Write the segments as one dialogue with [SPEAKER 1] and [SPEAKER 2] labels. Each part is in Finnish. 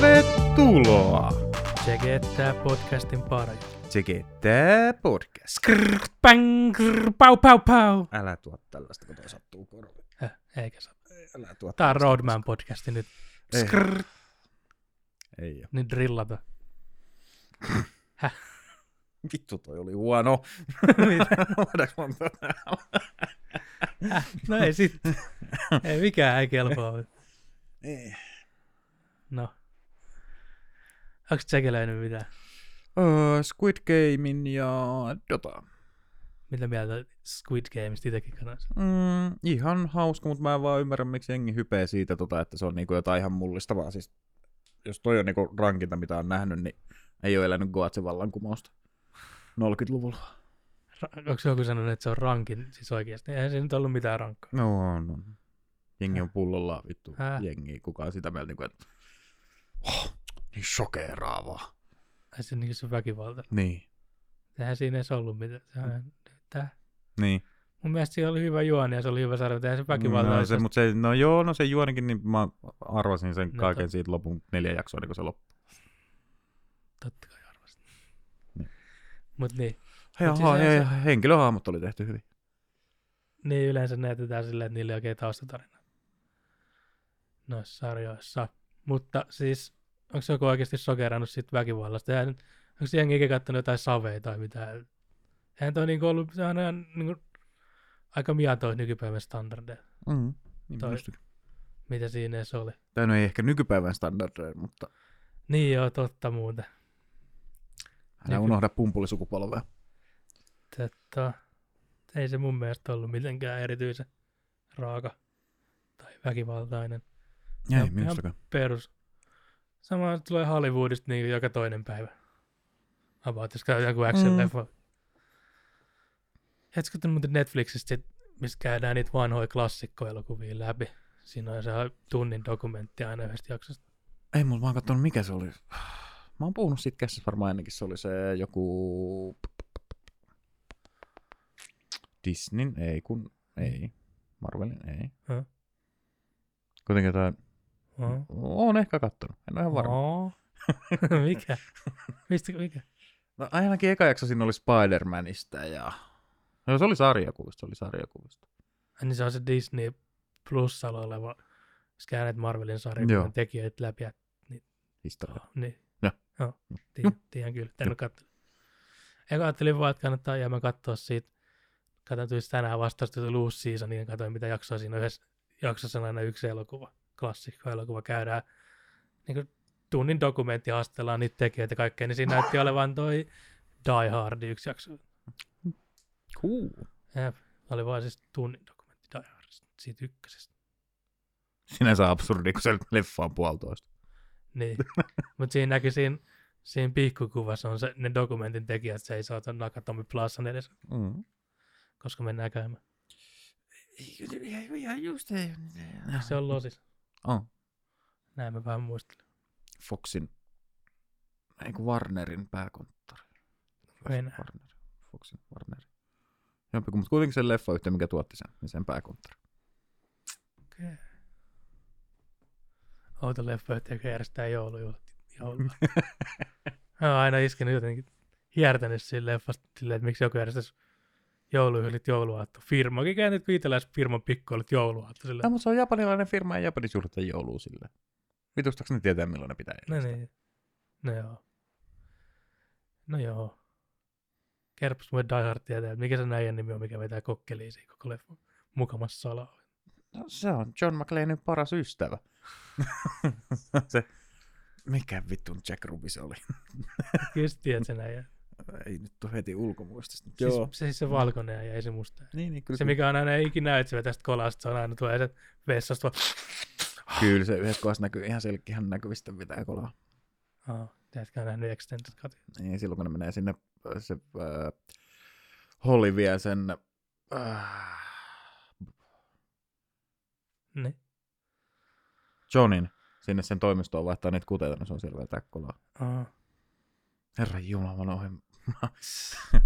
[SPEAKER 1] Tervetuloa
[SPEAKER 2] Tsekettää podcastin pari.
[SPEAKER 1] Tsekettää podcast.
[SPEAKER 2] Skrrr, bang, grr, pau, pau, pau.
[SPEAKER 1] Älä tuo tällaista, kun toi sattuu korviin.
[SPEAKER 2] Häh, Äh, eikä saa.
[SPEAKER 1] Älä tuo
[SPEAKER 2] Tää on Roadman podcasti nyt.
[SPEAKER 1] Ei.
[SPEAKER 2] Skrrr,
[SPEAKER 1] Ei oo.
[SPEAKER 2] nyt drillata.
[SPEAKER 1] Vittu, toi oli huono. Voidaanko mä tuota?
[SPEAKER 2] No ei sitten. ei mikään ei kelpaa.
[SPEAKER 1] Ei.
[SPEAKER 2] No. Onks tsekelöinyt mitään?
[SPEAKER 1] Öö, Squid Gamein ja Dota.
[SPEAKER 2] Mitä mieltä Squid Gameista itsekin kanssa?
[SPEAKER 1] Mm, ihan hauska, mutta mä en vaan ymmärrä, miksi jengi hypee siitä, tota, että se on niinku jotain ihan mullistavaa. Siis, jos toi on niinku rankinta, mitä on nähnyt, niin ei ole elänyt Goatsin vallankumousta 40-luvulla.
[SPEAKER 2] Ra- Onks joku sanonut, että se on rankin? Siis oikeesti. Eihän se nyt ollut mitään rankkaa.
[SPEAKER 1] No, no. Jengi on pullolla vittu.
[SPEAKER 2] Häh?
[SPEAKER 1] Jengi, kukaan on sitä mieltä, niinku, että oh, niin shokeraavaa.
[SPEAKER 2] Ei se niinku se väkivalta.
[SPEAKER 1] Niin.
[SPEAKER 2] Eihän siinä edes ollut mitään. Se on, tää.
[SPEAKER 1] Niin.
[SPEAKER 2] Mun mielestä siinä oli hyvä juoni ja se oli hyvä sarja, mutta eihän se väkivalta.
[SPEAKER 1] no,
[SPEAKER 2] ole
[SPEAKER 1] se,
[SPEAKER 2] sellaista-
[SPEAKER 1] mut se, no joo, no se juonikin, niin mä arvasin sen
[SPEAKER 2] No,
[SPEAKER 1] kaiken
[SPEAKER 2] tot-
[SPEAKER 1] siitä lopun neljä jaksoa, niin kun se loppui.
[SPEAKER 2] Totta kai arvasti.
[SPEAKER 1] Niin.
[SPEAKER 2] Mutta niin,
[SPEAKER 1] Hei,
[SPEAKER 2] Mut
[SPEAKER 1] aha,
[SPEAKER 2] siis
[SPEAKER 1] hei,
[SPEAKER 2] eihän
[SPEAKER 1] henkilöhahmot oli tehty hyvin.
[SPEAKER 2] niin yleensä näytetään silleen, että niillä ei oikein taustatarina noissa sarjoissa. Mutta siis, onko joku oikeasti sokerannut siitä väkivallasta? Eihän, onko jengi ikinä kattonut jotain saveja tai mitään? Eihän toi niinku ollut, se on ihan niinku, aika mietoa nykypäivän standardeja,
[SPEAKER 1] Mm. Niin
[SPEAKER 2] Toi-
[SPEAKER 1] minustakin.
[SPEAKER 2] mitä siinä edes oli.
[SPEAKER 1] Tai no ei ehkä nykypäivän standardeja, mutta
[SPEAKER 2] Niin joo, totta muuten.
[SPEAKER 1] älä
[SPEAKER 2] Nyky-
[SPEAKER 1] unohda pumpulisukupolvea.
[SPEAKER 2] Tätä, ei se mun mielestä ollut mitenkään erityisen raaka tai väkivaltainen.
[SPEAKER 1] Ei,
[SPEAKER 2] Joo, ihan-
[SPEAKER 1] minustakaan.
[SPEAKER 2] perus. Sama tulee Hollywoodista niin joka toinen päivä. About, jos käy joku action-leffa. Mm. Hetkö muuten Netflixistä, sit, missä käydään niitä vanhoja klassikkoelokuvia läpi. Siinä on se tunnin dokumentti aina yhdestä jaksosta.
[SPEAKER 1] Ei, mutta mä oon katsonut, mikä se oli. Mä oon puhunut siitä käsissä varmaan ennenkin. Se oli se joku... Disneyn? Ei kun... Ei. Marvelin? Ei.
[SPEAKER 2] Häh?
[SPEAKER 1] Kuitenkin jotain...
[SPEAKER 2] Oh.
[SPEAKER 1] Mm. Oon ehkä kattonut. En ole ihan varma.
[SPEAKER 2] Oh. mikä? Mistä, mikä?
[SPEAKER 1] No ainakin eka jakso siinä oli Spider-Manista ja... No se oli sarjakuvista, se oli sarjakuvista.
[SPEAKER 2] Ai Niin se on se Disney Plus-salo oleva. Jos käydään Marvelin
[SPEAKER 1] Joo.
[SPEAKER 2] sarjan tekijöitä läpi. ja-
[SPEAKER 1] Historia.
[SPEAKER 2] Niin.
[SPEAKER 1] Joo.
[SPEAKER 2] Joo. Tiedän, tiedän kyllä. En ole kattonut. Eka ajattelin vaan, että kannattaa jäämä katsoa siitä. Katsoin tulisi tänään vastausta tuli uusi season, niin katsoin mitä jaksoa siinä on. yhdessä jaksossa on aina yksi elokuva, klassikko elokuva käydään. Niin kuin tunnin dokumentti haastellaan niitä tekijöitä ja kaikkea, niin siinä näytti olevan toi Die Hard yksi jakso.
[SPEAKER 1] Cool.
[SPEAKER 2] Jep, oli vaan siis tunnin dokumentti Die Hardista, siitä ykkösestä.
[SPEAKER 1] Sinänsä absurdi, kun se leffa on puolitoista.
[SPEAKER 2] Niin. Mutta siinä näkyy siinä, siinä pihkukuvassa on se, ne dokumentin tekijät, se ei saa ton Nakatomi Plasan edes
[SPEAKER 1] Mm.
[SPEAKER 2] koska mennään käymään.
[SPEAKER 1] Ihan just ei.
[SPEAKER 2] Se on losis.
[SPEAKER 1] Oh.
[SPEAKER 2] Näin mä vähän muistelen.
[SPEAKER 1] Foxin, ei kun Warnerin pääkonttori.
[SPEAKER 2] Venäjä.
[SPEAKER 1] Warner. Foxin, Warner. Jompiku, mutta kuitenkin sen leffa yhtä, mikä tuotti sen, niin sen pääkonttori.
[SPEAKER 2] Okay. Outo leffa, että joka järjestää joulujuhlat. Joulua. mä oon aina iskenyt jotenkin hiertänyt siinä leffasta silleen, että miksi joku järjestäisi joulujuhlit jouluaatto. Firmakin käy nyt viiteläis firman pikkuilut jouluaatto. Silleen.
[SPEAKER 1] No, mutta se on japanilainen firma ja japanit juhlittaa joulua sille. Vitustaks ne tietää, milloin ne pitää
[SPEAKER 2] No niin. No joo. No joo. Kerpas mulle Die Hard tietää, että mikä se näijän nimi on, mikä vetää kokkeliin siinä koko leffa. Mukamassa salaa.
[SPEAKER 1] No, se on John McLeanin paras ystävä. se, mikä vittun Jack Ruby se oli? No,
[SPEAKER 2] Kyllä sä tiedät sen näijän.
[SPEAKER 1] Ei nyt tuu heti ulkomuistista.
[SPEAKER 2] Siis, se, siis se valkoinen ja ei se musta.
[SPEAKER 1] Niin, niin, kyllä,
[SPEAKER 2] Se mikä on aina ikinä näytsevä tästä kolasta, se on aina tulee se vessasta
[SPEAKER 1] kyllä se yhdet kohdassa näkyy ihan selkihän näkyvistä pitää kolaa.
[SPEAKER 2] vaan. Oh, teetkö nähnyt Extended Cut?
[SPEAKER 1] Niin, silloin kun ne menee sinne, ö, se äh, Holly vie sen, äh,
[SPEAKER 2] Niin.
[SPEAKER 1] Johnin sinne sen toimistoon vaihtaa niitä kuteita, niin se on siellä täkkolaa.
[SPEAKER 2] Oh.
[SPEAKER 1] Herra Jumala, mä noin.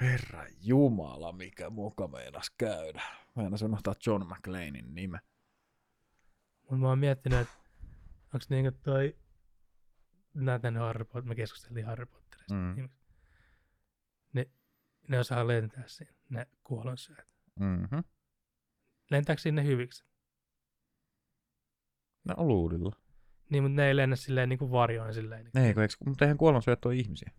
[SPEAKER 1] Herra Jumala, mikä muka meinas käydä. Meinas unohtaa John McLeanin nime.
[SPEAKER 2] Mutta mä oon miettinyt, että Onks niinku toi... Näytän Harry Potter, me keskusteltiin Harry Potterista.
[SPEAKER 1] Mm.
[SPEAKER 2] Niin, ne, ne osaa lentää siinä, ne kuolonsyöt.
[SPEAKER 1] Mm-hmm.
[SPEAKER 2] Lentääkö siinä ne hyviksi?
[SPEAKER 1] No luudilla.
[SPEAKER 2] Niin, mutta ne ei lennä silleen niinku varjoon silleen. Niin.
[SPEAKER 1] Ei, kun, eiks, mutta eihän kuolonsyöt ole ihmisiä.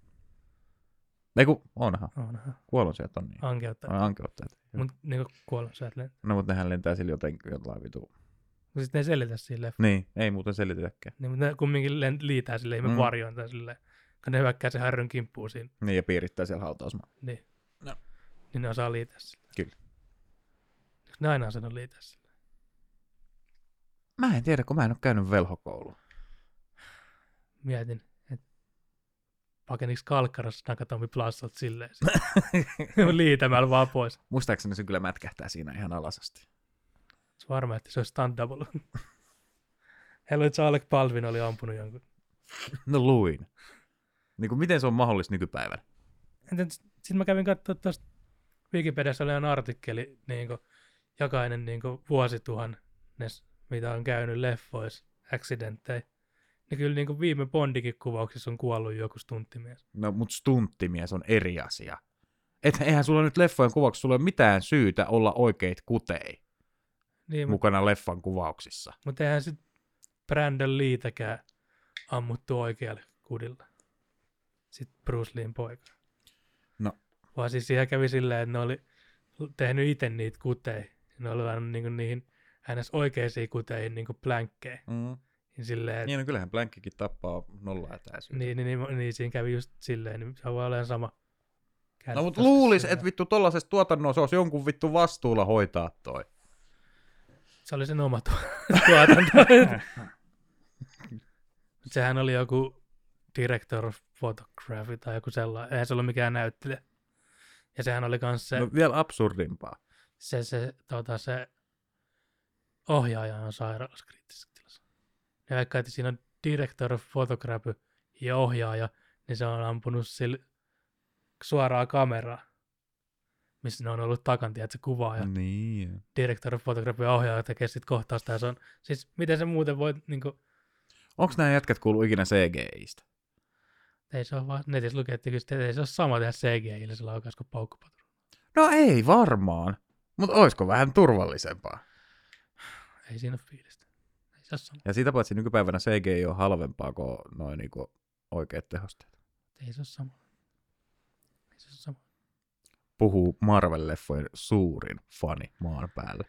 [SPEAKER 1] Ei kun, onhan.
[SPEAKER 2] Onhan
[SPEAKER 1] Kuolonsyöt on niin.
[SPEAKER 2] ankeutta.
[SPEAKER 1] On ankeuttajat.
[SPEAKER 2] Mutta niinku kuolonsyöt lentää.
[SPEAKER 1] No, mutta nehän lentää sillä jotenkin jollain vitu.
[SPEAKER 2] Mutta sitten ne ei selitä silleen.
[SPEAKER 1] Niin, ei muuten selitetäkään.
[SPEAKER 2] Niin, mutta ne kumminkin len- liitää silleen, me
[SPEAKER 1] Mm.
[SPEAKER 2] mm. varjoon tai silleen. Kun ne hyökkää se härryn kimppuun siinä,
[SPEAKER 1] Niin, ja piirittää siellä hautausmaa.
[SPEAKER 2] niin,
[SPEAKER 1] No.
[SPEAKER 2] niin ne osaa liitää silleen.
[SPEAKER 1] Kyllä.
[SPEAKER 2] Eikö ne aina osannut liitää silleen?
[SPEAKER 1] Mä en tiedä, kun mä en ole käynyt velhokoulua.
[SPEAKER 2] Mietin, että pakeniks kalkkaras Nakatomi Plassalt silleen. silleen. Liitämällä vaan pois.
[SPEAKER 1] Muistaakseni se kyllä mätkähtää siinä ihan alasasti.
[SPEAKER 2] Se varma, että se olisi stand double. Heillä oli, että se Alec Palvin oli ampunut jonkun.
[SPEAKER 1] No luin. Niin kuin, miten se on mahdollista nykypäivänä?
[SPEAKER 2] Sitten mä kävin katsoa tuosta Wikipediassa oli ihan artikkeli, niin kuin, jokainen niin kuin, vuosituhannes, mitä on käynyt leffois, accidenttei. Niin kyllä niin kuin viime Bondikin kuvauksissa on kuollut joku stunttimies.
[SPEAKER 1] No, mut stunttimies on eri asia. Et eihän sulla nyt leffojen kuvauksessa sulla ole mitään syytä olla oikeit kutei
[SPEAKER 2] Niin, mutta
[SPEAKER 1] mukana leffan kuvauksissa.
[SPEAKER 2] mut eihän sitten Brandon Leetäkään ammuttu oikealle kudilla. Sitten Bruce Leein poika.
[SPEAKER 1] No.
[SPEAKER 2] Vaan siis siellä kävi silleen, että ne oli tehnyt itse niitä kuteja. Ne oli lainannut niinku niihin hänes oikeisiin kuteihin niinku plänkkejä.
[SPEAKER 1] Mm.
[SPEAKER 2] Niin silleen,
[SPEAKER 1] Niin, no kyllähän Blankkikin tappaa nolla etäisyyttä.
[SPEAKER 2] Niin, niin, niin, niin, siinä kävi just silleen, niin se voi olla ihan sama.
[SPEAKER 1] No
[SPEAKER 2] Käänsi
[SPEAKER 1] mut
[SPEAKER 2] tässä
[SPEAKER 1] luulis,
[SPEAKER 2] silleen.
[SPEAKER 1] että vittu tollasessa tuotannossa olisi jonkun vittu vastuulla hoitaa toi.
[SPEAKER 2] Se oli sen oma tu- tuotanto. Mut Sehän oli joku director of photography tai joku sellainen. Eihän se ollut mikään näyttelijä. Ja sehän oli kans se,
[SPEAKER 1] No vielä absurdimpaa.
[SPEAKER 2] se, se, tota, se ohjaaja on sairaalassa kriittisessä tilassa. Ja vaikka että siinä on director of photography ja ohjaaja, niin se on ampunut sille suoraan kameraa, missä ne on ollut takantia, että se kuvaaja, mm.
[SPEAKER 1] Niin.
[SPEAKER 2] director of photography ja ohjaaja tekee sitten kohtausta. Ja se on, siis miten se muuten voi, niin kuin,
[SPEAKER 1] Onks nämä jätkät kuullut ikinä CGIstä?
[SPEAKER 2] ei se ole vaan, netissä lukee, että kyllä se- ei se ole sama tehdä CGI-illä se laukaus kuin paukkupatru.
[SPEAKER 1] No ei varmaan. Mut oisko vähän turvallisempaa?
[SPEAKER 2] Ei siinä ole fiilistä. Ei se ole sama.
[SPEAKER 1] Ja siitä paitsi nykypäivänä CGI on halvempaa kuin noin niinku oikeat tehosteet.
[SPEAKER 2] Ei se ole sama. Ei se ole sama.
[SPEAKER 1] Puhuu Marvel-leffojen suurin fani maan päällä.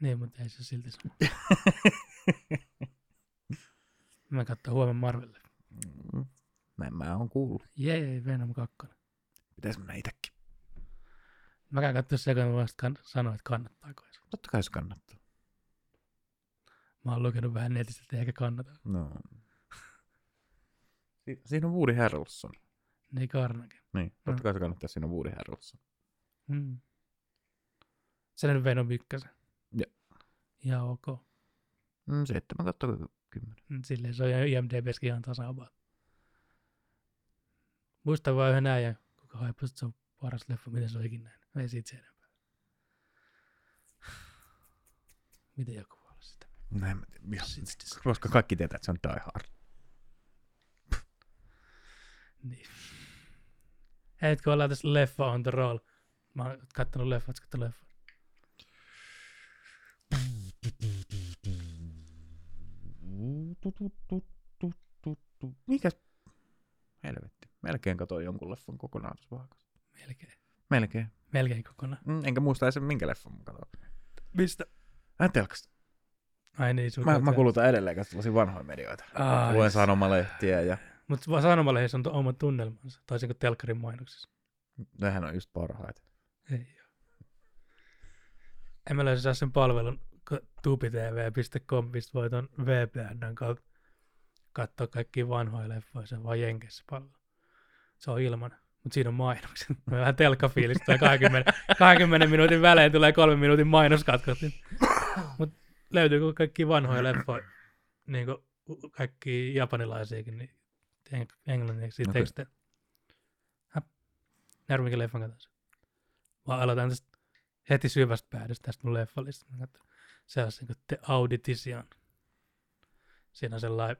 [SPEAKER 2] Niin, mutta ei se silti sama. Mä katson huomenna Marvelle.
[SPEAKER 1] Mm. Näin mä oon kuullut.
[SPEAKER 2] Jei, Venom 2.
[SPEAKER 1] Pitäis mennä itekin.
[SPEAKER 2] Mä käyn katsoa sen, kun mä vasta kann- sanoin, että kannattaako edes.
[SPEAKER 1] Totta kai se kannattaa.
[SPEAKER 2] Mä oon lukenut vähän netistä, että eikä kannata.
[SPEAKER 1] No. Si- siinä on Woody Harrelson.
[SPEAKER 2] Niin Karnake.
[SPEAKER 1] Niin, totta
[SPEAKER 2] Mm.
[SPEAKER 1] kai se kannattaa siinä on Woody Harrelson.
[SPEAKER 2] Mm. Sen on Venom 1.
[SPEAKER 1] Ja.
[SPEAKER 2] Ihan ok.
[SPEAKER 1] Mm, seitsemän kautta kymmenen.
[SPEAKER 2] Mm, Silleen se on ihan IMDBskin ihan tasaava. Muista vaan yhden äijän, kuka haipasi, että se on paras leffa, miten se on ikinä nähnyt. Ei siitä sen enempää. Miten joku voi olla sitä?
[SPEAKER 1] Näin No mä tiedän. Joo.
[SPEAKER 2] Sit- sit- sit-
[SPEAKER 1] Koska kaikki tietää, että se on Die Hard.
[SPEAKER 2] Niin. Hei, kun ollaan tässä leffa on the roll. Mä oon kattonut leffa, ootko kattonut leffa?
[SPEAKER 1] Mikä? Helvetti. Melkein katsoin jonkun leffan kokonaan tuossa vaakassa.
[SPEAKER 2] Melkein.
[SPEAKER 1] Melkein.
[SPEAKER 2] Melkein kokonaan.
[SPEAKER 1] Mm, enkä muista edes minkä leffan mä katsoin.
[SPEAKER 2] Mistä?
[SPEAKER 1] Mä telkasta.
[SPEAKER 2] Ai niin, sun
[SPEAKER 1] Mä, mä kulutan edelleen katsomaan vanhoja medioita.
[SPEAKER 2] Ai.
[SPEAKER 1] Luen sanomalehtiä ja
[SPEAKER 2] Mutta sanomalehdissä on to- oma tunnelmansa, toisin kuin telkkarin mainoksissa.
[SPEAKER 1] nehän on just parhaita.
[SPEAKER 2] Ei oo. En mä löysä sen palvelun k- tubitv.comista voi ton VPNn kautta katsoa kaikki vanhoja leffoja, se on vaan Jenkeissä palvelu. Se on ilman, mutta siinä on mainokset. Me vähän telkkafiilistä tulee 20, 20 minuutin välein tulee kolmen minuutin mainoskatkot. Mutta löytyykö kaikki vanhoja leffoja, niin kuin kaikki japanilaisiakin, niin eng- englanniksi
[SPEAKER 1] Okei.
[SPEAKER 2] okay. tekstejä. Häh? Nähdään, mikä leffan katsoin. Mä aloitan tästä heti syvästä päädystä tästä mun leffalista. Mä katsoin sellaisen kuin The Auditisian. niinku Siinä on sellainen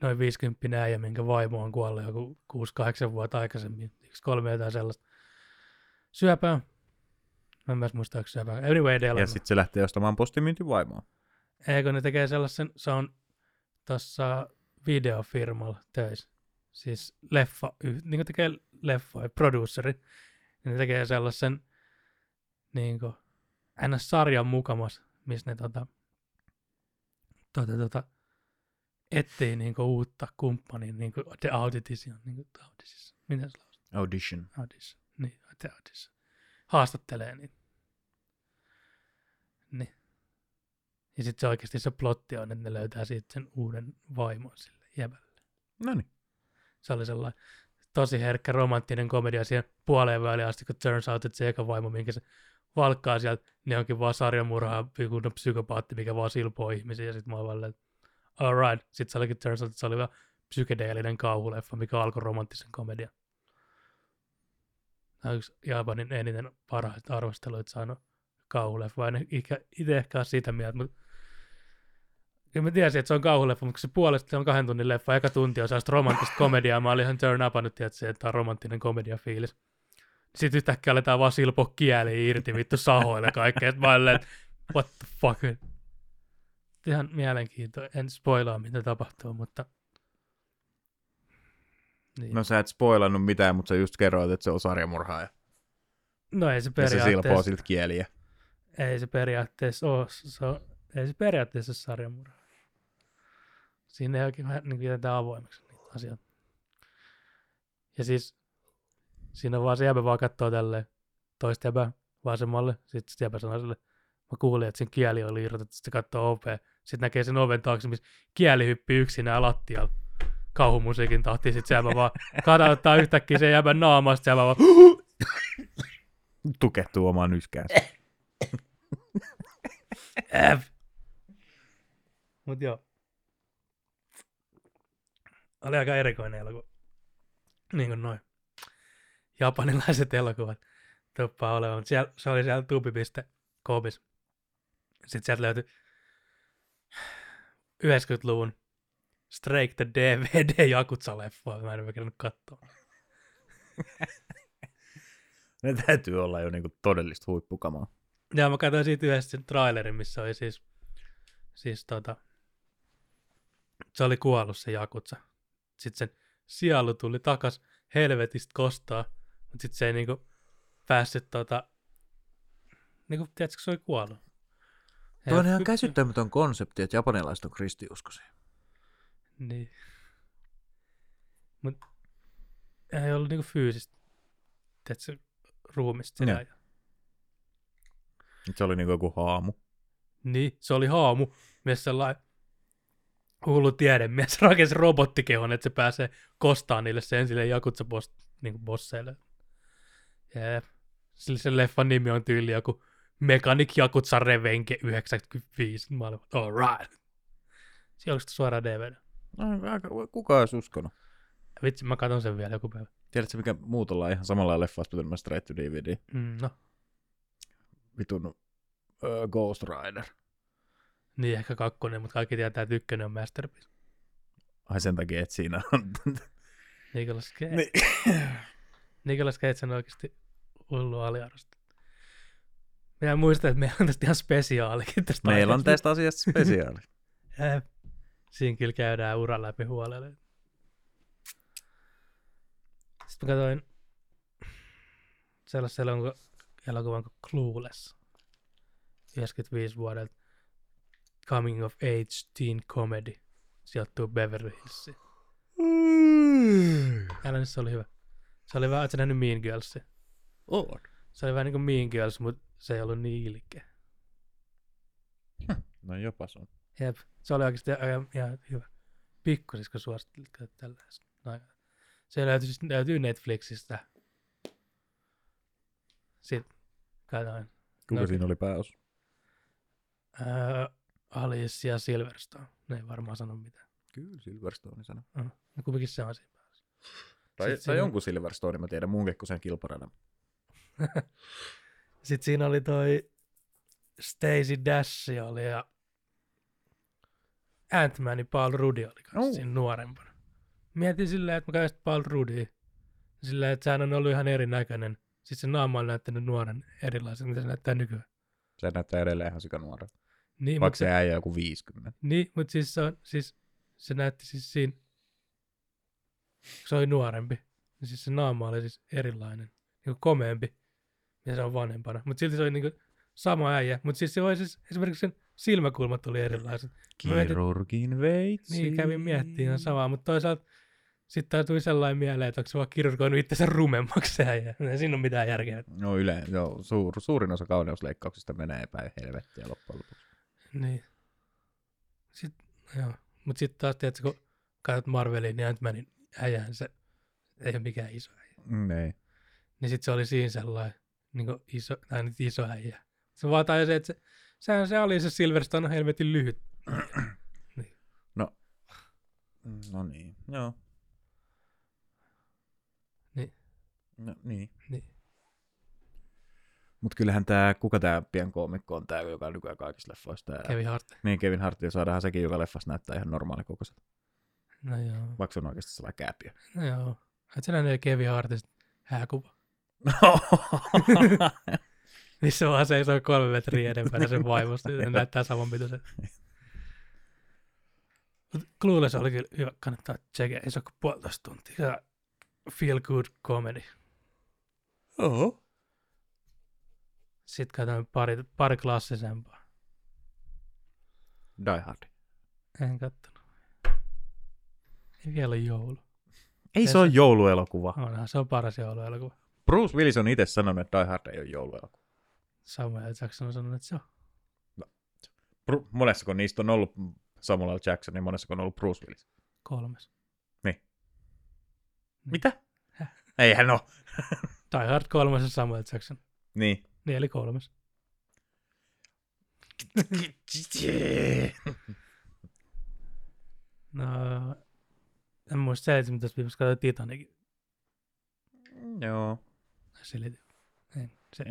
[SPEAKER 2] noin 50 äijä, minkä vaimo on kuollut joku 6-8 vuotta aikaisemmin. Yksi kolme jotain sellaista. Syöpää. Mä en myös muista, onko syöpää. Anyway,
[SPEAKER 1] Ja
[SPEAKER 2] Delano.
[SPEAKER 1] sitten se lähtee ostamaan postimyyntivaimoa.
[SPEAKER 2] Eikö ne tekee sellaisen, se on tuossa videofirmalla töissä. Siis leffa, niin kuin tekee leffoja, produceri. Niin ne tekee sellaisen niin kuin, ns. sarjan mukamas, missä ne tota, tota, tota, etsii niin kuin, uutta kumppania, niin kuin The Audition, niin kuin Audition. Miten se lausutaan?
[SPEAKER 1] Audition.
[SPEAKER 2] Audition. Niin, The Audition. Haastattelee niitä. Niin. Ja sitten se oikeasti se plotti on, että ne löytää siitä sen uuden vaimon sille jäbälle.
[SPEAKER 1] No niin.
[SPEAKER 2] Se oli sellainen tosi herkkä romanttinen komedia siihen puoleen väliin asti, kun turns out, että se eka vaimo, minkä se valkkaa sieltä, niin onkin vaan sarjamurhaa, joku psykopaatti, mikä vaan silpoo ihmisiä, ja sitten mä oon vaan silleen, että alright. Sitten se olikin turns out, että se oli vähän psykedeellinen kauhuleffa, mikä alkoi romanttisen komedian. Tämä on yksi Japanin eniten parhaita arvosteluita saanut kauhuleffa. En ehkä, itse ehkä ole sitä mieltä, mutta ja mä tiesin, että se on kauhuleffa, mutta kun se puolesta se on kahden tunnin leffa. Eka tunti on sellaista romanttista komediaa. Mä olin ihan turn up nyt, että tämä on romanttinen komedia fiilis. Sitten yhtäkkiä aletaan vaan silpoa kieli irti vittu sahoille kaikkea. Sitten Mä olin, että what the fuck. Ihan mielenkiintoinen. En spoilaa, mitä tapahtuu, mutta... Niin.
[SPEAKER 1] No sä et spoilannut mitään, mutta sä just kerroit, että se on sarjamurhaaja.
[SPEAKER 2] no ei se
[SPEAKER 1] Ja se
[SPEAKER 2] periaatteessa...
[SPEAKER 1] silpoo siltä kieliä.
[SPEAKER 2] ei se periaatteessa ole, se on, ei se periaatteessa ole sarjamurha. Siinä ei oikein vähän niin jätetään avoimeksi niitä asioita. Ja siis siinä vaan se jäbä vaan katsoo tälleen toista jäbää vasemmalle, sitten se jäbä sanoo sille, mä kuulin, että sen kieli oli irrotettu, sitten se katsoo OP, sitten näkee sen oven taakse, missä kieli hyppii yksinään lattialla kauhumusiikin tahtiin, sitten se jäbä vaan kadauttaa yhtäkkiä sen jäbän naamasta, se jäbä vaan
[SPEAKER 1] Tukehtuu omaan yskäänsä.
[SPEAKER 2] F. Mut joo. Oli aika erikoinen elokuva. Niin kuin noin. Japanilaiset elokuvat tuppaa olemaan. Mut Siellä, se oli siellä tubi.comissa. Sitten sieltä löytyi 90-luvun Strike the DVD Jakutsa-leffaa. Mä en ole kerännyt katsoa.
[SPEAKER 1] Ne täytyy olla jo niinku todellista huippukamaa.
[SPEAKER 2] Ja mä katsoin siitä yhdessä sen trailerin, missä oli siis, siis tota, se oli kuollut se Jakutsa. Sitten sen sielu tuli takas helvetistä kostaa, mutta sitten se ei niinku päässyt tota, niinku tiedätkö se oli kuollut. Ei
[SPEAKER 1] Tuo on
[SPEAKER 2] ole
[SPEAKER 1] ihan
[SPEAKER 2] ky-
[SPEAKER 1] käsittämätön konsepti, että japanilaiset on kristiuskoisia.
[SPEAKER 2] Niin. Mut ei ollut niinku fyysistä, tiedätkö, ruumista
[SPEAKER 1] Joo.
[SPEAKER 2] sitä. Ja...
[SPEAKER 1] Nyt Se oli niinku joku haamu.
[SPEAKER 2] Niin, se oli haamu, missä sellainen hullu tiedemies rakensi robottikehon, että se pääsee kostaan niille sen sille jakutsa boss, niin bosseille. Jep. Sillä sen leffan nimi on tyyli joku Mechanic Jakutsa Revenke 95. Mä olin, all right. Siinä onko suoraan DVD.
[SPEAKER 1] No, aika- Kuka olisi uskonut?
[SPEAKER 2] Vitsi, mä katson sen vielä joku päivä.
[SPEAKER 1] Tiedätkö, mikä muut ollaan ihan samalla leffassa pitänyt myös Straight to DVD?
[SPEAKER 2] Mm, no,
[SPEAKER 1] Vitun ö, Ghost Rider.
[SPEAKER 2] niin ehkä kakkonen, mutta kaikki tietää, että ykkönen on masterpiece.
[SPEAKER 1] Ai sen takia, että siinä on...
[SPEAKER 2] Nicolas Cage.
[SPEAKER 1] Niin.
[SPEAKER 2] Nicolas Cage on oikeasti hullu aliarvostettu. Minä muistan, että meillä on tästä ihan spesiaalikin. Tästä
[SPEAKER 1] Meillä on
[SPEAKER 2] aiheesta.
[SPEAKER 1] tästä asiasta spesiaali.
[SPEAKER 2] Jep. Siinä kyllä käydään ura läpi huolella. Sitten mä katsoin sellaisen elokuvan, elokuvan kuin Clueless. 95 vuodelta. Coming of Age Teen Comedy. Sijoittuu Beverly Hillsiin. Älä nyt, se oli hyvä. Se oli vähän, ootko sä nähnyt Mean Girlsin?
[SPEAKER 1] on.
[SPEAKER 2] Se oli vähän niin kuin Mean Girls, mutta se ei ollut niin ilkeä.
[SPEAKER 1] No jopa se on.
[SPEAKER 2] Jep, se oli oikeasti ihan, ihan hyvä. Pikkusisko suosittelit katsoa tällaista. No, se löytyy, siis löytyy Netflixistä. Sitten katsoin.
[SPEAKER 1] Kuka
[SPEAKER 2] No,
[SPEAKER 1] siinä oli pääos?
[SPEAKER 2] Ää, Alice ja Silverstone. Ne ei varmaan sano mitään.
[SPEAKER 1] Kyllä Silverstone sana.
[SPEAKER 2] Uh, no kumminkin se on siinä päässä.
[SPEAKER 1] Tai,
[SPEAKER 2] Sit
[SPEAKER 1] tai
[SPEAKER 2] siinä-
[SPEAKER 1] jonkun Silverstone, mä tiedän, muunkin kuin sen kilparana.
[SPEAKER 2] Sitten siinä oli toi Stacy Dash oli ja Ant-Man, niin Paul Ruddi oli kanssa
[SPEAKER 1] Juu.
[SPEAKER 2] siinä nuorempana. Mietin silleen, että mä käyn Paul Ruddia. Silleen, että sehän on ollut ihan erinäköinen. Siis se naama on näyttänyt nuoren erilaisen, mitä se näyttää nykyään.
[SPEAKER 1] Se näyttää edelleen ihan sikanuorelta.
[SPEAKER 2] Niin,
[SPEAKER 1] Vaikka
[SPEAKER 2] mutta
[SPEAKER 1] se
[SPEAKER 2] se,
[SPEAKER 1] äijä on joku 50.
[SPEAKER 2] niin, mut siis, se on, siis se näytti siis siinä, se oli nuorempi. Ja siis se naama oli siis erilainen, niinku komeempi, ja se on vanhempana. Mutta silti se oli niinku sama äijä. Mutta siis se oli siis, esimerkiksi sen silmäkulmat oli erilaiset. Mä mietin-
[SPEAKER 1] Kirurgin veitsi.
[SPEAKER 2] Niin kävin miettimään ihan samaa, mutta toisaalta sitten taas tuli sellainen mieleen, että onko se vaan kirurgoinut itsensä rumemmaksi se äijä. Ei siinä ole mitään järkeä.
[SPEAKER 1] No yle, joo, suur, suurin osa kauneusleikkauksista menee päin helvettiä loppujen lopuksi.
[SPEAKER 2] Niin. Sitten, no joo. Mutta sitten taas, tiedätkö, kun katsot Marvelin, niin Ant-Manin äijähän se ei ole mikään iso äijä.
[SPEAKER 1] Mm, Ei.
[SPEAKER 2] Niin sitten se oli siinä sellainen niin iso, tai nyt iso äijä. Se vaan tai se, että se, sehän se oli se Silverstone on helvetin lyhyt.
[SPEAKER 1] Mm, No niin, joo.
[SPEAKER 2] Niin.
[SPEAKER 1] No niin.
[SPEAKER 2] Niin.
[SPEAKER 1] Mutta kyllähän tämä, kuka tämä pian koomikko on tämä, joka nykyään kaikissa leffoissa tää.
[SPEAKER 2] Kevin Hart.
[SPEAKER 1] Niin, Kevin Hart, ja saadaan sekin, joka leffassa näyttää ihan normaali kokoiselta.
[SPEAKER 2] No joo.
[SPEAKER 1] Vaikka se on oikeasti sellainen kääpiö.
[SPEAKER 2] No joo. Et sä nähnyt Kevin Hartista hääkuva, missä vaan seisoo kolme metriä edempänä sen vaimosta. ja Ne näyttää saman pituisen. Mut Clueless oli kyllä hyvä, kannattaa tsekää. Ei se ole kuin puolitoista tuntia. Se on Feel good comedy.
[SPEAKER 1] Oho.
[SPEAKER 2] Sitten katsoin pari, pari klassisempaa.
[SPEAKER 1] Die Hard.
[SPEAKER 2] En kattonut. Ei vielä ole joulu.
[SPEAKER 1] Ei
[SPEAKER 2] se
[SPEAKER 1] se ole jouluelokuva.
[SPEAKER 2] Onhan se on paras jouluelokuva.
[SPEAKER 1] Bruce Willis on itse sanonut, että Die Hard ei ole jouluelokuva.
[SPEAKER 2] Samuel Jackson on sanonut, että se on.
[SPEAKER 1] Bru- monessa kun niistä on ollut Samuel L. Jackson, niin monessa kun on ollut Bruce Willis.
[SPEAKER 2] Kolmas.
[SPEAKER 1] Mitä?
[SPEAKER 2] Häh?
[SPEAKER 1] Eihän ole.
[SPEAKER 2] Die Hard kolmas on Samuel Jackson.
[SPEAKER 1] Niin.
[SPEAKER 2] Niin eli kolmas. No, en muista seitsemän tässä viimeksi katsoin Titanic.
[SPEAKER 1] Joo.
[SPEAKER 2] Selitin. En, Niin, se.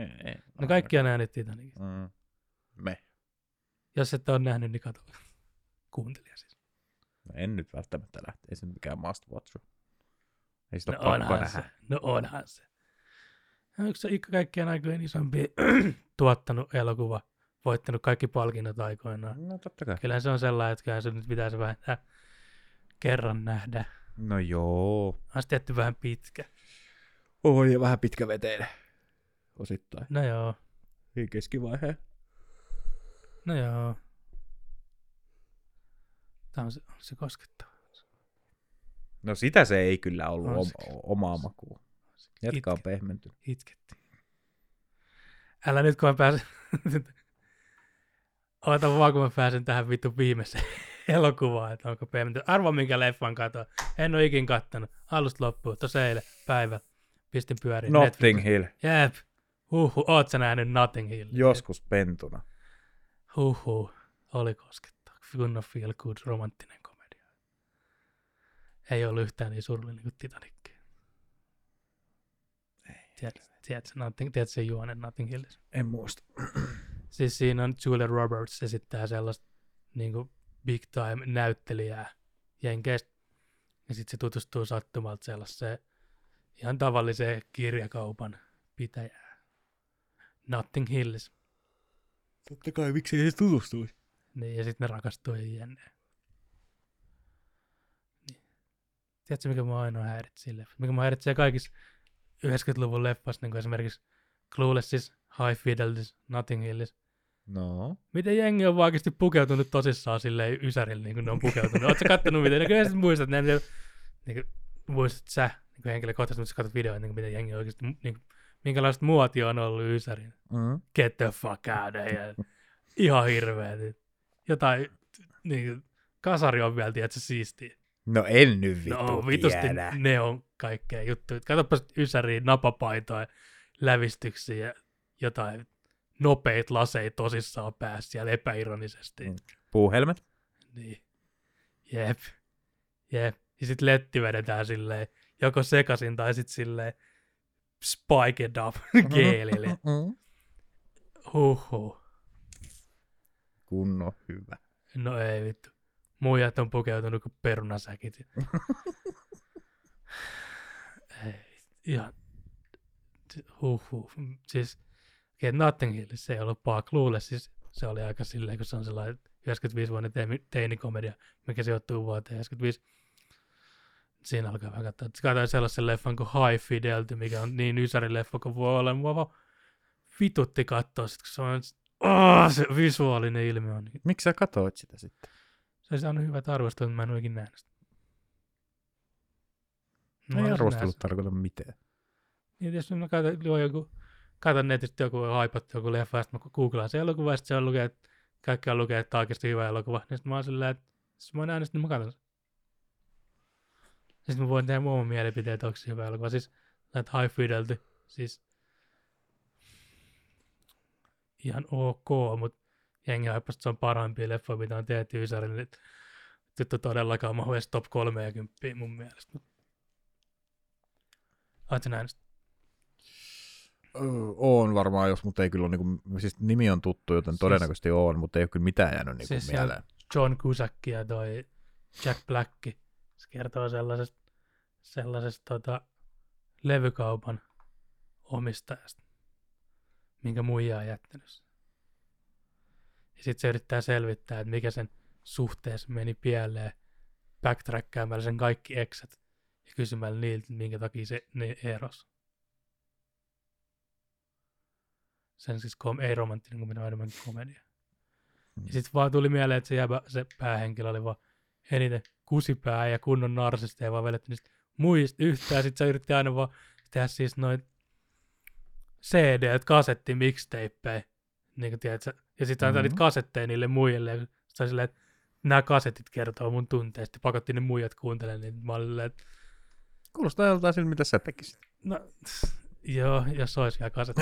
[SPEAKER 2] No kaikki on nähnyt Titanicin.
[SPEAKER 1] Mm. Me.
[SPEAKER 2] Jos et ole nähnyt, niin kato. Kuuntelija siis.
[SPEAKER 1] No en nyt välttämättä lähteä. Ei se nyt mikään must watch. ole. Ei sitä
[SPEAKER 2] No
[SPEAKER 1] no ole pakko
[SPEAKER 2] onhan se.
[SPEAKER 1] nähdä.
[SPEAKER 2] No onhan se. Ja Onko se ikka kaikkien aikojen isompi tuottanut elokuva, voittanut kaikki palkinnot aikoinaan?
[SPEAKER 1] No totta kai.
[SPEAKER 2] Kyllä se on sellainen, että kyllä se nyt pitäisi vähentää kerran nähdä.
[SPEAKER 1] No joo.
[SPEAKER 2] On se tietty vähän pitkä.
[SPEAKER 1] Oli ja vähän pitkä veteinen. Osittain.
[SPEAKER 2] No joo,
[SPEAKER 1] Ei keskivaiheen.
[SPEAKER 2] no joo. Tämä on se, on se koskettava.
[SPEAKER 1] No sitä se ei kyllä ollut
[SPEAKER 2] On
[SPEAKER 1] om-
[SPEAKER 2] se kyllä.
[SPEAKER 1] omaa makuun. Jatka on
[SPEAKER 2] Itke-
[SPEAKER 1] pehmentynyt.
[SPEAKER 2] Itkettiin. Älä nyt kun mä pääsen... Oota vaan kun mä pääsen tähän vittu viimeiseen elokuvaan, että onko pehmentä. Arvo minkä leffan katoa. En oo ikin kattanut. Alusta loppuun. Tossa eilen päivä. Pistin pyöriin.
[SPEAKER 1] Notting Hill.
[SPEAKER 2] Jep. Huhhuh. Oot sä nähnyt Nothing Hill?
[SPEAKER 1] Joskus pentuna.
[SPEAKER 2] Huhhuh. Oli koskettava. Kunnon feel good romanttinen komedia. Ei ollut yhtään niin surullinen kuin Titanic. Tiedätkö, tiedätkö, Nothing- tiedätkö sen juonen Nothing Hillissä?
[SPEAKER 1] En muista.
[SPEAKER 2] Siis siinä on Julia Roberts esittää sellaista niin kuin big time näyttelijää jenkeistä. Ja sitten se tutustuu sattumalta sellaiseen ihan tavalliseen kirjakaupan pitäjään. Nothing Hills.
[SPEAKER 1] Totta kai, miksi ei se tutustuisi?
[SPEAKER 2] Niin, ja sitten ne rakastuu ja jne. Niin. Tiedätkö, mikä mua ainoa häiritsee leffa? Mikä mua häiritsee kaikissa 90-luvun leffassa, niin kuin esimerkiksi Cluelessis, High Fidelis, Nothing Hillis.
[SPEAKER 1] No.
[SPEAKER 2] Miten jengi on oikeasti pukeutunut tosissaan silleen ysärille, niin kuin ne on pukeutunut? Oletko kattonut miten? No Kyllä sä muistat, ne, ne, niin kuin, muistat sä niin kuin henkilökohtaisesti, mutta sä katsot videoita, niin kuin, miten jengi oikeasti, niin kuin, minkälaista muotia on ollut ysärin.
[SPEAKER 1] Mm.
[SPEAKER 2] Get the fuck out of here. Ihan hirveä. niin. Jotain, niin kuin, kasari on vielä, tiedätkö, siistiä.
[SPEAKER 1] No en nyt vittu
[SPEAKER 2] No vitusti
[SPEAKER 1] tiedä.
[SPEAKER 2] ne on kaikkea juttuja. Katsopas ysäriin napapaitoja, lävistyksiä ja jotain nopeita laseja tosissaan päässä siellä epäironisesti.
[SPEAKER 1] Mm. Puuhelmet?
[SPEAKER 2] Niin. Jep. Jep. Ja sit letti vedetään silleen, joko sekasin tai sit silleen spiked up geelille.
[SPEAKER 1] Mm.
[SPEAKER 2] Huhhuh.
[SPEAKER 1] Kunno hyvä.
[SPEAKER 2] No ei vittu. Muijat on pukeutunut kuin perunasäkit. Ei, ihan huhhuh. Siis okei, Notting Hillissä ei ollut Park Luulle, siis se oli aika silleen, kun se on sellainen 95-vuotiaan teini- teinikomedia, mikä sijoittuu vuoteen 95. Siinä alkaa vähän katsoa. Sitten Katsoin sellaisen leffan kuin High Fidelity, mikä on niin ysärileffa kuin voi olla. Mua vaan vitutti katsoa, sit, kun se on oh, se visuaalinen ilme on. niin-
[SPEAKER 1] Miksi sä katsoit sitä sitten?
[SPEAKER 2] Se on saanut hyvät arvostelut, mutta mä en ole ikinä nähnyt sitä. No, Mä
[SPEAKER 1] ei
[SPEAKER 2] olisin
[SPEAKER 1] arvostelut
[SPEAKER 2] nähnyt-
[SPEAKER 1] tarkoita mitään.
[SPEAKER 2] Niin tietysti mä katson, luo joku, katson netistä joku haipattu joku leffa, ja sitten mä googlaan se elokuva, ja sitten se on lukee, että kaikki on lukee, että tämä on oikeasti hyvä elokuva. Niin sitten mä oon silleen, että jos mä oon nähnyt, niin mä katson sen. Sitten mä voin tehdä muun mielipiteen, että onko se hyvä elokuva. Siis näitä High Fidelity, siis ihan ok, mutta jengi haippasi, että se on parhaimpia leffoja, mitä on tehty Ysärille. Nyt nyt on todellakaan mahu edes top 30 mun mielestä. mut- Oletko nähnyt? sitä?
[SPEAKER 1] Öö, Oon varmaan, jos, mutta ei kyllä ole, niin kuin, siis nimi on tuttu, joten
[SPEAKER 2] Siis-
[SPEAKER 1] todennäköisesti oon, mutta ei ole kyllä mitään jäänyt niin
[SPEAKER 2] Siis
[SPEAKER 1] siis
[SPEAKER 2] siellä-
[SPEAKER 1] mieleen.
[SPEAKER 2] John Cusack ja toi Jack Black. Se kertoo sellaisesta, sellaisesta tota, levykaupan omistajasta, minkä muija on jättänyt. sen. Ja sitten se yrittää selvittää, että mikä sen suhteessa meni pieleen backtrackkäämällä sen kaikki eksät ja kysymällä niiltä, minkä takia se ne eros. Sen siis kom- ei romanttinen, kun minä olen enemmän komedia. Ja sitten vaan tuli mieleen, että se, jäbä, se päähenkilö oli vaan eniten kusipää ja kunnon narsisti ja vaan vedetty niistä muista yhtään. Sitten se yritti aina vaan tehdä siis noin CD, kasetti, mixtapeja. Niin kuin tiedät, sä. ja sitten antaa
[SPEAKER 1] Mhm.
[SPEAKER 2] niitä kasetteja niille muille. Ja se oli silleen, että nämä kasetit kertoo mun tunteista. Pakotti ne muijat kuuntelemaan niitä. Mä olin silleen, että
[SPEAKER 1] Kuulostaa joltain siltä, mitä sä tekisit.
[SPEAKER 2] no, joo, jos olisi vielä kasetti.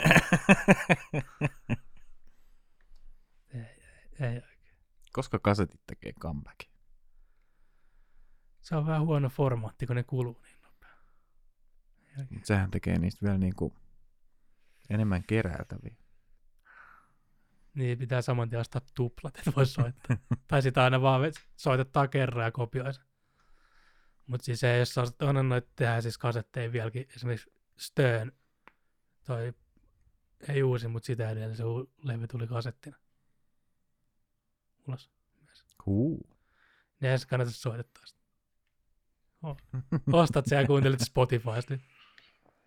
[SPEAKER 2] ei, ei, ei,
[SPEAKER 1] Koska kasetit tekee comebackin.
[SPEAKER 2] se on vähän huono formaatti, kun ne kuluu niin nopeasti.
[SPEAKER 1] Mut sehän tekee niistä vielä niin kuin enemmän keräiltäviä.
[SPEAKER 2] Niin, pitää saman tien ostaa tuplat, että voi soittaa. tai sitä aina vaan ve- soitetaan kerran ja kopioi se. Mutta siis ei, jos on- onhan noita tehdä siis kasetteja vieläkin, esimerkiksi Stern, toi ei uusi, mutta sitä edellä se u- levy tuli kasettina ulos.
[SPEAKER 1] Cool.
[SPEAKER 2] Niin ei se kannata soittaa sitä. O- Ostat sen ja kuuntelet Spotifysta. Niin,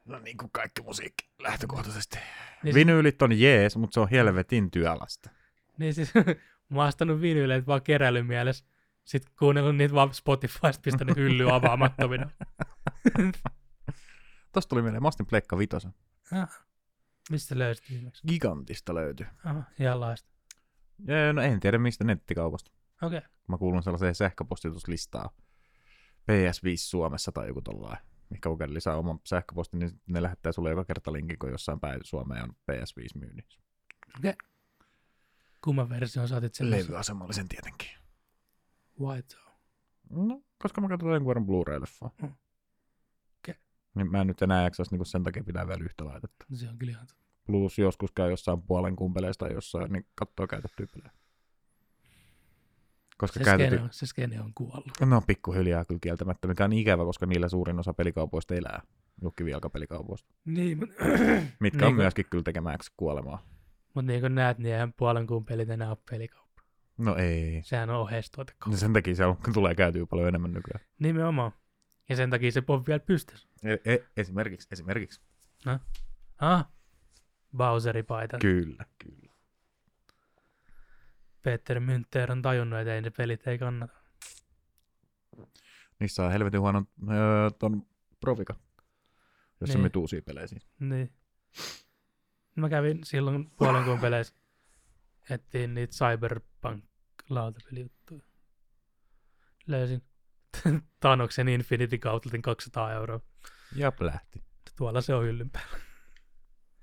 [SPEAKER 1] No niin kuin kaikki musiikki lähtökohtaisesti.
[SPEAKER 2] niin, si-
[SPEAKER 1] Vinyylit on jees, mutta se on helvetin työlästä.
[SPEAKER 2] niin siis mä oon ostanut vinyleet vaan keräilyn mielessä. Sitten kuunnellut niitä vaan Spotifysta, pistänyt hyllyä avaamattomina.
[SPEAKER 1] Tosta tuli mieleen, mä ostin Pleikka Vitosen.
[SPEAKER 2] Mistä löysit viimeksi?
[SPEAKER 1] Gigantista löytyy.
[SPEAKER 2] Aha, Ah, ihan laista.
[SPEAKER 1] Ja, no en tiedä mistä nettikaupasta.
[SPEAKER 2] Okei.
[SPEAKER 1] Mä kuulun sellaiseen sähköpostituslistaan. PS5 Suomessa tai joku tollain. Mikä lukee lisää oman sähköpostin, niin ne lähettää sulle joka kerta linkin, kun jossain päin Suomeen on PS5 myynnissä.
[SPEAKER 2] Kumman version saatit sen?
[SPEAKER 1] Levyasemallisen tietenkin.
[SPEAKER 2] White Zone.
[SPEAKER 1] No, koska mä katsoin vuoden Blu-ray-leffaa.
[SPEAKER 2] Mm. Okei.
[SPEAKER 1] Niin mä en nyt enää jaksaisi niinku sen takia pitää vielä yhtä laitetta.
[SPEAKER 2] No Se on kyllä ihan totta.
[SPEAKER 1] Plus joskus käy jossain puolen kumpeleista tai jossain, niin katsoo käytettyä pelejä. Koska
[SPEAKER 2] se,
[SPEAKER 1] käytetty...
[SPEAKER 2] skene on, se skene on kuollut.
[SPEAKER 1] No pikkuhiljaa kyllä kieltämättä, mikä on ikävä, koska niillä suurin osa pelikaupoista elää. Jukkivielkapelikaupoista,
[SPEAKER 2] Niin, mutta
[SPEAKER 1] mitkä
[SPEAKER 2] Niin
[SPEAKER 1] on
[SPEAKER 2] kuin-
[SPEAKER 1] myöskin kyllä tekemäksi kuolemaa.
[SPEAKER 2] mut niin kuin näet, niin eihän puolen kuun pelit enää ole pelikauppa.
[SPEAKER 1] No ei.
[SPEAKER 2] Sehän on oheistuotekauppa.
[SPEAKER 1] No sen takia se on, tulee käytyy paljon enemmän nykyään.
[SPEAKER 2] Nimenomaan. Ja sen takia se on vielä pystyssä.
[SPEAKER 1] E- e- esimerkiksi, esimerkiksi.
[SPEAKER 2] Ah, Bowseripaita. Ky-
[SPEAKER 1] Kyllä, kyllä.
[SPEAKER 2] Peter Mynter on tajunnut, että ei ne pelit ei kannata.
[SPEAKER 1] Niissä on helvetin huono öö, ton profika, jossa
[SPEAKER 2] Niin.
[SPEAKER 1] niin. me uusia pelejä siis.
[SPEAKER 2] Niin. Mä kävin silloin puolen kuun peleissä. Ettiin niitä Cyberpunk-lautapelijuttuja. Löysin Tanoksen Infinity Gauntletin 200 euroa.
[SPEAKER 1] Ja lähti.
[SPEAKER 2] Tuolla se on hyllyn päällä.
[SPEAKER 1] Mä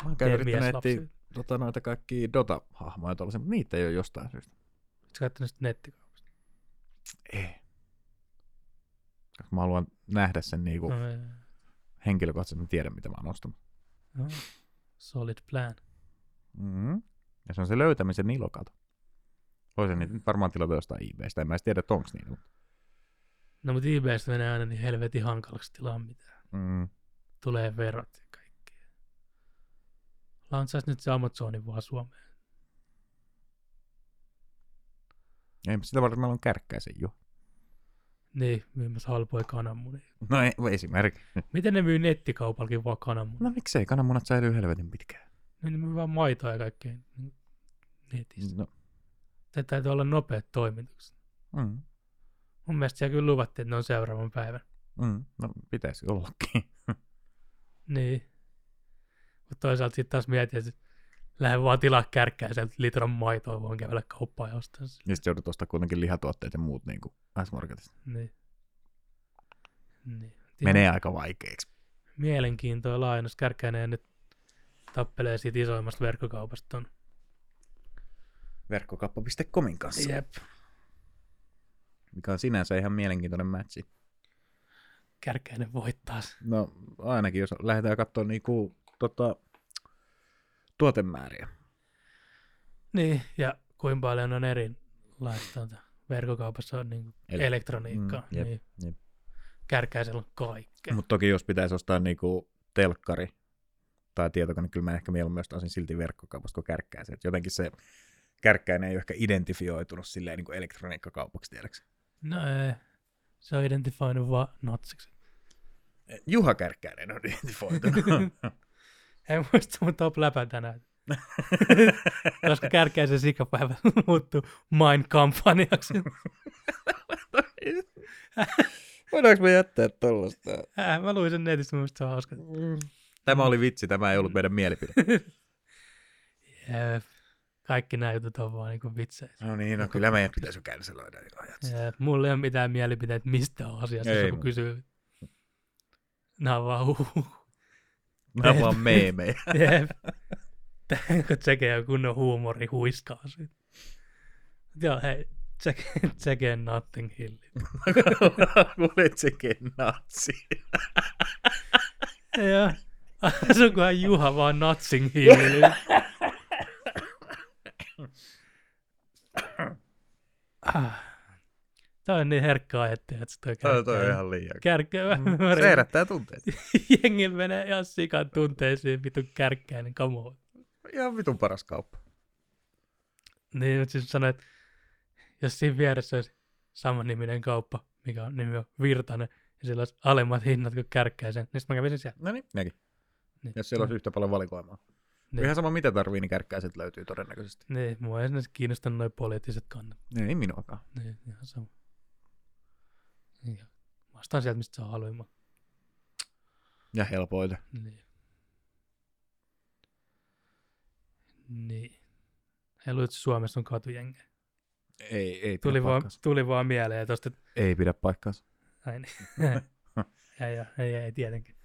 [SPEAKER 1] oon
[SPEAKER 2] Teen
[SPEAKER 1] käynyt yrittänyt
[SPEAKER 2] mieslapsia.
[SPEAKER 1] etsiä tota, noita kaikki Dota-hahmoja tuollaisia, mutta niitä ei ole jostain syystä.
[SPEAKER 2] Oletko katsonut sitä nettikaupasta?
[SPEAKER 1] Ei. Koska Mä haluan nähdä sen niinku
[SPEAKER 2] No, ei.
[SPEAKER 1] henkilökohtaisesti, mä tiedän mitä mä oon ostanut.
[SPEAKER 2] no, solid plan.
[SPEAKER 1] Mm-hmm. Ja se on se löytämisen ilokato. Voisin niitä nyt varmaan tilata jostain eBaystä. En mä edes tiedä, että onko niitä. mutta-
[SPEAKER 2] No mutta eBaystä menee aina niin helvetin hankalaksi tilaa mitään.
[SPEAKER 1] Mm.
[SPEAKER 2] Tulee verot ja kaikkea. Lansaisi nyt se Amazonin vaan Suomeen.
[SPEAKER 1] Ei, sitä varten meillä on kärkkäisen jo.
[SPEAKER 2] Niin, myymässä halpoja kananmunia.
[SPEAKER 1] No ei, esimerkki.
[SPEAKER 2] Miten ne myy nettikaupallakin vaan kananmunia?
[SPEAKER 1] No miksei kananmunat säilyy helvetin pitkään?
[SPEAKER 2] No. Ne myy vaan maitoa ja kaikkea niin netistä.
[SPEAKER 1] No.
[SPEAKER 2] Mm. Täytyy olla nopeat toimitukset.
[SPEAKER 1] Mm.
[SPEAKER 2] Mun mielestä siellä kyllä luvattiin, että ne on seuraavan päivän.
[SPEAKER 1] Mm. No pitäisi ollakin.
[SPEAKER 2] Niin. Mutta toisaalta sitten taas mietin, että lähden vaan tilaa kärkkää sieltä litran maitoa, voin kävellä kauppaan ja ostaa sen.
[SPEAKER 1] Ja sitten joudut ostamaan kuitenkin lihatuotteet ja muut niin kuin S-Marketista.
[SPEAKER 2] Niin. niin.
[SPEAKER 1] Menee aika vaikeaksi.
[SPEAKER 2] Mielenkiintoa laajennus. Kärkkäinen nyt tappelee siitä isoimmasta verkkokaupasta ton.
[SPEAKER 1] Verkkokappa.comin kanssa,
[SPEAKER 2] Jep.
[SPEAKER 1] mikä on sinänsä ihan mielenkiintoinen matchi.
[SPEAKER 2] Kärkkäinen voittaa sen.
[SPEAKER 1] No ainakin, jos lähdetään katsomaan niinku, tota, tuotemääriä.
[SPEAKER 2] Niin, ja kuinka paljon on erilaista tuota verkkokaupassa on niin
[SPEAKER 1] Ele-
[SPEAKER 2] elektroniikkaa.
[SPEAKER 1] Mm, jep,
[SPEAKER 2] niin.
[SPEAKER 1] jep.
[SPEAKER 2] Kärkkäisellä on kaikkea.
[SPEAKER 1] Mutta toki jos pitäisi ostaa niinku telkkari tai tietokone, niin kyllä mä ehkä mieluummin ostaisin silti verkkokaupasta kuin kärkkäisen. Et jotenkin se kärkkäinen ei ole ehkä identifioitunut silleen niinku elektroniikkakaupaksi tiedäksi.
[SPEAKER 2] No ei. Se on identifioinut vaan natsiksi.
[SPEAKER 1] Juha Kärkkäinen on identifioitunut.
[SPEAKER 2] En muista mun top läpän tänään. Koska kärkäisen sikapäivä muuttuu Mind kampanjaksi.
[SPEAKER 1] Voidaanko me jättää tollasta?
[SPEAKER 2] Äh, mä luin sen netistä, mun mielestä se on hauska.
[SPEAKER 1] Tämä oli vitsi, tämä ei ollut meidän mielipide.
[SPEAKER 2] Jep. Äh, Kaikki nämä jutut on vaan niinku vitsejä.
[SPEAKER 1] No niin, no kyllä meidän pitäisi jo canceloida. niin ajat.
[SPEAKER 2] Jep. Mulla ei ole mitään mielipiteitä mistä asiasta,
[SPEAKER 1] Ei
[SPEAKER 2] jos joku
[SPEAKER 1] mun.
[SPEAKER 2] kysyy. Nää on vaan huhu.
[SPEAKER 1] Nämä on vaan meemejä.
[SPEAKER 2] Jep. Tää- Kun tsekejä on kunnon huumori huiskaa siitä. Mut Joo, hei. Tseke, tseke nothing hill.
[SPEAKER 1] Olet sekin natsi.
[SPEAKER 2] Joo. Asukohan Juha vaan Natsing hiilillä. Ah. Tämä on niin herkkä aihe, että se toi
[SPEAKER 1] Toi, toi on
[SPEAKER 2] kärkkää.
[SPEAKER 1] ihan liian. Mm.
[SPEAKER 2] Kärkkää.
[SPEAKER 1] Se herättää tunteita.
[SPEAKER 2] Jengillä menee ihan sikan tunteisiin vitu kärkkäinen, come on.
[SPEAKER 1] Ihan vitun paras kauppa.
[SPEAKER 2] Niin, mutta siis sanoin, että jos siinä vieressä olisi samanniminen kauppa, mikä on nimi on Virtanen, ja sillä olisi alemmat hinnat kuin kärkkäisen, niin sitten mä kävisin siellä.
[SPEAKER 1] No niin, nekin.
[SPEAKER 2] Niin.
[SPEAKER 1] Jos siellä olisi yhtä paljon valikoimaa.
[SPEAKER 2] Niin.
[SPEAKER 1] Ihan sama mitä tarvii, niin kärkkäiset löytyy todennäköisesti.
[SPEAKER 2] Niin, mua ei esimerkiksi kiinnostanut noin poliittiset kannat.
[SPEAKER 1] Ei minuakaan.
[SPEAKER 2] Niin, ihan sama. Niin, ja vastaan sieltä, mistä se on halvimman.
[SPEAKER 1] Ja helpoita.
[SPEAKER 2] Niin. Niin. Hei, luit sä Suomessa on katujengejä.
[SPEAKER 1] Ei, ei pidä
[SPEAKER 2] Tuli, vaan,
[SPEAKER 1] paikkaansa.
[SPEAKER 2] tuli vaan mieleen tosta, että
[SPEAKER 1] Ei pidä paikkaansa.
[SPEAKER 2] näin. ei, ei, ei, ei, tietenkin.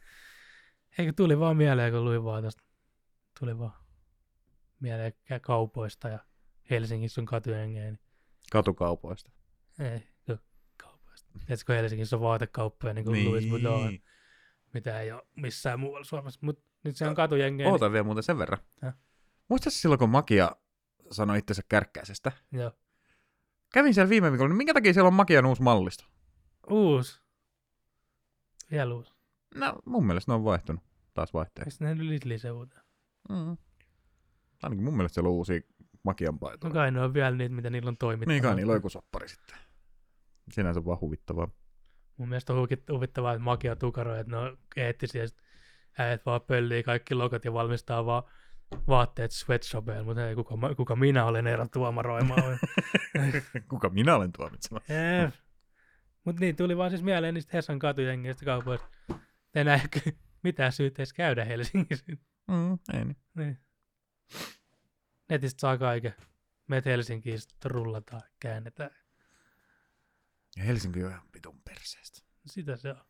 [SPEAKER 2] Eikö tuli vaan mieleen, kun luin vaan tosta. Tuli vaan mieleen kä- kaupoista ja Helsingissä on katujengejä. Niin
[SPEAKER 1] Katukaupoista.
[SPEAKER 2] ei, kun kaupoista. Tiedätkö, kun Helsingissä on vaatekauppoja, niin kuin niin. Louis Vuitton. mitä ei ole missään muualla Suomessa. Mutta nyt se on katujengejä. niin
[SPEAKER 1] Ootan vielä muuten sen verran.
[SPEAKER 2] Häh?
[SPEAKER 1] Muistatko silloin, kun Makia sanoi itsensä kärkkäisestä?
[SPEAKER 2] Niin, joo.
[SPEAKER 1] Kävin siellä viime viikolla, niin minkä takia siellä on Makian uusi mallisto?
[SPEAKER 2] Uus. Vielä uus.
[SPEAKER 1] No, mun mielestä ne on vaihtunut taas vaihteeksi.
[SPEAKER 2] Mistä ne Lidli se uuteen?
[SPEAKER 1] Mm. Ainakin mun mielestä siellä on uusi Makian paita.
[SPEAKER 2] No kai ne on vielä niitä, mitä niillä on toimittu.
[SPEAKER 1] Niin kai, niillä on joku soppari sitten. Sinänsä vaan huvittavaa.
[SPEAKER 2] Mun mielestä on huikit- huvittavaa, että makia tukaroi, että ne on eettisiä. Sit Äijät vaan pöllii kaikki logot ja valmistaa vaan vaatteet sweatshopeilla, mutta ei, kuka, mä- kuka minä olen erä tuomaroimaan.
[SPEAKER 1] Kuka minä olen tuomitsemassa?
[SPEAKER 2] Mutta niin, tuli vaan siis mieleen niistä Hesan katujengistä kaupoista. Ei näe ky- mitään syytä edes käydä Helsingissä.
[SPEAKER 1] Mm, ei niin.
[SPEAKER 2] Niin. Netistä saa kaiken. Meet Helsinkiin, sitten rullataan, käännetään.
[SPEAKER 1] Ja Helsinki on ihan vitun perseestä.
[SPEAKER 2] Sitä se on.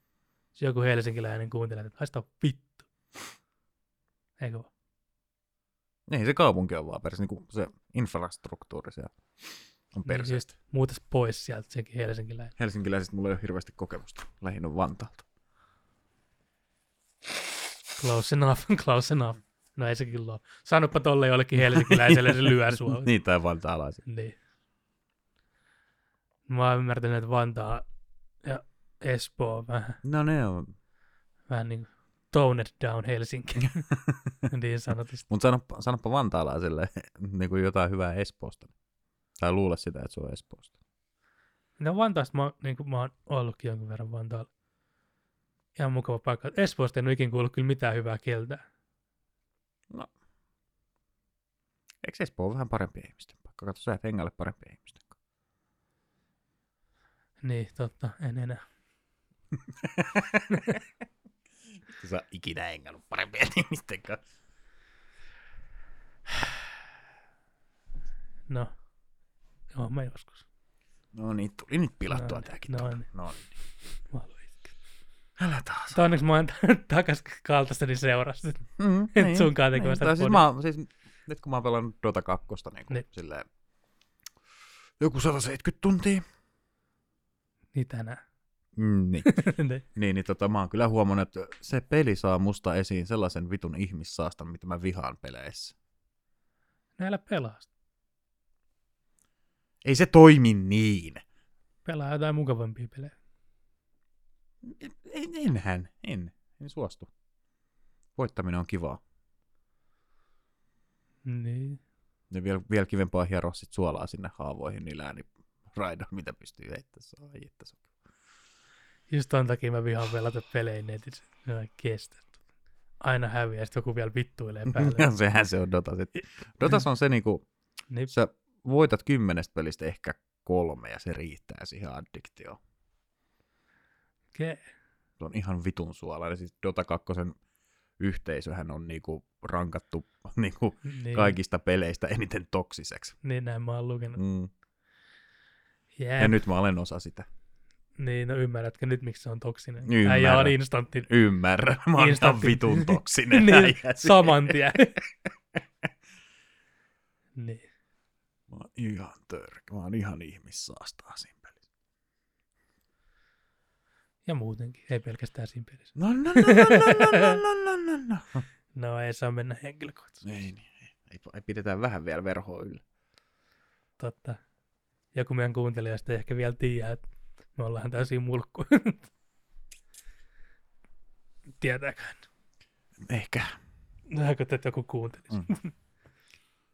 [SPEAKER 2] Jos joku helsinkiläinen kuuntelee, että haista vittu. Eikö vaan?
[SPEAKER 1] Ei se kaupunki on vaan perse, niin kuin se infrastruktuuri siellä on perse.
[SPEAKER 2] Niin, just, muutas pois sieltä sekin helsinkiläinen.
[SPEAKER 1] Helsinkiläisistä mulla ei ole hirveästi kokemusta. Lähinnä on Vantaalta.
[SPEAKER 2] Close enough, close enough. No ei sekin ole. Sanopa tolle jollekin helsinkiläiselle, se lyö sua.
[SPEAKER 1] Niin, tai vantaalaisia.
[SPEAKER 2] niin. Mä oon ymmärtänyt, että Vantaa ja Espoo on vähän,
[SPEAKER 1] No ne on.
[SPEAKER 2] vähän niin kuin toned down Helsinki, niin sanotusti.
[SPEAKER 1] Mutta sanoppa, sanoppa vantaalaiselle niin kuin jotain hyvää Espoosta. Tai luule sitä, että se on Espoosta.
[SPEAKER 2] No Vantaasta mä, oon- niin kuin mä oon ollutkin jonkun verran Vantaalla. Ihan mukava paikka. Espoosta en ole ikinä kuullut kyllä mitään hyvää kieltä.
[SPEAKER 1] Eikö Espoo ole vähän parempia ihmisten paikka? Kato, sä et hengalle parempia ihmisten kanssa.
[SPEAKER 2] Niin, totta, en enää.
[SPEAKER 1] Sä oot ikinä hengallut parempia ihmisten kanssa.
[SPEAKER 2] No, joo, mä joskus.
[SPEAKER 1] No niin, tuli nyt pilattua
[SPEAKER 2] No
[SPEAKER 1] no,
[SPEAKER 2] niin,
[SPEAKER 1] tääkin.
[SPEAKER 2] no
[SPEAKER 1] No,
[SPEAKER 2] niin.
[SPEAKER 1] no niin.
[SPEAKER 2] Mä haluan itkeä.
[SPEAKER 1] Älä taas.
[SPEAKER 2] Mutta onneksi mä oon takas kaltaistani seurasta.
[SPEAKER 1] Mm,
[SPEAKER 2] Et sunkaan tekemästä
[SPEAKER 1] Tai siis,
[SPEAKER 2] podia.
[SPEAKER 1] mä, oon- siis nyt kun mä oon pelannut Dota 2 niin kuin,
[SPEAKER 2] Niin.
[SPEAKER 1] silleen, joku 170 tuntia.
[SPEAKER 2] Niin tänään.
[SPEAKER 1] Mm, niin.
[SPEAKER 2] Niin.
[SPEAKER 1] niin, niin tota, mä oon kyllä huomannut, että se peli saa musta esiin sellaisen vitun ihmissaastan, mitä mä vihaan peleissä.
[SPEAKER 2] Näillä No pelaa.
[SPEAKER 1] Ei se toimi niin.
[SPEAKER 2] Pelaa jotain mukavampia pelejä.
[SPEAKER 1] En, enhän, en. En suostu. Voittaminen on kivaa.
[SPEAKER 2] Niin.
[SPEAKER 1] Ja vielä, vielä kivempaa hieroa sit suolaa sinne haavoihin, niin lääni raida, mitä pystyy heittämään. Ai, että se on
[SPEAKER 2] Just ton takia mä vihaan pelata pelejä netissä. Ne on kestä. Aina häviää, sitten joku vielä vittuilee päälle.
[SPEAKER 1] Ja sehän se on Dotas. Et Dotas on se niinku,
[SPEAKER 2] niin,
[SPEAKER 1] sä voitat kymmenestä pelistä ehkä kolme ja se riittää siihen addiktioon.
[SPEAKER 2] okay.
[SPEAKER 1] Se on ihan vitun suolainen. Siis Dota 2 yhteisöhän on niinku rankattu niinku
[SPEAKER 2] niin,
[SPEAKER 1] kaikista peleistä eniten toksiseksi.
[SPEAKER 2] niin näin mä oon lukenut.
[SPEAKER 1] Mm.
[SPEAKER 2] Yeah.
[SPEAKER 1] Ja nyt mä olen osa sitä.
[SPEAKER 2] Niin, no ymmärrätkö nyt, miksi se on toksinen?
[SPEAKER 1] Niin, Ymmärrän.
[SPEAKER 2] Äijä on instantti.
[SPEAKER 1] Ymmärrän, mä oon ihan
[SPEAKER 2] Instantti.
[SPEAKER 1] vitun toksinen.
[SPEAKER 2] niin,
[SPEAKER 1] äijä.
[SPEAKER 2] saman tien. niin.
[SPEAKER 1] Mä oon ihan törkeä. Mä oon ihan ihmissaastaa siinä pelissä.
[SPEAKER 2] Ja muutenkin, ei pelkästään siinä pelissä.
[SPEAKER 1] No, no, no, no, no, no, no, no, no.
[SPEAKER 2] No ei saa mennä henkilökohtaisesti.
[SPEAKER 1] Ei, niin, ei, ei, ei, pidetään vähän vielä verhoa yllä.
[SPEAKER 2] Totta. Joku meidän kuuntelijoista ei ehkä vielä tiedä, että me ollaan täysin mulkku. Tietääkään.
[SPEAKER 1] Ehkä.
[SPEAKER 2] No, kun että joku kuuntelisi.
[SPEAKER 1] Mm.
[SPEAKER 2] Mm.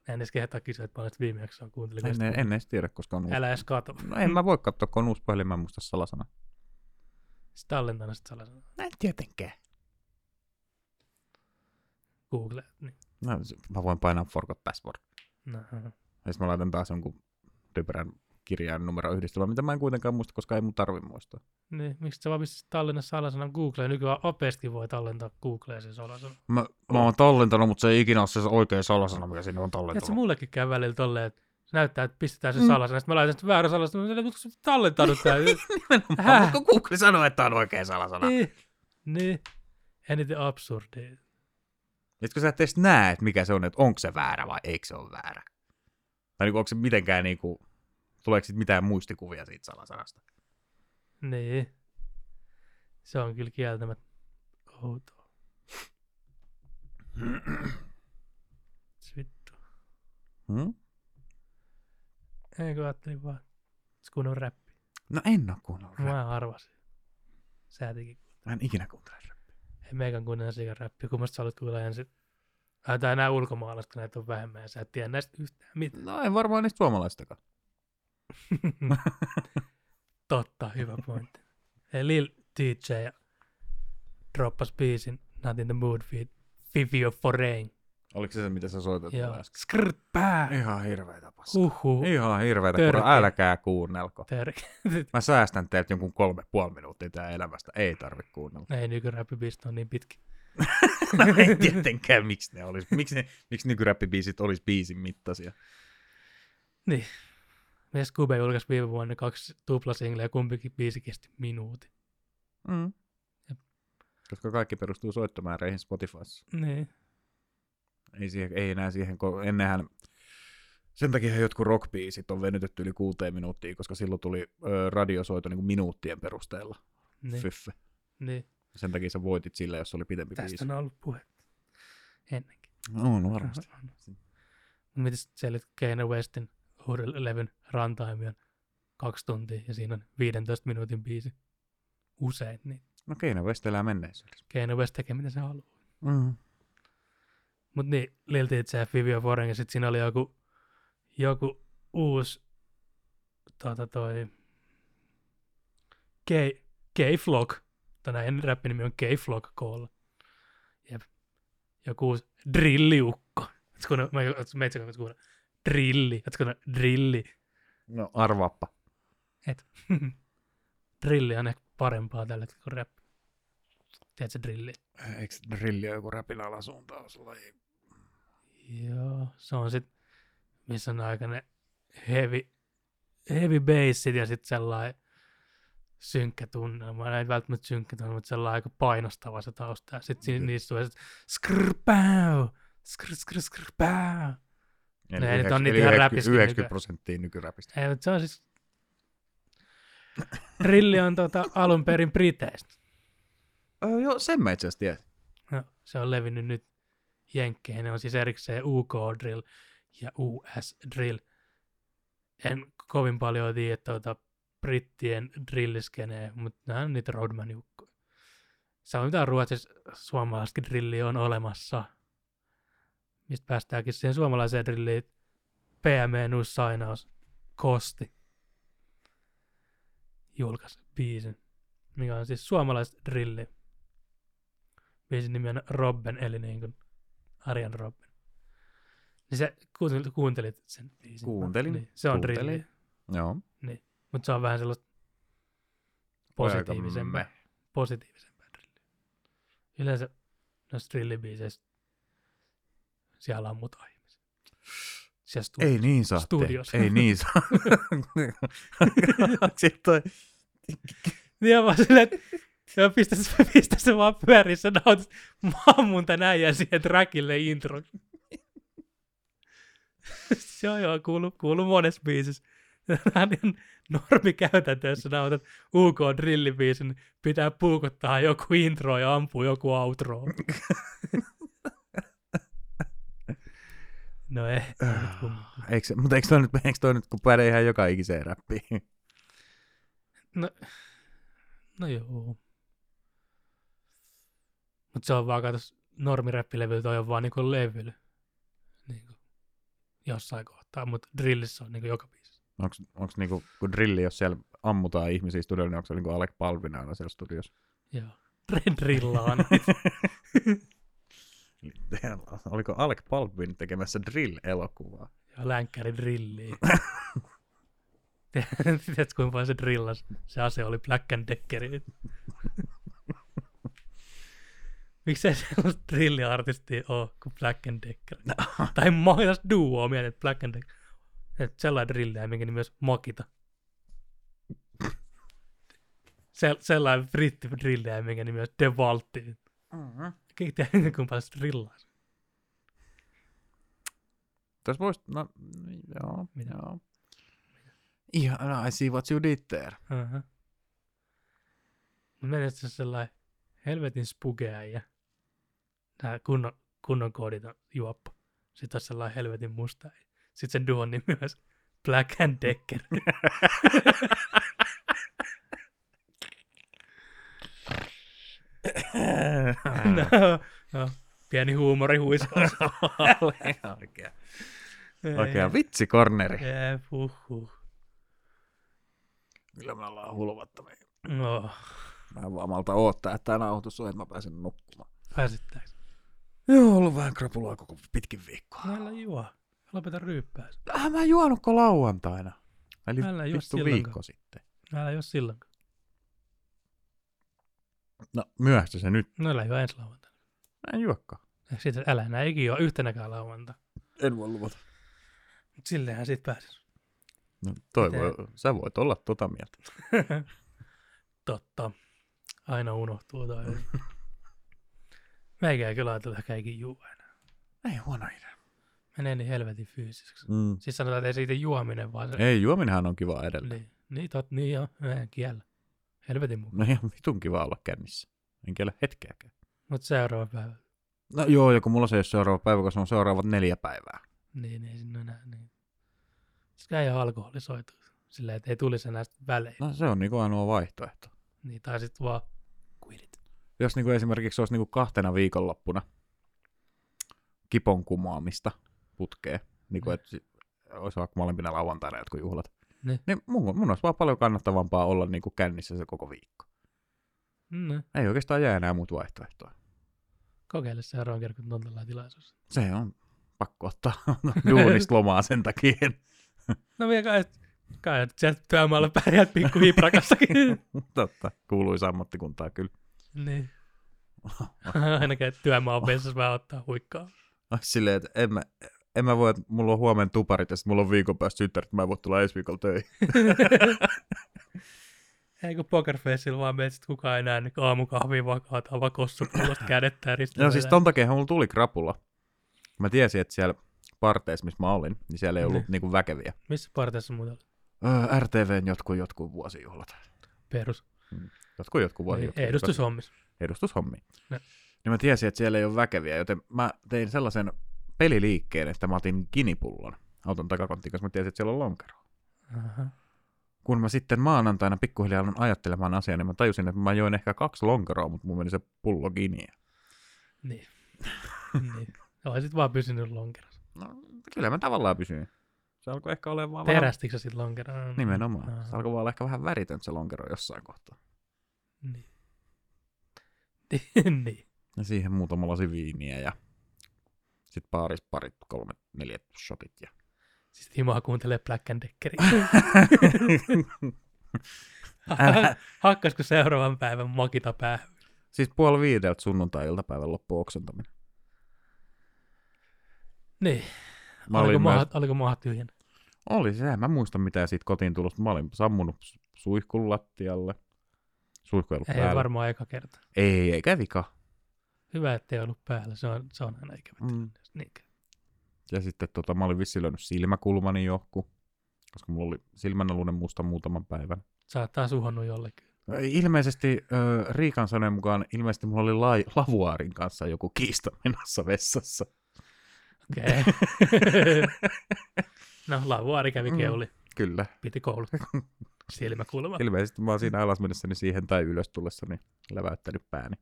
[SPEAKER 2] en edes kehtaa kysyä, että paljon viime jaksossa on kuuntelut.
[SPEAKER 1] En, en edes tiedä, koska on uusi.
[SPEAKER 2] Älä edes kato.
[SPEAKER 1] No en mä voi katsoa, kun on uusi puhelin, mä en muista salasana.
[SPEAKER 2] Sitten tallentana sitten salasana.
[SPEAKER 1] No en tietenkään.
[SPEAKER 2] Google. Niin.
[SPEAKER 1] No, se- mä voin painaa forgot password.
[SPEAKER 2] No,
[SPEAKER 1] Ja sitten mä laitan taas jonkun typerän kirjaan numero yhdistelmä, mitä mä en kuitenkaan muista, koska ei mun tarvi muistaa.
[SPEAKER 2] niin, miksi sä vaan pistät tallenna salasanan Googleen? Nykyään opeesti voi tallentaa Googleen sen salasanan.
[SPEAKER 1] Mä, mä oon tallentanut, mutta se ei ikinä ole se oikea salasana, mikä sinne on
[SPEAKER 2] Tiedätkö,
[SPEAKER 1] tallentanut.
[SPEAKER 2] mullekin käy välillä tolleen, että se näyttää, että pistetään se
[SPEAKER 1] Mm.
[SPEAKER 2] salasana. Sitten mä laitan sitten väärän salasana. Mä sanoin, että "Miksi sä tallentanut tää?
[SPEAKER 1] Nimenomaan,
[SPEAKER 2] Häh?
[SPEAKER 1] mutta kun Google sanoo, että on oikea salasana.
[SPEAKER 2] Niin, niin. Eniten absurdi.
[SPEAKER 1] Niin Etkö sä et edes näe, että mikä se on, että onko se väärä vai eikö se ole väärä? Tai niinku, onko se mitenkään, niinku, tuleeko sit mitään muistikuvia siitä salasanasta?
[SPEAKER 2] Niin. Se on kyllä kieltämättä outoa. Vittu.
[SPEAKER 1] Hmm?
[SPEAKER 2] Eikö ajattelin vaan, se kun on räppi.
[SPEAKER 1] No en oo kuunnellut. Mä...
[SPEAKER 2] Mä arvasin. Sä teki.
[SPEAKER 1] mä en ikinä kuuntele rappia.
[SPEAKER 2] Ei meikään kuunnella sikan räppiä, kun musta sä olet kuulla ensin. Ai, tää nämä ulkomaalaiset, kun näitä on vähemmän ja sä et tiedä näistä yhtään mitään.
[SPEAKER 1] No en varmaan niistä suomalaistakaan.
[SPEAKER 2] Totta, hyvä pointti. Eli Lil DJ ja droppas biisin Not in the Mood feed Fivio Foreign.
[SPEAKER 1] Oliko se se, mitä sä soitat?
[SPEAKER 2] Joo.
[SPEAKER 1] mulle äsken?
[SPEAKER 2] Skrt pää.
[SPEAKER 1] Ihan hirveetä paskaa.
[SPEAKER 2] Huhu.
[SPEAKER 1] Ihan hirveetä,
[SPEAKER 2] Törkeä.
[SPEAKER 1] kun älkää kuunnelko.
[SPEAKER 2] Törkeä.
[SPEAKER 1] Mä säästän teiltä jonkun kolme puoli minuuttia tää elämästä. Ei tarvi kuunnella.
[SPEAKER 2] Ei nykyräppibiisit on niin pitkä.
[SPEAKER 1] no ei tietenkään, miksi ne olis. Miksi, ne, miksi nykyräppibiisit olis biisin mittaisia?
[SPEAKER 2] Mies Kube julkaisi viime vuonna kaksi tuplasingleä ja kumpikin biisi kesti minuutin.
[SPEAKER 1] Mm.
[SPEAKER 2] Jep.
[SPEAKER 1] Koska kaikki perustuu soittomääräihin Spotifyssa.
[SPEAKER 2] Niin.
[SPEAKER 1] Ei, siihen, ei enää siihen, kun ennenhän sen takia jotkut rockbiisit on venytetty yli kuuteen minuuttiin, koska silloin tuli ö, radiosoito niin kuin minuuttien perusteella.
[SPEAKER 2] Niin.
[SPEAKER 1] Fyffe.
[SPEAKER 2] niin.
[SPEAKER 1] Sen takia sä voitit sillä, jos oli pidempi
[SPEAKER 2] Tästä no-
[SPEAKER 1] biisi.
[SPEAKER 2] on ollut puhetta. Ennenkin.
[SPEAKER 1] On varmasti.
[SPEAKER 2] no niin. Mitäs siellä Kanye Westin uuden levyn Runtime on kaksi tuntia ja siinä on 15 minuutin biisi usein, niin
[SPEAKER 1] No Keino West elää menneisyydessä.
[SPEAKER 2] Kanye West tekee mitä se haluaa.
[SPEAKER 1] Mm.
[SPEAKER 2] Mut niin, Lil Ditse ja Fivio Foren, ja sit siinä oli joku, joku uusi, tota toi, K- K-Flock, tai näin räppinimi on K-Flock koolla. Jep. Joku uusi drilliukko. Ootko kuunnellut, mä, ootko- meitsikö, ootko kuunnellut? Drilli, ootko kuunnellut? Drilli.
[SPEAKER 1] No arvaappa.
[SPEAKER 2] drilli on ehkä parempaa tällä hetkellä kuin rap. Tiedätkö drilli?
[SPEAKER 1] Eikö drilli ole joku räpin alasuuntauslaji?
[SPEAKER 2] Joo, se on sit, missä on aika ne heavy, heavy bassit ja sit sellainen synkkä tunnelma. Ei välttämättä synkkä tunnelma, mutta sellainen aika painostava se tausta. Ja sit siinä,
[SPEAKER 1] Kyllä.
[SPEAKER 2] niissä tulee sit skrpäu, skr, skr, skrpäu.
[SPEAKER 1] Eli,
[SPEAKER 2] Ne No nyt on
[SPEAKER 1] yhdeks-
[SPEAKER 2] niitä
[SPEAKER 1] eli
[SPEAKER 2] ihan
[SPEAKER 1] 90,
[SPEAKER 2] räpiskin
[SPEAKER 1] 90
[SPEAKER 2] nykyään.
[SPEAKER 1] prosenttia nykyräpistä.
[SPEAKER 2] Ei, mutta se on siis... Drilli on tota, alun perin Briteistä.
[SPEAKER 1] Öö, joo, sen mä itse asiassa tiedän.
[SPEAKER 2] No, se on levinnyt nyt jenkkeihin. Ne on siis erikseen UK Drill ja US Drill. En kovin paljon tiedä tuota brittien drilliskeneen, mutta nämä on niitä roadman jukkoja. Se on mitä Ruotsissa suomalaiskin drilli on olemassa. Mistä päästäänkin siihen suomalaiseen drilliin. PME Nuus Sainaus Kosti julkaisi biisin, mikä on siis suomalaiset drilli biisin nimi on Robben, eli niin kuin Arjan Robben. Niin sä kuuntelit, kuuntelit sen biisin.
[SPEAKER 1] Kuuntelin,
[SPEAKER 2] Niin, se on
[SPEAKER 1] kuuntelin.
[SPEAKER 2] drilli,
[SPEAKER 1] Joo.
[SPEAKER 2] mutta se on vähän sellaista positiivisempaa.
[SPEAKER 1] Aika
[SPEAKER 2] Positiivisempaa drilliä. Yleensä noissa drillibiiseissä siellä on muut ihmisiä. Siellä
[SPEAKER 1] me- Ei niin saa
[SPEAKER 2] Studios.
[SPEAKER 1] tehdä. Ei niin saa. Sitten toi
[SPEAKER 2] Niin mä silleen, että joo, pistä, se, pistä se vaan pyörissä, nautit maamunta näin ja siihen trackille intro. joo, joo, kuuluu, kuuluu monessa biisissä. Tämä on ihan normikäytäntö, jos sä nautat UK drillibiisin, niin pitää puukottaa joku intro ja ampuu joku outro. no ei, ei nyt kummaa.
[SPEAKER 1] Eikö, mutta eikö toi, nyt, eikö toi nyt, kun päde ihan joka ikiseen räppiin?
[SPEAKER 2] No joo. Mut se on vaan, katos, normiräppilevy toi on vaan niinku levy. Niinku, jossain kohtaa, mut drillissä on niinku joka biisi.
[SPEAKER 1] Onks, onks niinku, kun drilli, jos siellä ammutaan ihmisiä studiolla, niin onko se niinku Alec Palvina aina siellä studiossa?
[SPEAKER 2] Joo. Dr- Drillaan.
[SPEAKER 1] Oliko Alec Palvin tekemässä drill-elokuvaa?
[SPEAKER 2] ja länkkäri drilliin. Tiedätkö, kuinka paljon se drillas? Se ase oli Black and Deckeri. Miksei sellaista drilliartistia ole kuin Black and Decker? tai Majas Duo mietin, että Black and Decker. Että sellainen drilliä, minkä nimi olisi Makita. Sel- sellainen britti drilliä, minkä nimi olisi Devaltti.
[SPEAKER 1] Mm-hmm.
[SPEAKER 2] Kaikki tiedä, kuinka paljon se drillaa.
[SPEAKER 1] Tässä voisi, no, joo,
[SPEAKER 2] Mitä?
[SPEAKER 1] joo. Ihan, no, I see what you did there.
[SPEAKER 2] Uh-huh. Menestys sellainen helvetin spugea ja nämä kunnon, kunnon koodit on juoppa. Sitten on sellainen helvetin musta. äijä. Sitten sen duon nimi on Black and Decker. no, no, pieni huumori huiskaus.
[SPEAKER 1] Oikea, oikea vitsikorneri.
[SPEAKER 2] Jep, uhuh.
[SPEAKER 1] Kyllä me ollaan hulvattomia.
[SPEAKER 2] No,
[SPEAKER 1] Mä en vaan malta oottaa, että tämä nauhoitus on, että mä pääsen nukkumaan.
[SPEAKER 2] pääsittääks?
[SPEAKER 1] Joo, ollut vähän krapulaa koko pitkin viikkoa.
[SPEAKER 2] Näillä juo. Lopeta ryyppää.
[SPEAKER 1] Ah, mä en juonutko lauantaina? Eli
[SPEAKER 2] Älä juo
[SPEAKER 1] vittu
[SPEAKER 2] silloinkaan.
[SPEAKER 1] viikko sitten.
[SPEAKER 2] Näillä ei ole silloin.
[SPEAKER 1] No, myöhässä se nyt.
[SPEAKER 2] Näillä ei ole ensi lauantaina.
[SPEAKER 1] Mä en juokkaan.
[SPEAKER 2] Ja Sitten älä enää ikinä ole yhtenäkään lauanta.
[SPEAKER 1] En voi luvata.
[SPEAKER 2] Mut silleenhän sit pääsis.
[SPEAKER 1] No, toi voi, sä voit olla tota mieltä.
[SPEAKER 2] Totta. Aina unohtuu toi. Meikä ei kyllä ajatella kaikki juu aina.
[SPEAKER 1] Ei huono idea.
[SPEAKER 2] Menee niin helvetin fyysiseksi.
[SPEAKER 1] Mm.
[SPEAKER 2] Siis sanotaan, että ei siitä juominen vaan se.
[SPEAKER 1] Ei, juominenhan on kiva edelleen.
[SPEAKER 2] Niin, niin, tot, niin joo, en kiellä. Helvetin mukaan.
[SPEAKER 1] No ihan vitun kiva olla kännissä. En kiellä hetkeäkään.
[SPEAKER 2] Mut seuraava päivä.
[SPEAKER 1] No joo, ja kun mulla se ei ole seuraava päivä, koska se on seuraavat neljä päivää.
[SPEAKER 2] Niin, ei sinne enää. Niin. Siis ei ole alkoholisoitu. Silleen, että ei tulisi enää sit välein.
[SPEAKER 1] No se on niinku ainoa vaihtoehto.
[SPEAKER 2] Niin, tai sitten vaan kuidit.
[SPEAKER 1] Jos niinku esimerkiksi olisi niinku kahtena viikonloppuna kipon kumoamista putkeen, niinku
[SPEAKER 2] Mm.
[SPEAKER 1] että olisi vaikka molempina lauantaina jotkut juhlat,
[SPEAKER 2] Niin.
[SPEAKER 1] niin mun, mun olisi vaan paljon kannattavampaa olla niinku kännissä se koko viikko.
[SPEAKER 2] Mm,
[SPEAKER 1] Ei oikeastaan jää enää muut vaihtoehtoa.
[SPEAKER 2] kokeile seuraavan kerran, kun on tällainen tilaisuus.
[SPEAKER 1] Se on pakko ottaa duunista lomaa sen takia.
[SPEAKER 2] No vielä kai, kai sieltä työmaalla pärjäät pikku hiprakassakin.
[SPEAKER 1] Totta, kuuluisa ammattikuntaa kyllä.
[SPEAKER 2] niin. Ainakin että työmaan vessassa vähän ottaa huikkaa.
[SPEAKER 1] Ai silleen, että en mä, en mä voi, että mulla on huomenna tuparit ja sitten mulla on viikon päästä synttärit, mä en voi tulla ensi viikolla töihin.
[SPEAKER 2] Ei kun pokerfacella vaan menet, sit kukaan ei näe, niin aamukahviin vaan kaataa vaan kossupullosta kädettä ja ristillä
[SPEAKER 1] No siis ton takia mulla tuli krapula. Mä tiesin, että siellä parteissa, missä mä olin, niin siellä ei ollut
[SPEAKER 2] Niin.
[SPEAKER 1] niinku väkeviä.
[SPEAKER 2] Missä parteessa muuta oli?
[SPEAKER 1] Öö, RTVn jotkut, jotkut vuosijuhlat.
[SPEAKER 2] Perus.
[SPEAKER 1] Jotkut, jotkut
[SPEAKER 2] Niin,
[SPEAKER 1] vuosijuhlat.
[SPEAKER 2] Edustushommis.
[SPEAKER 1] edustushommi.
[SPEAKER 2] No.
[SPEAKER 1] Niin mä tiesin, että siellä ei ole väkeviä, joten mä tein sellaisen peliliikkeen, että mä otin kinipullon auton takakonttiin, koska mä tiesin, että siellä on lonkero.
[SPEAKER 2] Aha.
[SPEAKER 1] Kun mä sitten maanantaina pikkuhiljaa aloin ajattelemaan asiaa, niin mä tajusin, että mä join ehkä kaksi lonkeroa, mutta mulla meni se pullo giniä.
[SPEAKER 2] Niin. niin. Olisit vaan pysynyt lonkerossa.
[SPEAKER 1] No, kyllä mä tavallaan pysyin. Se alkoi ehkä olemaan vaan vähän...
[SPEAKER 2] Terästikö sä sit lonkerossa?
[SPEAKER 1] Nimenomaan.
[SPEAKER 2] Aha.
[SPEAKER 1] Se alkoi vaan olla ehkä vähän väritön se lonkero jossain kohtaa.
[SPEAKER 2] Niin. Niin, niin.
[SPEAKER 1] Ja siihen muutama lasi viiniä ja sitten paaris parit, kolme, neljät shotit ja
[SPEAKER 2] Siis Timoa kuuntelee Black and Deckeria.
[SPEAKER 1] Älä-
[SPEAKER 2] Hakkasko seuraavan päivän makita päähän?
[SPEAKER 1] Siis puoli viideltä sunnuntai-iltapäivän loppu oksentaminen.
[SPEAKER 2] Niin.
[SPEAKER 1] Mä
[SPEAKER 2] oliko,
[SPEAKER 1] olin
[SPEAKER 2] maa,
[SPEAKER 1] myös...
[SPEAKER 2] oliko maa tyhjänä?
[SPEAKER 1] Oli se, mä muistan mitä siitä kotiin tulosta. Mä olin sammunut su- suihkun lattialle. Suihku ei ollut
[SPEAKER 2] Ei
[SPEAKER 1] päällä.
[SPEAKER 2] ole varmaan eka kerta.
[SPEAKER 1] Ei, eikä vika.
[SPEAKER 2] Hyvä, ettei ollut päällä. Se on, se on aina ikävä. Mm.
[SPEAKER 1] Mm.
[SPEAKER 2] Niin. käy.
[SPEAKER 1] Ja sitten tota, mä olin vissiin löynyt silmäkulmani johku, koska mulla oli silmänalunen musta muutaman päivän.
[SPEAKER 2] Sä oot taas uhonnut jollekin.
[SPEAKER 1] Ilmeisesti ö, Riikan sanojen mukaan ilmeisesti mulla oli lai, lavuaarin kanssa joku kiista menossa vessassa.
[SPEAKER 2] Okei. no, lavuaari kävi
[SPEAKER 1] Mm.
[SPEAKER 2] keuli.
[SPEAKER 1] Kyllä.
[SPEAKER 2] Piti koulut. Silmäkulma.
[SPEAKER 1] Ilmeisesti mä oon siinä alas mennessäni siihen tai ylös tullessani läväyttänyt pääni.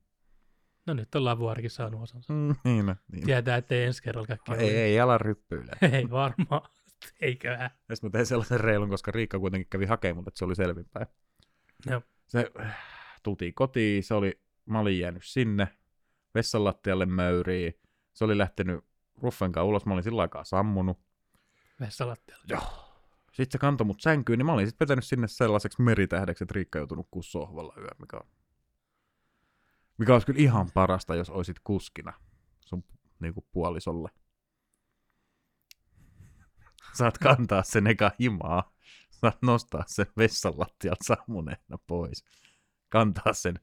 [SPEAKER 2] No nyt on lavuaarikin saanut osansa.
[SPEAKER 1] Mm, niin, no, niin.
[SPEAKER 2] Tietää, ettei ensi kerralla käy
[SPEAKER 1] No,
[SPEAKER 2] keuli.
[SPEAKER 1] ei, ei ala ryppyillä.
[SPEAKER 2] ei varmaan. Eiköhän.
[SPEAKER 1] Ja sitten mä tein sellaisen reilun, koska Riikka kuitenkin kävi hakemaan, mutta se oli selvinpäin.
[SPEAKER 2] Joo.
[SPEAKER 1] Se äh, tultiin kotiin, se oli, mä olin jäänyt sinne, vessanlattialle möyriin. Se oli lähtenyt ruffenkaan ulos, mä olin sillä aikaa sammunut.
[SPEAKER 2] Vessalattialla.
[SPEAKER 1] Joo. Sitten se kantoi mut sänkyyn, niin mä olin sitten vetänyt sinne sellaiseksi meritähdeksi, että Riikka joutunut kuussa sohvalla yö, mikä on... Mikä olisi kyllä ihan parasta, jos olisit kuskina sun niinku puolisolle. Saat kantaa sen eka himaa. Saat nostaa sen vessan lattialta sammuneena pois. Kantaa sen,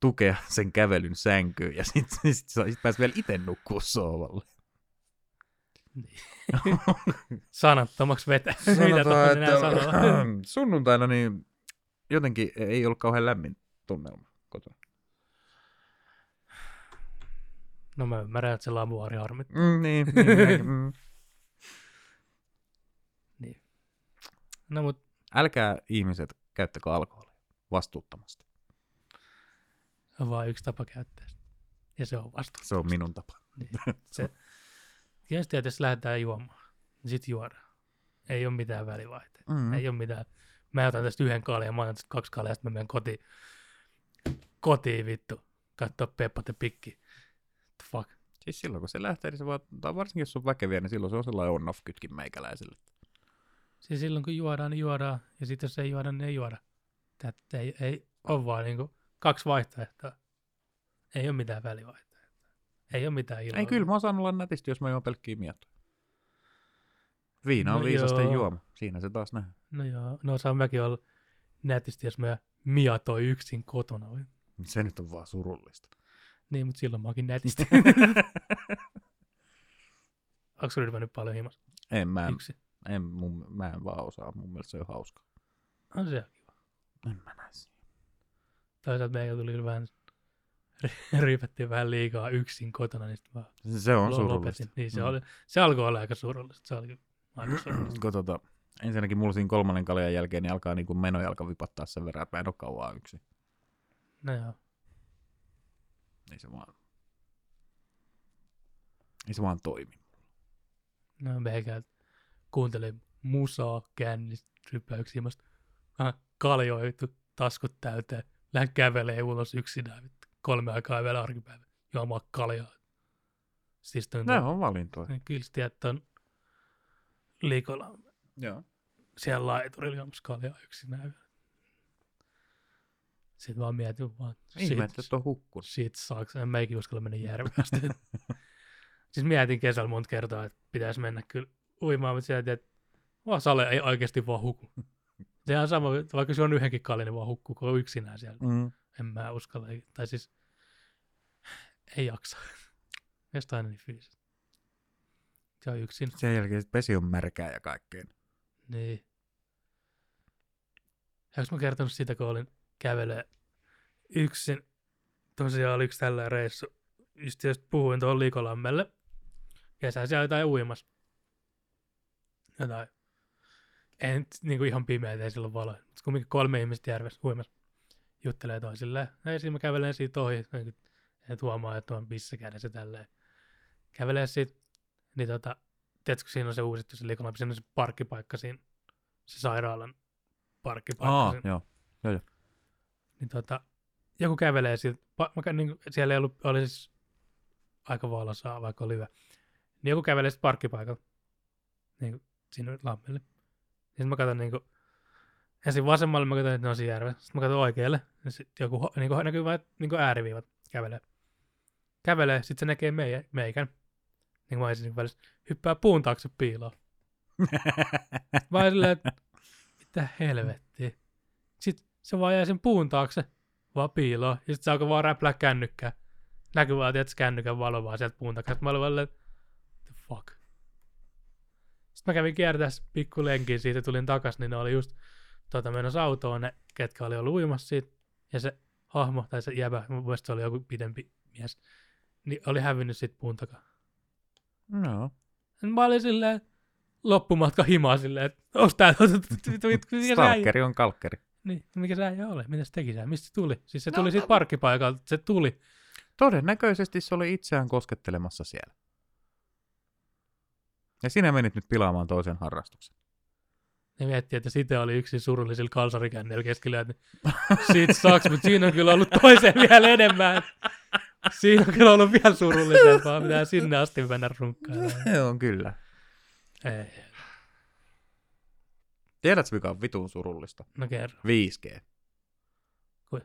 [SPEAKER 1] tukea sen kävelyn sänkyyn ja sitten sit, sit, sit pääs vielä itse nukkuu sohvalle.
[SPEAKER 2] Sanattomaksi vetää. Mitä tuohon
[SPEAKER 1] sanotaan,
[SPEAKER 2] enää sanoa?
[SPEAKER 1] että sunnuntaina niin jotenkin ei ollut kauhean lämmin tunnelma kotona.
[SPEAKER 2] No mä ymmärrän, että se lavuaari harmittaa.
[SPEAKER 1] Mm, niin, niin, minäkin, mm.
[SPEAKER 2] No mut
[SPEAKER 1] Älkää ihmiset käyttäkö alkoholia vastuuttomasti.
[SPEAKER 2] on vaan yksi tapa käyttää sitä. Ja se on vastuus.
[SPEAKER 1] Se on minun tapa.
[SPEAKER 2] Se, tietysti, että jos lähdetään juomaan, niin sit juodaan. Ei ole mitään välivaihteita.
[SPEAKER 1] Mm.
[SPEAKER 2] Mm. Ei ole mitään. Mä otan tästä yhden kaljan, mä otan tästä kaksi kaljaa, sitten mä menen kotiin. Kotiin vittu. Katsoa Peppa the Pikki. The fuck.
[SPEAKER 1] Siis silloin kun se lähtee, niin se vaan, tai varsinkin jos on väkeviä, niin silloin se on sellainen on-off-kytkin meikäläiselle.
[SPEAKER 2] Siis silloin kun juodaan, niin juodaan. Ja sitten jos ei juoda, niin ei juoda. Tät, ei, ei ole vaan niinku kaksi vaihtoehtoa. Ei ole mitään välivaihtoehtoa. Ei ole mitään iloa.
[SPEAKER 1] Ei, kyllä mä osaan olla nätisti, jos mä juon pelkkiä mietoja. Viina on
[SPEAKER 2] No
[SPEAKER 1] no viisasten
[SPEAKER 2] joo.
[SPEAKER 1] juoma. Siinä se taas nähdään.
[SPEAKER 2] No joo, no saa mäkin olla nätisti, jos mä Mia toi yksin kotona. Oi.
[SPEAKER 1] Se nyt on vaan surullista.
[SPEAKER 2] Niin, mutta silloin mä oonkin nätisti. Onko sulla ryypännyt paljon himas?
[SPEAKER 1] en mä,
[SPEAKER 2] Yksi.
[SPEAKER 1] en, mun, mä en vaan osaa. Mun mielestä se on hauska.
[SPEAKER 2] On No se.
[SPEAKER 1] En mä näe siinä.
[SPEAKER 2] Toisaalta meillä tuli vähän, ryypättiin vähän liikaa yksin kotona, niin sitten mä
[SPEAKER 1] Se on
[SPEAKER 2] lo-
[SPEAKER 1] surullista.
[SPEAKER 2] Niin, se,
[SPEAKER 1] Mm.
[SPEAKER 2] oli, se alkoi olla aika surullista. Se oli aika surullista.
[SPEAKER 1] Kun tota, Ensinnäkin mulla siinä kolmannen kaljan jälkeen niin alkaa niin menojalka vipattaa sen verran, että mä en ole kauan yksin.
[SPEAKER 2] No joo.
[SPEAKER 1] Ei se vaan, ei se vaan toimi.
[SPEAKER 2] Mm. No meikä kuuntelee musaa, kännistä, rypäyksiä, mä sit vähän kaljoitu, taskut täyteen. Lähden kävelee ulos yksinään, vittu. kolme aikaa vielä arkipäivä. Juomaa kaljaa. Siis tön,
[SPEAKER 1] Nämä on valintoja.
[SPEAKER 2] niin kyllä sä tiedät, että on liikolla
[SPEAKER 1] Joo.
[SPEAKER 2] siellä laiturilla juomassa kaljaa yksinään. Sitten vaan mietin vaan,
[SPEAKER 1] Ihme,
[SPEAKER 2] shit,
[SPEAKER 1] että et on hukkunut.
[SPEAKER 2] Shit sucks. En meikin uskalla mennä järveen asti. siis mietin kesällä monta kertaa, että pitäisi mennä kyllä uimaan, mutta sieltä, että vaan sale ei oikeasti vaan huku. Se on sama, että vaikka se on yhdenkin kalja, niin vaan hukkuu, kun on yksinään siellä.
[SPEAKER 1] Mm.
[SPEAKER 2] En mä uskalla, ei- tai siis ei jaksa. Jostain aina niin fyysisesti. Se on yksin.
[SPEAKER 1] Sen jälkeen sit pesi on märkää ja kaikkea.
[SPEAKER 2] Niin. Onko mä kertonut sitä, kun olin kävelee yksin? Tosiaan oli yksi tällä reissu. Just jos puhuin tuohon Liikolammelle. Kesän siellä jotain uimassa. Jotain. Ei nyt niinku ihan pimeä, ei silloin valo. Mut Kumminkin kolme ihmistä järvessä uimassa. Juttelee toisilleen. Ja siinä mä kävelen siitä ohi. niinku, Et huomaa, että on pissa kädessä tälleen. Kävelee siitä. Niin tota, tiedätkö, siinä on se uusittu se Liikolampi. Siinä on se parkkipaikka siinä. Se sairaalan parkkipaikka.
[SPEAKER 1] Aa,
[SPEAKER 2] siinä
[SPEAKER 1] joo.
[SPEAKER 2] niin tota, joku kävelee sieltä, pa- mä, käyn niin, siellä ei ollut, oli siis aika valosaa, vaikka oli hyvä, niin joku kävelee sitten parkkipaikalta, niin kuin sinne lammelle. Sitten mä katson niin kuin, ensin vasemmalle mä katson, että ne on siinä järvessä. Sitten mä katson oikealle, ja sitten joku niin kuin, näkyy vain niin kuin ääriviivat kävelee. Kävelee, sitten se näkee meijä, meikän. Niin mä ensin niin välissä hyppää puun taakse piiloon. Mä olin silleen, että mitä helvettiä. Sitten se vaan jäi sen puun taakse, vaan piiloon, ja sitten se alkoi vaan räplää kännykkää. Näkyy vaan, että kännykän valo vaan sieltä puun takaa. Sitten mä olin vaan, että the fuck. Sitten mä kävin kiertäessä pikku lenkin siitä, tulin takas, niin ne oli just tuota, menossa autoon ne, ketkä oli ollut uimassa siitä. Ja se hahmo, tai se jäbä, mun mielestä se oli joku pidempi mies, niin oli hävinnyt siitä puun takaa.
[SPEAKER 1] No.
[SPEAKER 2] Ja Niin Mä olin silleen loppumatka himaa silleen, että onks tää, mikä sä äijä-
[SPEAKER 1] Stalkeri on kalkkeri.
[SPEAKER 2] niin, mikä sä äijä oli, mitä se teki sä, mistä se tuli? Siis se tuli siitä parkkipaikalta, se tuli.
[SPEAKER 1] Todennäköisesti se oli itseään koskettelemassa siellä. Ja sinä menit nyt pilaamaan toisen harrastuksen.
[SPEAKER 2] Ne miettii, että sitä oli yksi surullisilla kalsarikänneillä keskellä, että siitä sucks, mutta siinä on kyllä ollut toiseen vielä enemmän. Siinä on kyllä ollut vielä surullisempaa, mitä sinne asti mennä runkkailemaan.
[SPEAKER 1] Joo, kyllä.
[SPEAKER 2] Ei,
[SPEAKER 1] Tiedätkö, mikä on vitun surullista?
[SPEAKER 2] no kerro.
[SPEAKER 1] 5G.
[SPEAKER 2] Kui?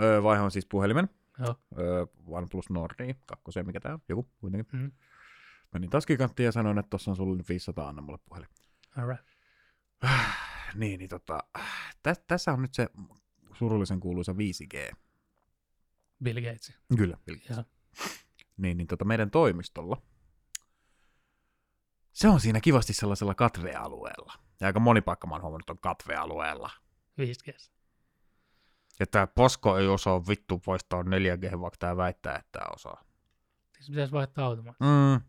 [SPEAKER 1] Öö, vaihoin siis puhelimen.
[SPEAKER 2] Joo.
[SPEAKER 1] Öö, OnePlus Nordi, kakkoseen, mikä tää on, joku kuitenkin.
[SPEAKER 2] Mm.
[SPEAKER 1] Menin taskikanttiin ja sanoin, että tuossa on sulle nyt 500, anna mulle puhelin.
[SPEAKER 2] All right.
[SPEAKER 1] niin, niin tota, tä, tässä on nyt se surullisen kuuluisa 5G.
[SPEAKER 2] Bill Gates.
[SPEAKER 1] Kyllä, Bill Gates.
[SPEAKER 2] Joo.
[SPEAKER 1] Niin, niin tota meidän toimistolla. Se on siinä kivasti sellaisella katvealueella. Ja aika moni paikka mä oon huomannut on katvealueella.
[SPEAKER 2] 5G.
[SPEAKER 1] Ja tää posko ei osaa vittu poistaa 4G, vaikka tää väittää, että tää osaa.
[SPEAKER 2] Siis pitäisi vaihtaa automaatti.
[SPEAKER 1] Mm.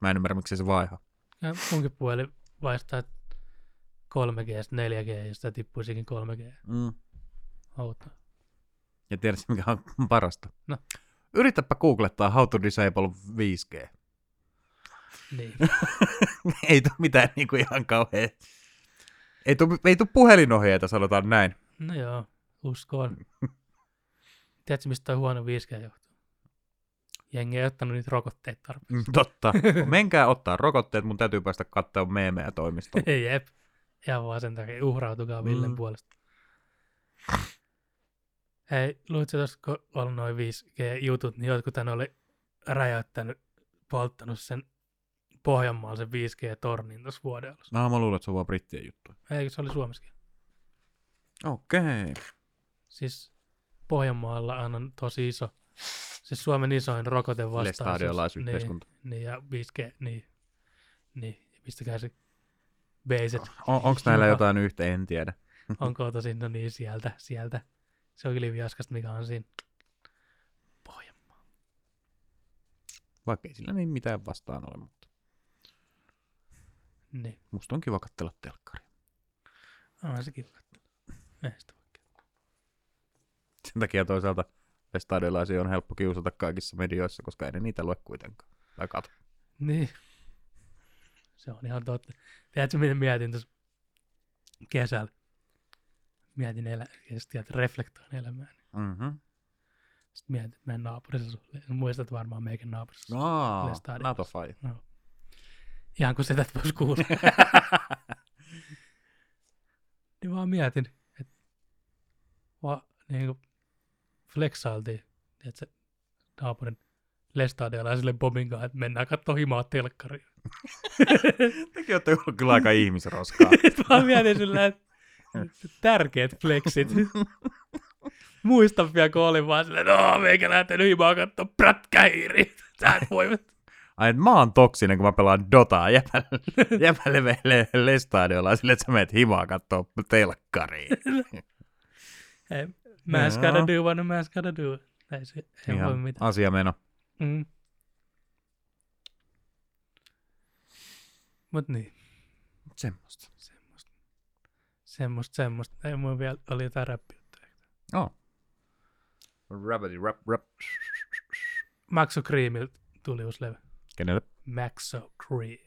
[SPEAKER 1] Mä en ymmärrä, miksi se vaiha.
[SPEAKER 2] Ja munkin puhelin vaihtaa 3G, 4G, ja sitä tippuisikin 3G.
[SPEAKER 1] Mm.
[SPEAKER 2] Outoa.
[SPEAKER 1] Ja tiedätkö, mikä on parasta?
[SPEAKER 2] No.
[SPEAKER 1] Yritäpä googlettaa how to disable 5G.
[SPEAKER 2] Niin.
[SPEAKER 1] ei tule mitään niinku ihan kauhean. Ei tule, ei tule puhelinohjeita, sanotaan näin.
[SPEAKER 2] No joo, uskoon. Tiedätkö, mistä toi huono 5G johtuu? Jengi ei ottanut niitä rokotteita tarpeeksi.
[SPEAKER 1] Mm, Totta. Menkää ottaa rokotteet, mun täytyy päästä katsoa meemejä toimistoon.
[SPEAKER 2] Ei jep. Ihan vaan sen takia uhrautukaa Villen
[SPEAKER 1] Mm.
[SPEAKER 2] puolesta. Hei, luitko tuossa, kun on noin 5G-jutut, niin jotkut tän oli räjäyttänyt, polttanut sen Pohjanmaalla sen 5G-tornin tuossa vuoden alussa.
[SPEAKER 1] No, mä luulen, että se on vaan brittien juttu.
[SPEAKER 2] Eikö se oli Suomessakin?
[SPEAKER 1] Okei. Okay.
[SPEAKER 2] Siis Pohjanmaalla on tosi iso, siis Suomen isoin rokote vastaan. siis.
[SPEAKER 1] Lestadiolaisyhteiskunta.
[SPEAKER 2] Niin, ja 5G, niin, niin pistäkää se beiset,
[SPEAKER 1] On, Onko näillä
[SPEAKER 2] Joo.
[SPEAKER 1] jotain yhtä? En tiedä.
[SPEAKER 2] onko tosi, no niin, sieltä, sieltä. Se on kilviaskasta, mikä on siinä. Pohja.
[SPEAKER 1] Vaikka ei sillä niin mitään vastaan ole. Mutta...
[SPEAKER 2] Niin.
[SPEAKER 1] Musta on kiva katsella telkkaria.
[SPEAKER 2] Onhan se kiva katsella. Eihän sitä voi kieltää.
[SPEAKER 1] Sen takia toisaalta stadiolaisia on helppo kiusata kaikissa medioissa, koska ei ne niitä lue kuitenkaan. Tai kato.
[SPEAKER 2] Niin. Se on ihan totta. Tiedätkö, miten mietin tuossa kesällä? Mietin elä, ja sitten tiedät, reflektoin elämään.
[SPEAKER 1] Mm-hmm.
[SPEAKER 2] Sitten mietin, että meidän naapurissa asuu- Muistat varmaan meikän naapurissa. asuu.
[SPEAKER 1] No,
[SPEAKER 2] Kyllä stadionissa.
[SPEAKER 1] Natofai.
[SPEAKER 2] no. Ihan kun setät vois kuulla. niin vaan mietin, että vaan niin kuin flexailtiin, tiedätkö, naapurin lestadialaiselle Bobin kanssa, että mennään katsoa himaa telkkariin.
[SPEAKER 1] Tekin olette ollut kyllä aika ihmisroskaa.
[SPEAKER 2] Sitten vaan mietin sillä, että tärkeät flexit. Muistan vielä, kun olin vaan silleen, no meikä lähtenyt himaa katsoa prätkähiiri. Sä et voi.
[SPEAKER 1] Ai, et mä oon toksinen, kun mä pelaan Dotaa. Jäpä, jäpä leveilee lestadiolaisille, että sä meet himaa kattoo telkkariin.
[SPEAKER 2] Ei, mass
[SPEAKER 1] Joo.
[SPEAKER 2] gotta do what a mass gotta do. Ei, se, ei voi
[SPEAKER 1] Ihan
[SPEAKER 2] mitään.
[SPEAKER 1] asiameno.
[SPEAKER 2] Mm. Mut niin,
[SPEAKER 1] Semmosta.
[SPEAKER 2] semmoista. Semmoista, semmoista. Ei mun vielä oli jotain räppijuttuja.
[SPEAKER 1] Joo. Rabbity rap rap.
[SPEAKER 2] Maxo Creamilta tuli uusi levy.
[SPEAKER 1] Kenelle?
[SPEAKER 2] Maxo Cream.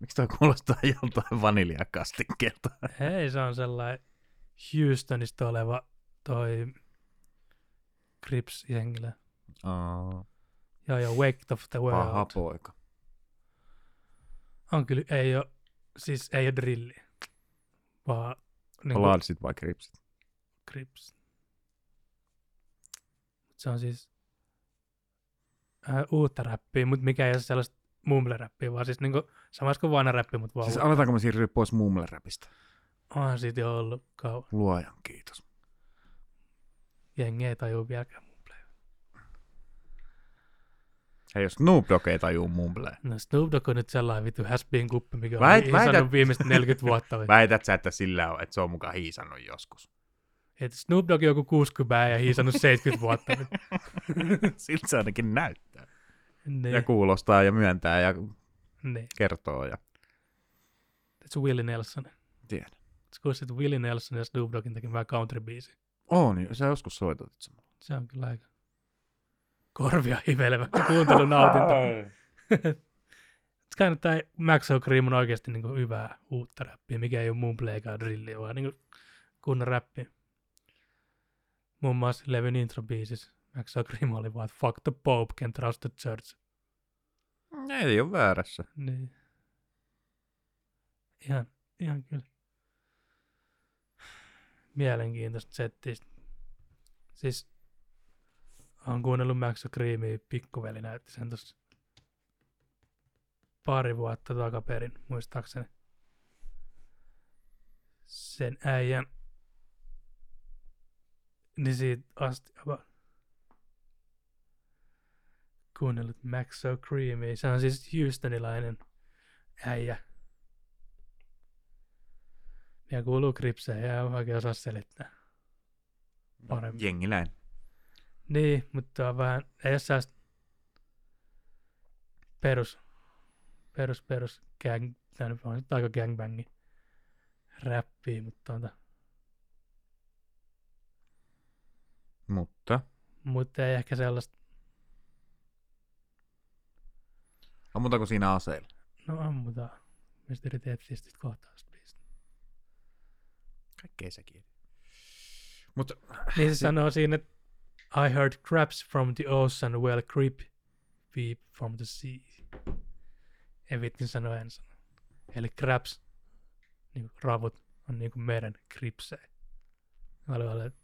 [SPEAKER 1] Miksi toi kuulostaa joltain vaniljakastikkeelta?
[SPEAKER 2] Hei, se on sellainen Houstonista oleva toi Crips-jengilä.
[SPEAKER 1] Oh,
[SPEAKER 2] Joo, joo, Wake of the World.
[SPEAKER 1] paha poika.
[SPEAKER 2] On kyllä, ei ole, siis ei ole drilli, vaan niin kuin
[SPEAKER 1] Bladsit vai kripsit?
[SPEAKER 2] Crips. Se on siis äh, uutta räppiä, mutta mikä ei ole sellaista mumble-räppiä, vaan siis niin kuin, samassa kuin vanha räppi, mutta vaan
[SPEAKER 1] Siis
[SPEAKER 2] siis
[SPEAKER 1] aletaanko me siirtyä pois mumleräpistä?
[SPEAKER 2] onhan siitä jo ollut kauan.
[SPEAKER 1] Luojan kiitos.
[SPEAKER 2] Jengi ei tajua vieläkään mumbleja.
[SPEAKER 1] Hei, jos Snoop Dogg ei tajuu mumbleja.
[SPEAKER 2] No Snoop Dogg on nyt sellainen vitu has been kuppi, mikä on
[SPEAKER 1] Väit-
[SPEAKER 2] Väit,
[SPEAKER 1] väität-
[SPEAKER 2] hiisannut viimeiset 40 vuotta. vai?
[SPEAKER 1] Väität sä, että sillä on, että se on mukaan hiisannut joskus.
[SPEAKER 2] Et Snoop Dogg on joku 60 ja hiisannut 70 vuotta.
[SPEAKER 1] Siltä se ainakin näyttää.
[SPEAKER 2] niin,
[SPEAKER 1] Ja kuulostaa ja myöntää ja
[SPEAKER 2] niin.
[SPEAKER 1] kertoo ja
[SPEAKER 2] It's Willie Nelson.
[SPEAKER 1] tiedän.
[SPEAKER 2] Sä kuulisit Willie Nelson ja Snoop Doggin tekemään country-biisi.
[SPEAKER 1] On, jo- sä joskus soitat itse.
[SPEAKER 2] Se on kyllä aika korvia hivelevä kuuntelun nautinto. Se kannattaa Max O'Cream on oikeasti niin kuin hyvää uutta räppiä, mikä ei ole mun pleikaa drilliä, vaan niin kuin kunnon räppi. Muun muassa levyn introbiisissä Max O'Cream oli vaan, että fuck the Pope, can trust the church.
[SPEAKER 1] Ei ole väärässä.
[SPEAKER 2] Niin. Ihan, ihan kyllä. Mielenkiintoista settistä. Siis on kuunnellut Max Creamia, pikkuveli näytti sen tossa pari vuotta takaperin, muistaakseni. Sen äijän. Niin siitä asti aivan kuunnellut Max Creamy. Se on siis Houstonilainen äijä. Ja kuuluu kripseen ja en oikein osaa selittää. Paremmin.
[SPEAKER 1] Jengiläin.
[SPEAKER 2] Niin, mutta on vähän, ei ole sellaista perus, perus, perus gang, tai nyt on nyt aika gangbangi räppiä, mutta tuota,
[SPEAKER 1] Mutta.
[SPEAKER 2] mutta ei ehkä sellaista,
[SPEAKER 1] On muuta kuin siinä aseilla.
[SPEAKER 2] no ammutaan, mistä yritin etsiä sitten kohtausta biistä.
[SPEAKER 1] Kaikkea sekin. Mutta
[SPEAKER 2] Niin se sanoo siinä, että I heard crabs from the ocean, well creep, weep from the sea. En vittin sanoa ensin. Eli crabs, niin kuin ravut, on niin kuin meren kripsejä. Mä olin vaan, että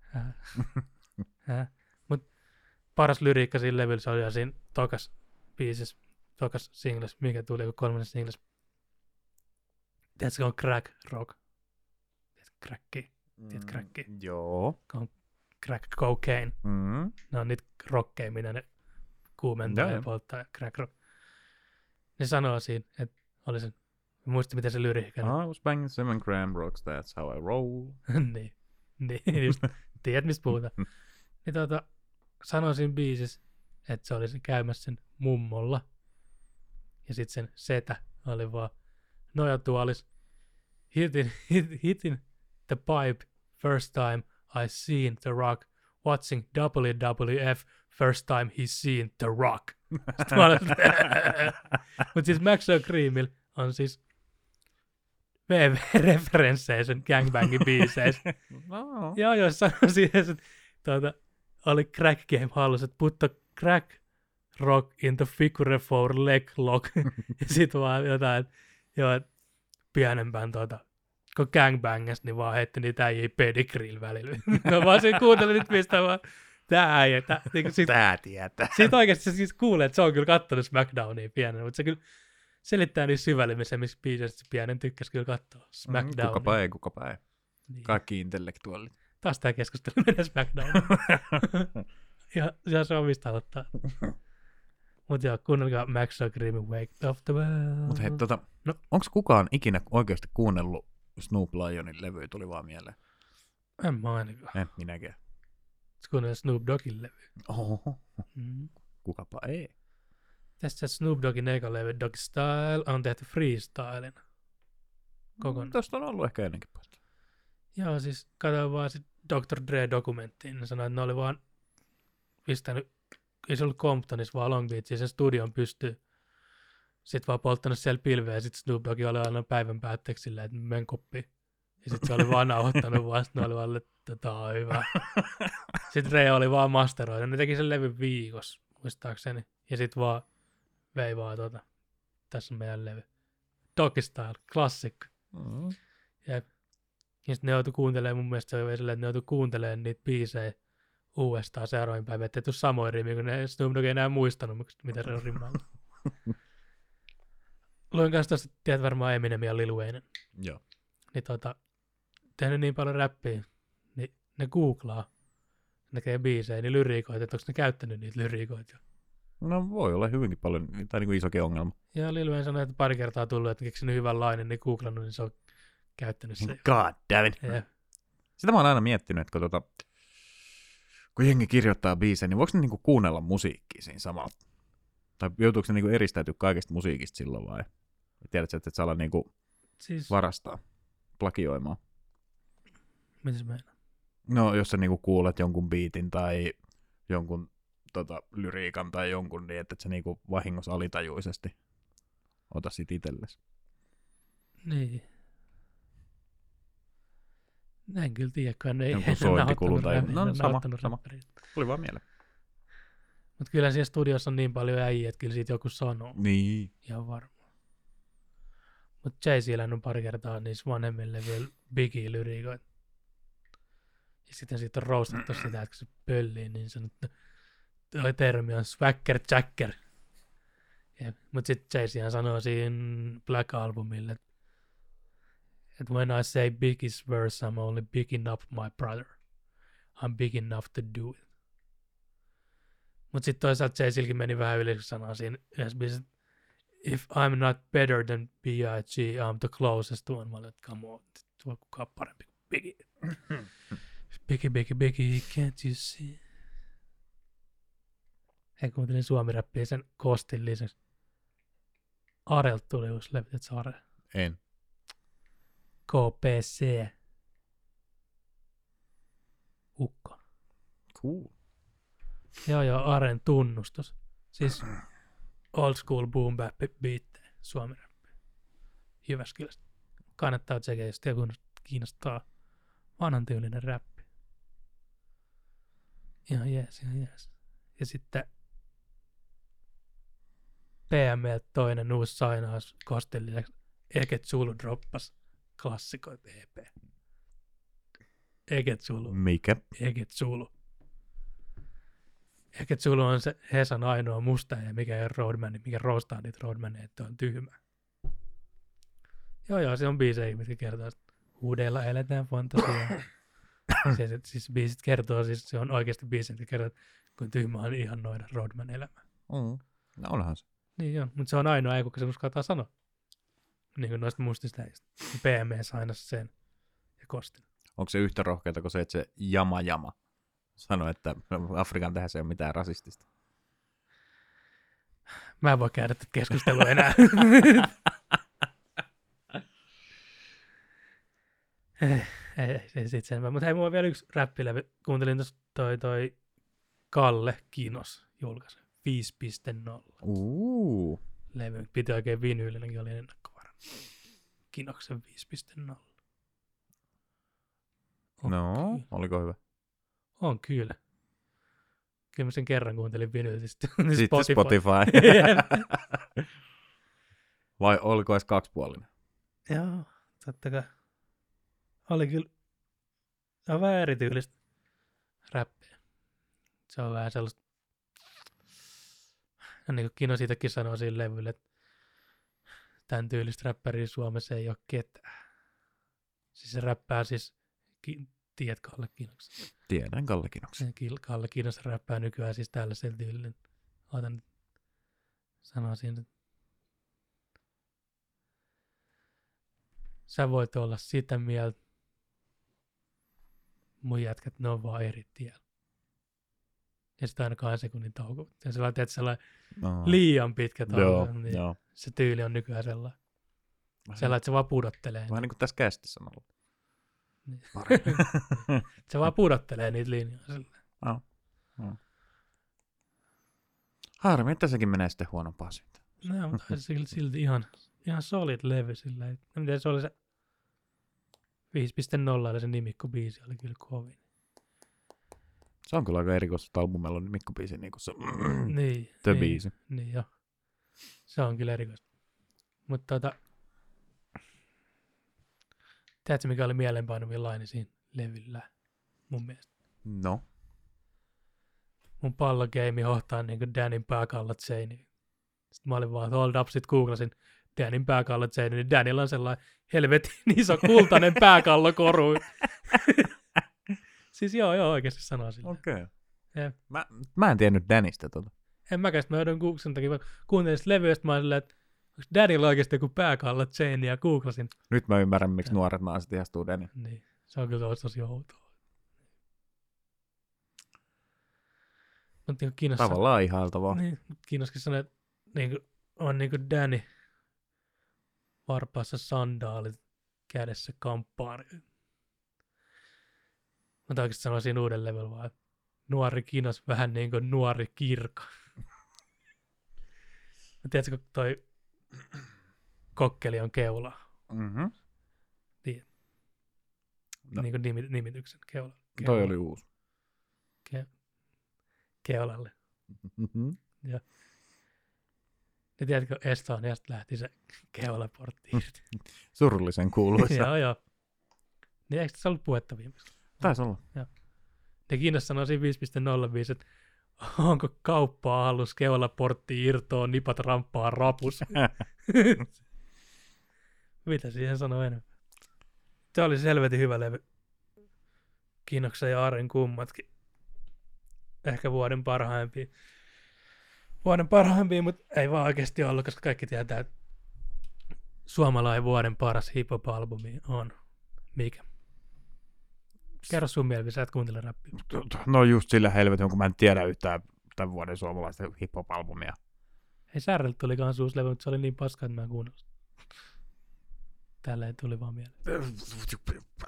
[SPEAKER 2] häh? Häh? Mut paras lyriikka siinä levyllä se oli ja siinä tokas biisissä, tokas singles, mikä tuli joku kolmannen singles. Tiedätkö, kun on crack rock? Tiedätkö, crackia? Tiedät crackia?
[SPEAKER 1] Mm, Joo.
[SPEAKER 2] crack cocaine.
[SPEAKER 1] Mm.
[SPEAKER 2] Ne on niitä rokkeja, mitä ne kuumentaa
[SPEAKER 1] Joo,
[SPEAKER 2] ja
[SPEAKER 1] joo.
[SPEAKER 2] polttaa crack rock. Ne sanoo siinä, että oli se, muista miten se lyriikka.
[SPEAKER 1] I was banging seven gram rocks, that's how I roll.
[SPEAKER 2] niin, niin, just tiedät mistä puhutaan. Niin tota, sanoin siinä biisissä, että se oli se käymässä sen mummolla. Ja sitten sen setä oli vaan, nojatuolis. Hitin, hit, hitin the pipe first time I seen The Rock watching WWF first time he seen The Rock. Sitten mä olin, Mutta siis Max O'Creamilla on siis VV-referensseissä gangbangin biiseissä.
[SPEAKER 1] no.
[SPEAKER 2] Joo, jos sanoi siihen, että tuota, oli crack game hallussa, että put the crack rock in the figure four leg lock. ja sit vaan jotain, että joo, että pienempään tuota, kun gangbangas, niin vaan heitti niitä äijii pedigreel välillä. no vaan siinä kuuntelin nyt mistä vaan, tää äijä, tää, niinku sit,
[SPEAKER 1] Tää tietää.
[SPEAKER 2] siitä oikeasti siis kuulee, että se on kyllä kattonut SmackDownia pienen, mutta se kyllä selittää niin syvälle, missä missä biisessä se pienen tykkäsi kyllä katsoa SmackDownia.
[SPEAKER 1] Kukapa Mm, ei, kukapa ei.
[SPEAKER 2] Niin.
[SPEAKER 1] Kaikki intellektuaalit.
[SPEAKER 2] Taas tämä keskustelu menee SmackDowniin. ja, ja se on mistä aloittaa. Mutta joo, kuunnelkaa Max O'Greamin Wake of the World.
[SPEAKER 1] Mutta hei, tota,
[SPEAKER 2] No.
[SPEAKER 1] no. onko kukaan ikinä oikeasti kuunnellut Snoop Lionin levyä tuli vaan mieleen. Eh,
[SPEAKER 2] En mä ainakaan.
[SPEAKER 1] En minäkään.
[SPEAKER 2] Se kuunnella Snoop Doggin levy.
[SPEAKER 1] Oho,
[SPEAKER 2] Mm.
[SPEAKER 1] kukapa ei.
[SPEAKER 2] Tässä Snoop Doggin eka levy Doggy Style on tehty freestylen. Kokonaan.
[SPEAKER 1] Mm, Tästä on ollut ehkä ennenkin päästä.
[SPEAKER 2] Joo, siis katsoin vaan sit Dr. Dre-dokumenttiin. Ne sanoi, niin että ne oli vaan pistänyt, ei se ollut Comptonissa, vaan Long Beachiin sen studion pystyy. Sitten vaan polttanut siellä pilveä ja sitten Snoop Dogg oli aina päivän päätteeksi silleen, että men koppiin. Ja sitten se oli vaan nauhoittanut vaan, sitten ne oli vaan, että tää on hyvä. sitten Rea oli vaan masteroinut. Ne teki sen levyn viikossa, muistaakseni. Ja sitten vaan vei vaan tota, tässä on meidän levy. Doggy Style, klassikko.
[SPEAKER 1] Mm.
[SPEAKER 2] Ja sitten ne joutui kuuntelemaan, mun mielestä se oli silleen, että ne joutui kuuntelemaan niitä biisejä uudestaan seuraavin päivän, ettei tule samoin rimiä, kun ne Snoop Dogg ei enää muistanut, miksi- mitä se on rimmailla. Luin kanssa tosta, tiedät varmaan Eminem ja Lil Wayne,
[SPEAKER 1] Joo.
[SPEAKER 2] niin tota, tehnyt niin paljon räppiä, niin ne googlaa, näkee biisejä, niin lyriikoita, että onko ne käyttänyt niitä lyriikoita. jo.
[SPEAKER 1] No voi olla hyvinkin paljon, tai niin kuin isokin ongelma.
[SPEAKER 2] Ja Lil Wayne sanoi, että pari kertaa tullut, että keksinyt hyvän lainen, niin googlannut, niin se on käyttänyt se.
[SPEAKER 1] God damn it.
[SPEAKER 2] Ja,
[SPEAKER 1] Sitä mä oon aina miettinyt, että kun, tota, kun jengi kirjoittaa biisejä, niin voiko ne niinku kuunnella musiikkia siinä samalla? Tai joutuuko ne niinku eristäytyä kaikesta musiikista silloin vai? Tiedätkö, että et saa olla niinku
[SPEAKER 2] siis,
[SPEAKER 1] varastaa, plagioimaan?
[SPEAKER 2] mitäs mä
[SPEAKER 1] No, jos sä niinku kuulet jonkun biitin tai jonkun tota, lyriikan tai jonkun, niin että et sä niinku vahingossa alitajuisesti ota sit itsellesi.
[SPEAKER 2] Niin. En kyllä tiedä, kun ne ei
[SPEAKER 1] Jonkun
[SPEAKER 2] ne on
[SPEAKER 1] sointikulun
[SPEAKER 2] nauttanut
[SPEAKER 1] tai-
[SPEAKER 2] räppiä,
[SPEAKER 1] no,
[SPEAKER 2] ne on
[SPEAKER 1] sama,
[SPEAKER 2] nauttanut
[SPEAKER 1] sama.
[SPEAKER 2] räppäriä.
[SPEAKER 1] Tuli vaan mieleen.
[SPEAKER 2] Mut kyllä siellä studiossa on niin paljon äijä, että kyllä siitä joku sanoo.
[SPEAKER 1] Niin.
[SPEAKER 2] Ihan varmaan. Mut Jay siellä on pari kertaa niissä vanhemmille vielä biggie lyriikoita. Ja sitten siitä on roustattu sitä, että kun se pöllii, niin se toi termi on swagger jacker. Jep. Mut sit Jay sanoo siinä Black Albumille, että when I say big is worse, I'm only big enough my brother. I'm big enough to do it. Mut sit toisaalta Jaysilläkin meni vähän yli, kun sanoo siinä yhdessä biisissä, if I'm not better than B.I.G., I'm the closest one. Mä olin, että come on, tuo kukaan parempi kuin Biggie. Biggie, Biggie, Biggie, can't you see? Hei, kuuntelin suomiräppiä sen kostin lisäksi. Arelt tuli uusi levy, et Are?
[SPEAKER 1] En.
[SPEAKER 2] KPC. Ukko.
[SPEAKER 1] Cool.
[SPEAKER 2] Joo, joo, Aren tunnustus. Siis old school boom bap beat, suomen rappi. Jyväskylästä. Kannattaa tsekää, jos teillä kiinnostaa vanhan tyylinen räppi. Ihan jees, ihan jees. Ja sitten PML toinen uusi sainaus kosten lisäksi. Eket Zulu droppas E klassikoit EP. Eket Zulu.
[SPEAKER 1] Mikä?
[SPEAKER 2] Eget Zulu. Eget Zulu on se Hesan ainoa musta ja mikä ei ole roadman, mikä roostaa niitä roadmaneja, että on tyhmä. Joo, joo, se on biisejä, mitkä kertoo, että huudeilla eletään fantasiaa. se, se, siis biisit kertoo, siis se on oikeasti biisi, mitkä kertoo, että kun tyhmä on ihan noida roadman elämä.
[SPEAKER 1] Mm. No onhan se.
[SPEAKER 2] Niin on, mutta se on ainoa ei, kuka se uskaltaa sanoa. Niin kuin noista mustista äijistä. PME sainas sen ja Kostin.
[SPEAKER 1] Onko se yhtä rohkeata kuin se, että se jama jama sanoi, että Afrikan tähän se ei ole mitään rasistista.
[SPEAKER 2] Mä en voi käydä tätä keskustelua enää. ei, Eh, ei, ei sit sen Mutta hei, mulla on vielä yksi räppilevy. Kuuntelin tuossa toi, toi Kalle Kinos julkaisi 5.0
[SPEAKER 1] Uu.
[SPEAKER 2] levy. Piti oikein vinyylinenkin oli ennakkovarana. Kinoksen 5.0. On
[SPEAKER 1] No,
[SPEAKER 2] kyllä.
[SPEAKER 1] oliko hyvä?
[SPEAKER 2] On kyllä. Kyllä mä sen kerran kuuntelin Siis vinyytistä.
[SPEAKER 1] Sitten Niin Spotify. Vai oliko edes kaksipuolinen?
[SPEAKER 2] Joo, totta kai. Oli kyllä se on vähän erityylistä räppiä. Se on vähän sellaista, no niin kuin Kino siitäkin sanoo siinä levyllä, että tämän tyylistä räppäriä Suomessa ei ole ketään. Siis se räppää siis, ki, tiedät Kalle Kinos.
[SPEAKER 1] Tiedän Kalle Kinoksen.
[SPEAKER 2] Se Kil- Kalle Kinos räppää nykyään siis tällaisella tyylillä. Otan nyt sanoa siinä, että sä voit olla sitä mieltä, mun jätkät, ne on vaan eri tiellä. Ja sitten aina kahden sekunnin tauko. Ja sellainen, tiedät, sellainen
[SPEAKER 1] No.
[SPEAKER 2] liian pitkä tauko.
[SPEAKER 1] Joo,
[SPEAKER 2] niin
[SPEAKER 1] joo.
[SPEAKER 2] Se tyyli on nykyään sellainen.
[SPEAKER 1] Vähän,
[SPEAKER 2] Sellainen, että se vaan pudottelee.
[SPEAKER 1] vähän niin kuin tässä kästissä on ollut.
[SPEAKER 2] Niin.
[SPEAKER 1] Pari.
[SPEAKER 2] Se vaan pudottelee niitä linjoja. sellainen.
[SPEAKER 1] Harmi, että sekin menee sitten huonompaa siitä.
[SPEAKER 2] No,
[SPEAKER 1] Mm-hmm.
[SPEAKER 2] mutta olisi se kyllä silti ihan, ihan solid levy silleen. että- No, miten se oli se 5.0 oli se nimikkobiisi, oli kyllä kovin.
[SPEAKER 1] Se on kyllä aika erikoista, että albumilla on Mikko biisi niin kuin se
[SPEAKER 2] Niin,
[SPEAKER 1] the
[SPEAKER 2] niin,
[SPEAKER 1] biisi.
[SPEAKER 2] Niin joo. Se on kyllä erikoista. Mutta tota, tiedätkö mikä oli mielenpainuvin laini siinä levyllä mun mielestä?
[SPEAKER 1] No,
[SPEAKER 2] Mun pallogeimi hohtaa niinku Danin pääkallot seiniin. Sitten mä olin vaan, että hold up, sit googlasin Danin pääkallot seiniin, niin Danilla on sellainen helvetin iso kultainen pääkallokoru. siis joo, joo, oikeasti sanoo sillä.
[SPEAKER 1] okei. Okay.
[SPEAKER 2] Jep.
[SPEAKER 1] Mä, mä en tiennyt Danistä tota.
[SPEAKER 2] En mäkään, sit mä joudun Googlen sen takia, mä kuuntelin sitä levyä, sit mä olin silleen, että onko Danilla oikeasti joku pääkalla chain, ja googlasin.
[SPEAKER 1] Nyt mä ymmärrän, miksi nuoret naiset ihastuu Danin.
[SPEAKER 2] Niin, se on kyllä tosi tosi outoa. Mutta niin Kiinassa,
[SPEAKER 1] Tavallaan ihailtavaa.
[SPEAKER 2] niin, mut Kiinassakin sanoo, että niin kuin, on niin kuin Danny varpaassa sandaalit kädessä kamppaari. Mutta oikeasti sanoisin uuden level vaan, että nuori Kiinas vähän niin kuin nuori kirka. Ja tiedätkö, kun toi kokkeli on keula,
[SPEAKER 1] Mm-hmm. No.
[SPEAKER 2] no. niin kuin nimi, nimityksen keula. keula
[SPEAKER 1] Toi oli uusi.
[SPEAKER 2] Keulalle.
[SPEAKER 1] Mm-hmm.
[SPEAKER 2] Ja Niin tiedätkö, Estoniasta lähti se
[SPEAKER 1] Mm.
[SPEAKER 2] keulaportti irti.
[SPEAKER 1] Surullisen kuuluisa.
[SPEAKER 2] joo, joo. Niin eikö tässä ollut puhetta viimeksi?
[SPEAKER 1] Taisi olla.
[SPEAKER 2] Ne Kiinassa sanoo siinä 5.05, että onko kauppaa alus, keolla portti irtoa, nipat ramppaa rapus. Mitä siihen sanoo enemmän? Se oli selvästi hyvä levy. Kiinoksen ja Aaren kummatkin. Ehkä vuoden parhaimpia. Vuoden parhaimpia, mutta ei vaan oikeasti ollut, koska kaikki tietää, että suomalainen vuoden paras hip-hop-albumi on. Mikä? Kerro sun mielipide, sä et kuuntele räppiä.
[SPEAKER 1] No just sillä helvetin, kun mä en tiedä yhtään tämän vuoden suomalaista hip-hop-albumia.
[SPEAKER 2] Ei Särreltä tuli kans uusi levy, mutta se oli niin paska, että mä en kuunnellut. sitä. Tälleen tuli vaan mieleen.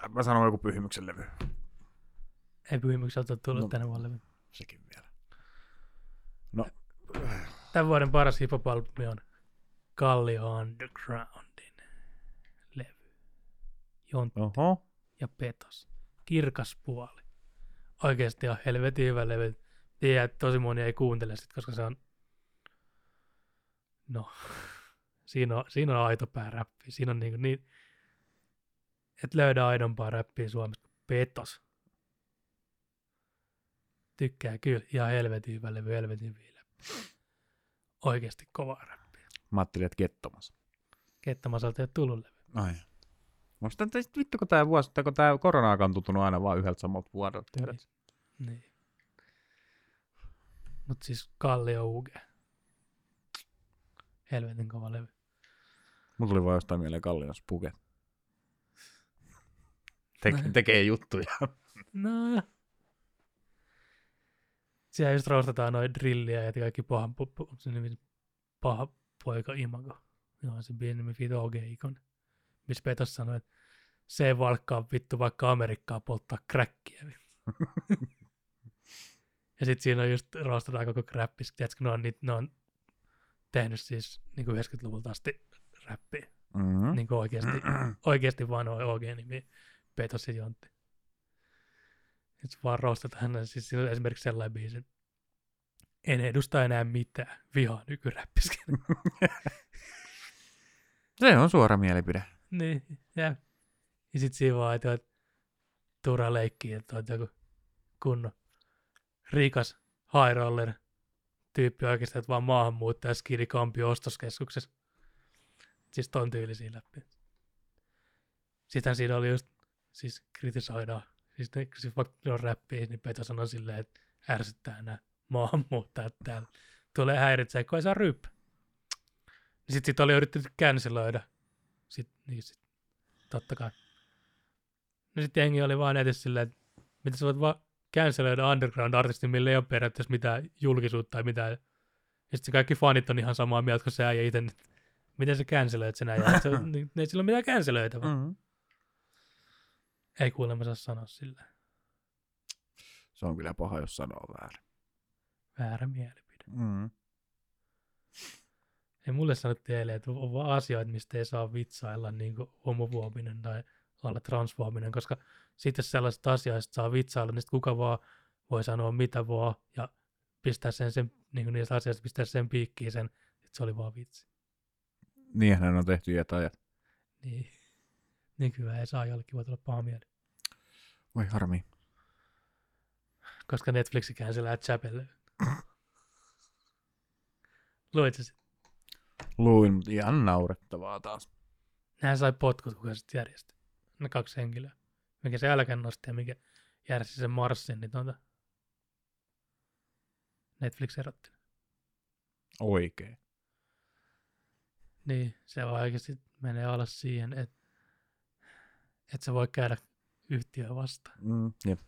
[SPEAKER 1] Mä sanon joku pyhimyksen levy.
[SPEAKER 2] Ei pyhimykseltä ole
[SPEAKER 1] No.
[SPEAKER 2] tullut no. tänä vuonna levy.
[SPEAKER 1] Sekin vielä. No.
[SPEAKER 2] Tämän vuoden paras hip on Kallio Undergroundin levy. Jontti
[SPEAKER 1] Oho.
[SPEAKER 2] ja Petos. Kirkas puoli. Oikeasti on helvetin hyvä levy. Tiedän, että tosi moni ei kuuntele sitä, koska se on... No, siinä on, siinä on aito pääräppi. Siinä on niin, niin et löydä aidompaa räppiä Suomesta kuin Petos. Tykkää kyllä. Ihan helvetin hyvä levy, helvetin hyvä levy. Oikeasti kovaa räppiä.
[SPEAKER 1] Mä ajattelin, että kettomassa.
[SPEAKER 2] Kettamasalta ei ole tullut levy.
[SPEAKER 1] Ai. Onko tämä vittu, kun tämä vuosi, tai kun tämä korona on tuntunut aina vaan yhdeltä samalta vuodelta? Tiedät?
[SPEAKER 2] Niin. niin. Mutta siis Kallio UG. Helvetin kova levy.
[SPEAKER 1] Mulla tuli vaan jostain mieleen Kallinas Puket. Tek- tekee juttuja.
[SPEAKER 2] No. Siellä just roastataan noin drilliä ja kaikki pahan, pu, pu, se nimi, paha poika imago. Joo, se biisin nimi Vito Ogeikon. Missä Petos sanoi, että se ei valkkaa vittu vaikka Amerikkaa polttaa kräkkiä. ja sitten siinä on just roastetaan koko kräppis. Tiedätkö, ne on, niitä, ne on tehnyt siis niin 90-luvulta asti räppiä.
[SPEAKER 1] Mm-hmm.
[SPEAKER 2] Niin kuin oikeasti, oikeasti vanhoja OG-nimi Petos ja Jontti. Nyt vaan roastetaan ne, siis siinä on esimerkiksi sellainen biisi, en edusta enää mitään, vihaa nykyräppiskin.
[SPEAKER 1] Se on suora mielipide.
[SPEAKER 2] niin, ja, ja sit siinä vaan, että oot turha leikkiä, että oot joku kunnon rikas high roller tyyppi oikeastaan, että vaan maahanmuuttaja skidikampio ostoskeskuksessa. Siis ton tyylisiä läpi. Sitten siinä oli just, siis kritisoidaan, siis, ne, siis vaikka ne on räppiä, niin Peto sanoi silleen, että ärsyttää nämä maahanmuuttajat täällä. Tulee häiritsee, kun ei saa ryyppä. Sitten sit oli yritetty känseloida. Sitten, niin sit, totta kai. No sitten jengi oli vaan netissä silleen, että mitä sä voit vaan känselöidä underground-artisti, millä ei ole periaatteessa mitään julkisuutta tai mitään. Ja sitten kaikki fanit on ihan samaa mieltä kuin se äijä itse. että Miten sä känselöit sen äijän? Se, on- niin, ei sillä ole mitään känselöitä.
[SPEAKER 1] Mm-hmm.
[SPEAKER 2] Ei kuulemma saa sanoa sillä.
[SPEAKER 1] Se on kyllä paha, jos sanoo väärin.
[SPEAKER 2] Väärä mielipide.
[SPEAKER 1] Mm.
[SPEAKER 2] Ei mulle sanottu eilen, että on vaan asioita, mistä ei saa vitsailla niin homofoobinen tai olla transfoobinen, koska sitten jos sellaisista asioista saa vitsailla, niin sit kuka vaan voi sanoa mitä vaan ja pistää sen, sen niin kuin niistä asioista pistää sen piikkiin sen, että se oli vaan vitsi.
[SPEAKER 1] Niinhän on tehty jätäjät.
[SPEAKER 2] Niin. Nykyään ei saa jollekin voi tulla paha mieli,
[SPEAKER 1] Voi harmi.
[SPEAKER 2] koska Netflixikään se lähtee chapelle. Luit sä sit?
[SPEAKER 1] Luin, mutta ihan naurettavaa taas.
[SPEAKER 2] Nehän sai potkut, kuka sitten järjesti. Ne kaksi henkilöä. Mikä se älkän nosti ja mikä järjesti sen Marsin, niin tuota Netflix erotti.
[SPEAKER 1] Oikein.
[SPEAKER 2] Niin, se vaan oikeasti menee alas siihen, että et sä voi käydä yhtiöä vastaan.
[SPEAKER 1] Mm. Jep.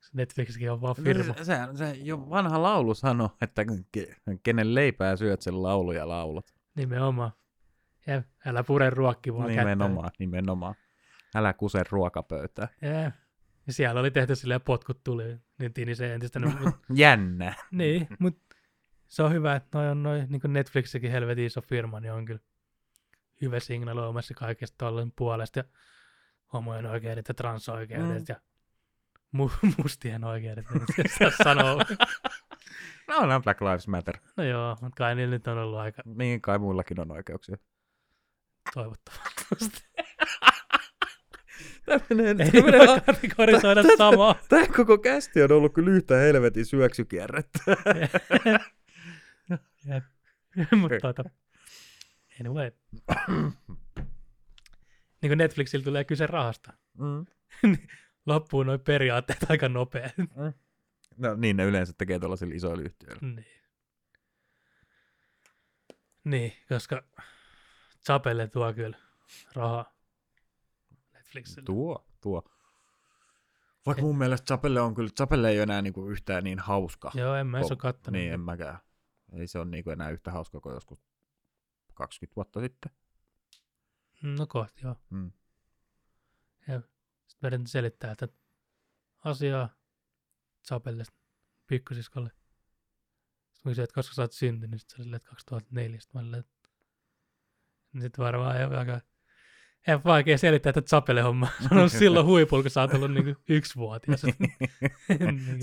[SPEAKER 2] Se Netflixikin on
[SPEAKER 1] No
[SPEAKER 2] vaan firma.
[SPEAKER 1] Niin Se, se, se jo vanha laulu sanoo, että ke, kenen leipää syöt sen lauluja laulat.
[SPEAKER 2] Nimenomaan. Ja älä pure ruokki vaan
[SPEAKER 1] nimenomaan, nimenomaan. Älä kuse ruokapöytää.
[SPEAKER 2] kättä. Ja. ja siellä oli tehty silleen potkut tuli, niin Tini se entistä nyt, mut
[SPEAKER 1] Jännä.
[SPEAKER 2] Niin, mutta se on hyvä, että noi on noi, niin kuin Netflixikin helvetin iso firma, niin on kyllä hyvä signaloimassa kaikesta tollen puolesta ja homojen oikeudet ja transoikeudet ja mu- mustien oikeudet, niin se sanoo.
[SPEAKER 1] No on Black Lives Matter.
[SPEAKER 2] No joo, mutta kai niillä nyt on ollut aika
[SPEAKER 1] Niin kai muillakin on oikeuksia.
[SPEAKER 2] toivottavasti.
[SPEAKER 1] Tämä menee,
[SPEAKER 2] Ei voi kategorisoida samaa.
[SPEAKER 1] Tämä koko kästi on ollut kyllä yhtä helvetin syöksykierrettä.
[SPEAKER 2] Jep. Mutta tota, anyway. niin kuin Netflixillä tulee kyse rahasta.
[SPEAKER 1] Mm.
[SPEAKER 2] Loppuu noin periaatteet aika nopeasti.
[SPEAKER 1] No niin ne yleensä tekee tuollaisilla isoilla yhtiöillä.
[SPEAKER 2] niin. niin, koska Chapelle tuo kyllä rahaa Netflixille.
[SPEAKER 1] Tuo, tuo. Vaikka mun mielestä Chapelle on kyllä, Chapelle ei ole enää niinku yhtään niin hauska.
[SPEAKER 2] Joo, en mä edes ole kattonut.
[SPEAKER 1] Niin, en mäkään. Ei se ole niinku enää yhtä hauska kuin joskus 20 vuotta sitten.
[SPEAKER 2] No kohta, joo.
[SPEAKER 1] Mm.
[SPEAKER 2] Ja sitten meidän selittää, että asiaa Chapelle pikkusiskolle. Sitten mä kysyin, että koska sä oot syntynyt, sitten se oli silleen, että 2004. Sitten mä olin, että... Sitten varmaan ei ole aika... Ei ole vaikea selittää, että Chapelle homma on ollut silloin huipulla, kun sä oot ollut niin yksivuotias.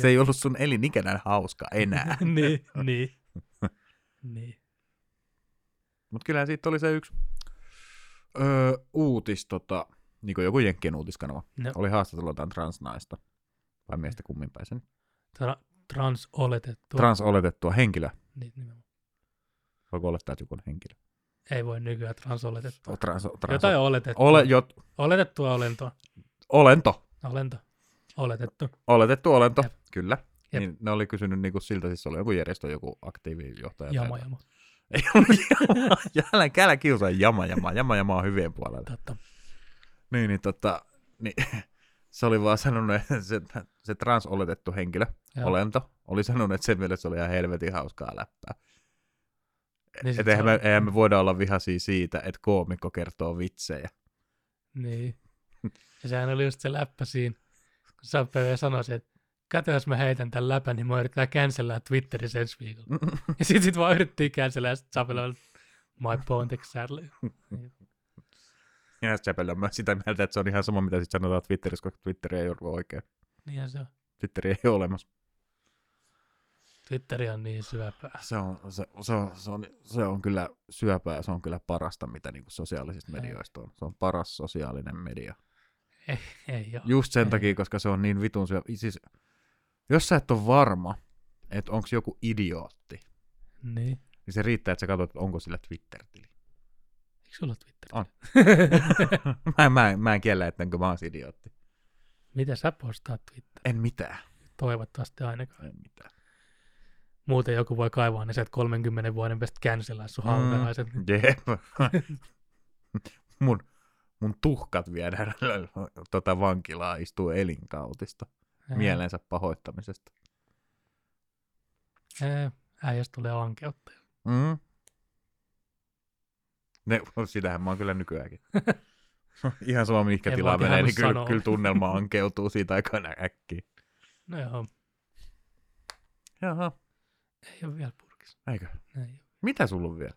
[SPEAKER 1] se ei ollut sun elinikänään hauska enää.
[SPEAKER 2] niin, niin. niin.
[SPEAKER 1] Mutta kyllä siitä oli se yksi öö, uutis, tota, niin kuin joku Jenkkien uutiskanava.
[SPEAKER 2] No.
[SPEAKER 1] Oli haastattelu jotain transnaista. Vai miestä kumminpäin sen.
[SPEAKER 2] Tra- trans oletettu.
[SPEAKER 1] Transoletettua henkilöä.
[SPEAKER 2] niin, nimenomaan.
[SPEAKER 1] Voiko olettaa, että joku on henkilö?
[SPEAKER 2] ei voi nykyään trans oletettua.
[SPEAKER 1] O- Trans, trans,
[SPEAKER 2] Jotain oletettua.
[SPEAKER 1] ole, jot,
[SPEAKER 2] Oletettua olentoa.
[SPEAKER 1] olento.
[SPEAKER 2] Olento. Oletettu.
[SPEAKER 1] Oletettu olento,
[SPEAKER 2] Jep.
[SPEAKER 1] kyllä.
[SPEAKER 2] Jep.
[SPEAKER 1] Niin ne oli kysynyt niin kuin siltä, siis oli joku järjestö, joku aktiivijohtaja. tai
[SPEAKER 2] Jama,
[SPEAKER 1] jotain.
[SPEAKER 2] jama.
[SPEAKER 1] Ei ollut jama. Ja älä, älä kiusaa jama, jama. Jama, jama on hyvien puolella.
[SPEAKER 2] Totta.
[SPEAKER 1] Niin, niin, tota, niin se oli vaan sanonut, että se, se transoletettu henkilö,
[SPEAKER 2] Joo.
[SPEAKER 1] Joo. olento, oli sanonut, että sen mielessä se oli ihan helvetin hauskaa läppää.
[SPEAKER 2] Niin sit
[SPEAKER 1] Et
[SPEAKER 2] se
[SPEAKER 1] eihän,
[SPEAKER 2] on-
[SPEAKER 1] me, eihän me voida olla vihaisia siitä, että koomikko kertoo vitsejä.
[SPEAKER 2] Niin. Ja sehän oli just se läppä siinä, kun Sampere sanoi sen, että kato, jos mä heitän tämän läpän, niin mua yritetään cancellaa Twitterissä ensi viikolla. Ja sit, sit vaan yritettiin cancellaa, ja sit Sampere oli, my point exactly.
[SPEAKER 1] Ja Chappelle on myös sitä mieltä, että se on ihan sama, mitä sitten sanotaan Twitterissä, koska Twitteri ei ole oikein.
[SPEAKER 2] Niinhän se on.
[SPEAKER 1] Twitteri ei ole olemassa.
[SPEAKER 2] Twitteri on niin syöpää.
[SPEAKER 1] Se on, se, se, on, se, on, se on kyllä syöpää ja se on kyllä parasta, mitä niin sosiaalisista
[SPEAKER 2] Joo.
[SPEAKER 1] medioista on. Se on paras sosiaalinen media.
[SPEAKER 2] Ei, ei joo.
[SPEAKER 1] Just sen
[SPEAKER 2] Ei.
[SPEAKER 1] takia, koska se on niin vitun syöpä. Siis, jos sä et ole varma, että onko joku idiootti,
[SPEAKER 2] Niin.
[SPEAKER 1] niin se riittää, että sä katsot, onko sillä Twitter-tili.
[SPEAKER 2] Eikö sulla Twitteri?
[SPEAKER 1] On. mä, en- mä, en- mä en kiellä, ettenkö mä oon idiootti.
[SPEAKER 2] Mitä sä postaat Twitter?
[SPEAKER 1] En mitään.
[SPEAKER 2] Toivottavasti ainakaan.
[SPEAKER 1] En mitään.
[SPEAKER 2] Muuten joku voi kaivaa niin ne sieltä 30 vuoden päästä cancellaa sun
[SPEAKER 1] Mm.
[SPEAKER 2] hautajaiset.
[SPEAKER 1] Jep. mun, mun tuhkat viedään tota vankilaa istuu elinkautista.
[SPEAKER 2] Ää,
[SPEAKER 1] Mielensä pahoittamisesta.
[SPEAKER 2] ää, eh, Äijästä tulee ankeutta.
[SPEAKER 1] Mm. Ne, sitähän mä oon kyllä nykyäänkin. Ihan sama, mihinkä
[SPEAKER 2] En
[SPEAKER 1] tilaa
[SPEAKER 2] mä oikein
[SPEAKER 1] menee,
[SPEAKER 2] halua
[SPEAKER 1] niin kyllä,
[SPEAKER 2] sanoa.
[SPEAKER 1] kyllä tunnelma ankeutuu siitä aikana äkkiä.
[SPEAKER 2] No joo,
[SPEAKER 1] Jaha,
[SPEAKER 2] ei ole vielä purkissa.
[SPEAKER 1] eikö?
[SPEAKER 2] Ei oo.
[SPEAKER 1] Mitä sulla on vielä?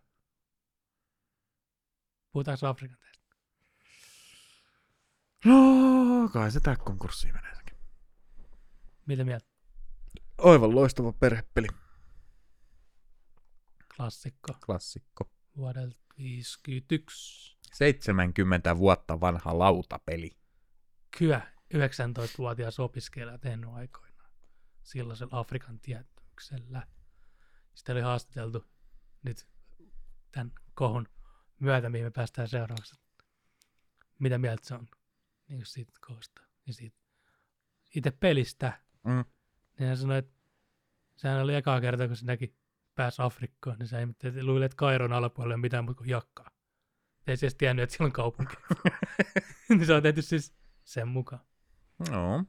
[SPEAKER 2] Puhutaanko Afrikan tästä?
[SPEAKER 1] No, kai se tää konkurssiin menee. sekin.
[SPEAKER 2] Mitä mieltä?
[SPEAKER 1] Aivan loistava perhepeli.
[SPEAKER 2] Klassikko
[SPEAKER 1] Klassikko.
[SPEAKER 2] vuodelta 51.
[SPEAKER 1] 70 vuotta vanha lautapeli.
[SPEAKER 2] Kyllä, 19-vuotias opiskelija tehnyt aikoinaan silloisella Afrikan tietämyksellä. Sitä oli haastateltu nyt tämän kohun myötä, mihin me päästään seuraavaksi. Mitä mieltä se on niin kuin siitä kohusta ja siitä itse pelistä.
[SPEAKER 1] Mm.
[SPEAKER 2] Niin hän sanoi, että sehän oli ekaa kertaa, kun se näki pääsi Afrikkaan, niin se ihmetteli, luulee, että Kairon alapuolella ei ole mitään muuta kuin jakkaa. Ei se edes tiennyt, että siellä on kaupunki. niin se on tehty siis sen mukaan.
[SPEAKER 1] No.
[SPEAKER 2] Mutta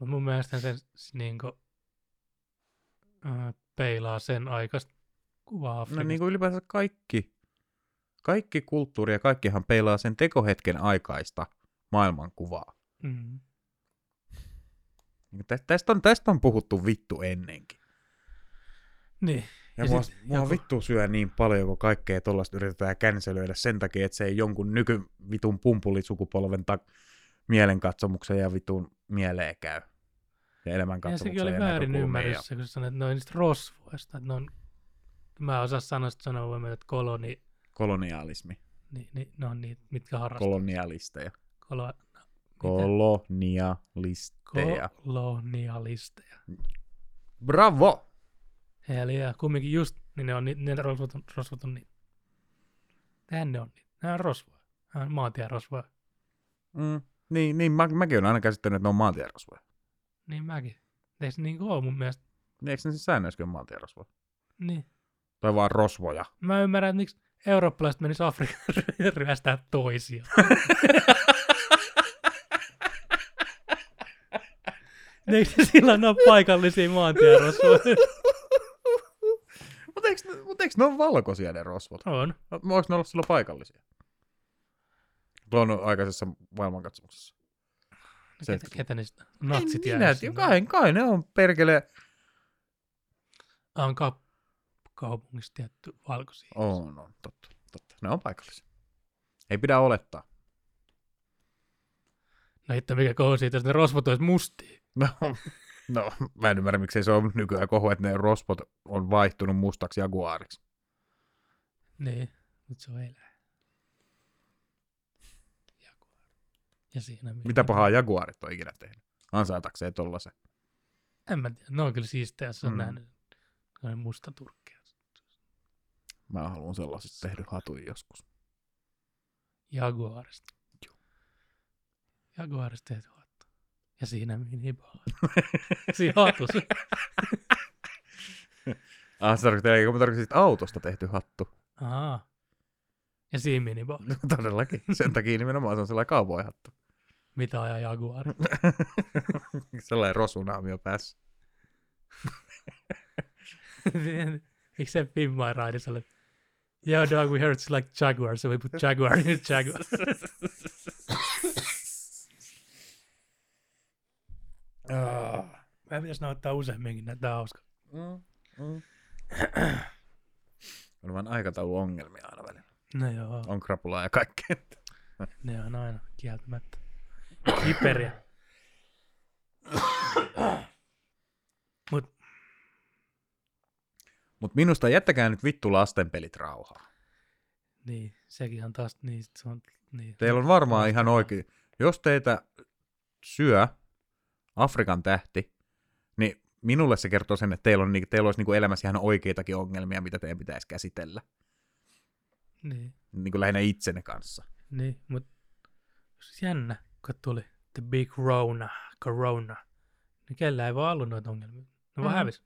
[SPEAKER 2] No mun mielestä se niin kuin, äh, peilaa sen aikaista kuvaa
[SPEAKER 1] No
[SPEAKER 2] Afrikasta.
[SPEAKER 1] niin kuin ylipäänsä kaikki, kaikki kulttuuri ja kaikkihan peilaa sen tekohetken aikaista maailmankuvaa.
[SPEAKER 2] mm.
[SPEAKER 1] Niin tä- Tästä on, tästä on puhuttu vittu ennenkin.
[SPEAKER 2] niin.
[SPEAKER 1] Ja,
[SPEAKER 2] Ja
[SPEAKER 1] ja mua,
[SPEAKER 2] sit
[SPEAKER 1] mua
[SPEAKER 2] joku-
[SPEAKER 1] vittu syö niin paljon, kun kaikkea tuollaista yritetään känselöidä sen takia, että se ei jonkun nykyvitun pumpulisukupolven tak- mielenkatsomuksen ja vitun mieleen käy. Ja
[SPEAKER 2] Ja
[SPEAKER 1] elämänkatsomuksen
[SPEAKER 2] sekin oli väärin
[SPEAKER 1] näkökulmiin
[SPEAKER 2] ymmärrys, se, kun sä sanoit, että ne on niistä rosvoista. Että ne on, mä en osaa sanoa sitä sanaa, että koloni,
[SPEAKER 1] kolonialismi.
[SPEAKER 2] niin, niin, ne on niitä, mitkä harrastaa.
[SPEAKER 1] Kolonialisteja.
[SPEAKER 2] Kolo, mitä?
[SPEAKER 1] Kolonialisteja.
[SPEAKER 2] kolonialisteja.
[SPEAKER 1] Bravo!
[SPEAKER 2] Eli ja kumminkin just, niin ne on ni- ne rosvot, on- rosvot on niitä. Tähän ne on niitä. Nämä on rosvoja. Nämä on maantierosvoja.
[SPEAKER 1] Mm. Niin, niin mä, mäkin olen aina käsittänyt, että ne on maantierosvoja.
[SPEAKER 2] Niin mäkin. Eikö se niin kuin ole mun mielestä?
[SPEAKER 1] Eikö ne siis säännöissäkin ole maantierosvoja?
[SPEAKER 2] Niin.
[SPEAKER 1] Tai vaan rosvoja.
[SPEAKER 2] Mä ymmärrän, että miksi eurooppalaiset menis Afrikaan ry- ryöstää toisia. Eikö se silloin ole paikallisia maantierosvoja?
[SPEAKER 1] Mutta eikö, ne- mut eikö ne ole valkoisia ne rosvot?
[SPEAKER 2] On.
[SPEAKER 1] Voiko ne olla silloin paikallisia? Tuon aikaisessa maailmankatsomuksessa. Se-
[SPEAKER 2] Ketä, ketä niistä natsit
[SPEAKER 1] Ei
[SPEAKER 2] jäi
[SPEAKER 1] minä,
[SPEAKER 2] sinne?
[SPEAKER 1] tiedä, kai, kai ne on perkele.
[SPEAKER 2] Ah, On kaup- kaupungissa tietty valkoisia.
[SPEAKER 1] On, on, totta, totta. Ne on paikallisia. Ei pidä olettaa.
[SPEAKER 2] No hitto, mikä kohu siitä, jos ne rosvot olisi mustia.
[SPEAKER 1] No, no, mä en ymmärrä, miksei se on nykyään kohu, että ne rosvot on vaihtunut mustaksi jaguaariksi.
[SPEAKER 2] Niin, nyt se on eläin. Jaguar. Ja siinä
[SPEAKER 1] Mitä pahaa jaguaarit on ikinä tehnyt? Ansaitakseen tollasen.
[SPEAKER 2] En mä tiedä, ne on kyllä siistejä, jos on
[SPEAKER 1] Mm.
[SPEAKER 2] mm. nähnyt ne on musta turkkia.
[SPEAKER 1] Mä haluan sellaiset tehdä hatui joskus.
[SPEAKER 2] Jaguarista. Jaguarista tehty hattu. Ja siinä mini Siinä hatus.
[SPEAKER 1] Ah, se tarkoittaa, eikö mä tarkoitin siitä autosta tehty hattu?
[SPEAKER 2] Ahaa. Ja siinä mini
[SPEAKER 1] No, todellakin. Sen takia nimenomaan se on sellainen kaupoihattu.
[SPEAKER 2] Mitä ajaa Jaguar?
[SPEAKER 1] sellainen rosunaamio päässä.
[SPEAKER 2] Eikö se Pimmaa raidissa ole? Yeah, dog, we heard it's like Jaguar, so we put Jaguar in Jaguar. Ah. jos ne ottaa useamminkin, näyttää hauska.
[SPEAKER 1] Mm, mm. on vaan aikatauluongelmia aina välillä.
[SPEAKER 2] No joo,
[SPEAKER 1] On krapulaa ja kaikkea.
[SPEAKER 2] ne on aina kieltämättä. Kiperiä. Mut
[SPEAKER 1] Mutta minusta jättäkää nyt vittu lasten pelit rauhaan.
[SPEAKER 2] niin, sekin on taas, niin sit se on, niin.
[SPEAKER 1] Teillä on varmaan ihan oikein. Jos teitä syö Afrikan tähti, niin minulle se kertoo sen, että teillä, on, niinku- teillä olisi niinku elämässä ihan oikeitakin ongelmia, mitä teidän pitäisi käsitellä.
[SPEAKER 2] Niin,
[SPEAKER 1] Niin kuin lähinnä itsenne kanssa.
[SPEAKER 2] niin, mut siis jännä, kun tuli The Big Rona, Corona, niin kellä ei vaan ollut noita ongelmia. Ne vaan
[SPEAKER 1] Mm.
[SPEAKER 2] hävis.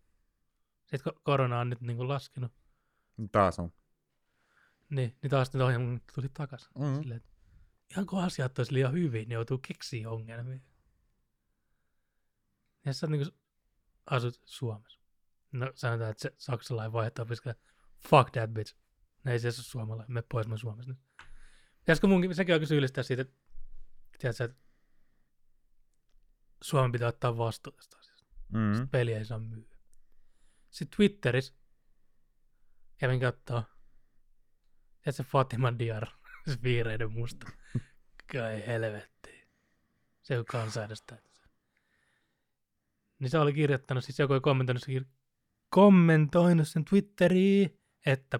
[SPEAKER 2] Sitten kun korona on nyt niinku laskenut,
[SPEAKER 1] Taas on.
[SPEAKER 2] Niin, niin taas ne ohjelmat tuli takaisin.
[SPEAKER 1] Mm.
[SPEAKER 2] Mm. Silleen, että ihan kun asiat olisi liian hyvin, niin joutuu keksiä ongelmia. Ja sä niin asut Suomessa. No sanotaan, että se saksalainen vaihtaa opiskelija, fuck that bitch. No ei se edes ole suomalainen, me pois mä Suomessa nyt. Pitäisikö munkin, sekin oikein syyllistää siitä, että, tiedätkö, että Suomen pitää ottaa vastuu tästä asiasta.
[SPEAKER 1] Mm-hmm.
[SPEAKER 2] Sitten peliä ei saa myyä. Sitten Twitterissä kävin katsoa. Ja se Fatima Diar, se viireiden musta. Kai helvetti. Se on kansanedustaja. Niin se oli kirjoittanut, siis joku oli kommentoinut, sen kir- kommentoinut sen Twitteriin, että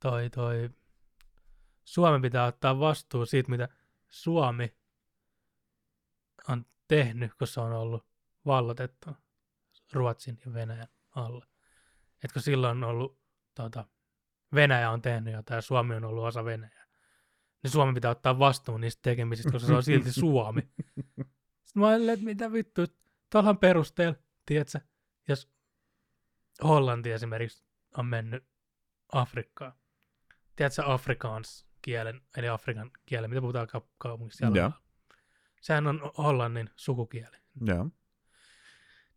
[SPEAKER 2] toi toi Suomen pitää ottaa vastuu siitä, mitä Suomi on tehnyt, kun se on ollut vallotettu Ruotsin ja Venäjän alla. Et kun silloin on ollut, tota, Venäjä on tehnyt jotain ja Suomi on ollut osa Venäjää, niin Suomi pitää ottaa vastuun niistä tekemisistä, koska se on silti Suomi. Sitten mä olin, että mitä vittu, tuollahan perusteella, tiedätkö, jos Hollanti esimerkiksi on mennyt Afrikkaan, tiedätkö afrikaans kielen, eli afrikan kielen, mitä puhutaan kaup- kaupungissa siellä,
[SPEAKER 1] Joo.
[SPEAKER 2] sehän on Hollannin sukukieli
[SPEAKER 1] Joo.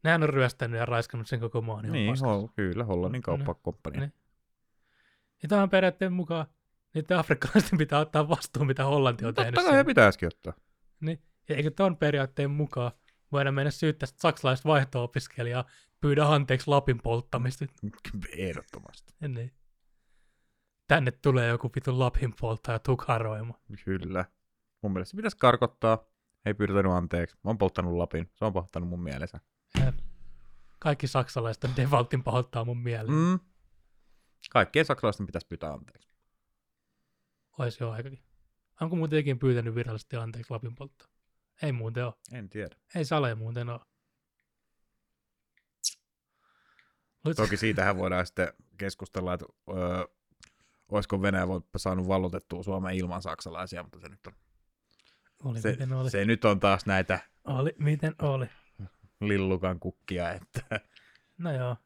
[SPEAKER 2] nehän on ryöstänyt ja raiskannut sen koko maan. ihan
[SPEAKER 1] Niin,
[SPEAKER 2] paskaksi.
[SPEAKER 1] hol, kyllä, Hollannin
[SPEAKER 2] Niin.
[SPEAKER 1] kauppakomppania.
[SPEAKER 2] Niin. Ja tämän periaatteen mukaan niiden afrikkalaisten pitää ottaa vastuu, mitä Hollanti on tehnyt.
[SPEAKER 1] Totta kai he
[SPEAKER 2] siellä.
[SPEAKER 1] pitäisikin ottaa.
[SPEAKER 2] Niin. Ja eikö ton periaatteen mukaan voida mennä syyttää sitä saksalaista vaihto-opiskelijaa, pyydä anteeksi Lapin polttamista.
[SPEAKER 1] Ehdottomasti.
[SPEAKER 2] Niin. Tänne tulee joku vitu Lapin polttaja tukaroima.
[SPEAKER 1] Kyllä. Mun mielestä se pitäisi karkottaa. Ei pyytänyt anteeksi. Mä oon polttanut Lapin. Se on pahtanut mun mielensä.
[SPEAKER 2] Kaikki saksalaiset on devaltin pahoittaa mun mieleen. Mm.
[SPEAKER 1] Mm. Kaikkien saksalaisten pitäisi pyytää anteeksi.
[SPEAKER 2] Ois jo aikakin. Onko muutenkin pyytänyt virallisesti anteeksi Lapin polttaa? Ei muuten ole.
[SPEAKER 1] En tiedä.
[SPEAKER 2] Ei sale muuten ole. Luit,
[SPEAKER 1] Toki siitähän voidaan sitten keskustella, että öö, olisiko Venäjä voi saanut vallotettua Suomen ilman saksalaisia, mutta se nyt on,
[SPEAKER 2] oli,
[SPEAKER 1] se,
[SPEAKER 2] miten oli.
[SPEAKER 1] se nyt on taas näitä
[SPEAKER 2] oli, miten oli.
[SPEAKER 1] lillukan kukkia, että
[SPEAKER 2] No joo,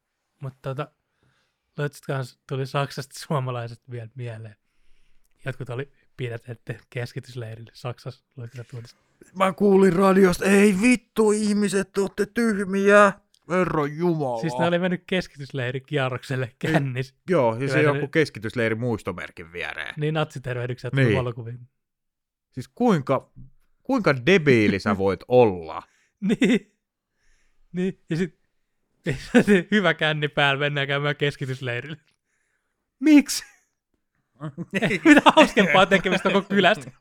[SPEAKER 2] mutta tota, luitsit kans tuli Saksasta suomalaiset vielä mieleen. Jotkut oli pidätetty keskitysleirille Saksassa. tuota? Luitko tätä uutista?
[SPEAKER 1] Mä kuulin radiosta, ei vittu ihmiset, te ootte tyhmiä. Herra Jumala.
[SPEAKER 2] Siis ne oli mennyt keskitysleirikierrokselle kännis,
[SPEAKER 1] Joo, ja se
[SPEAKER 2] Kyllä se-
[SPEAKER 1] joku keskitysleiri muistomerkin viereen.
[SPEAKER 2] niin natsitervehdyksiä tuli
[SPEAKER 1] Niin.
[SPEAKER 2] niin. valokuviin.
[SPEAKER 1] Siis kuinka, kuinka debiili sä voit olla?
[SPEAKER 2] Niin. niin. Ja sit hyvä känni päällä, mennään käymään keskitysleirille. Miksi? Mitä hauskempaa tekemistä koko kylästä.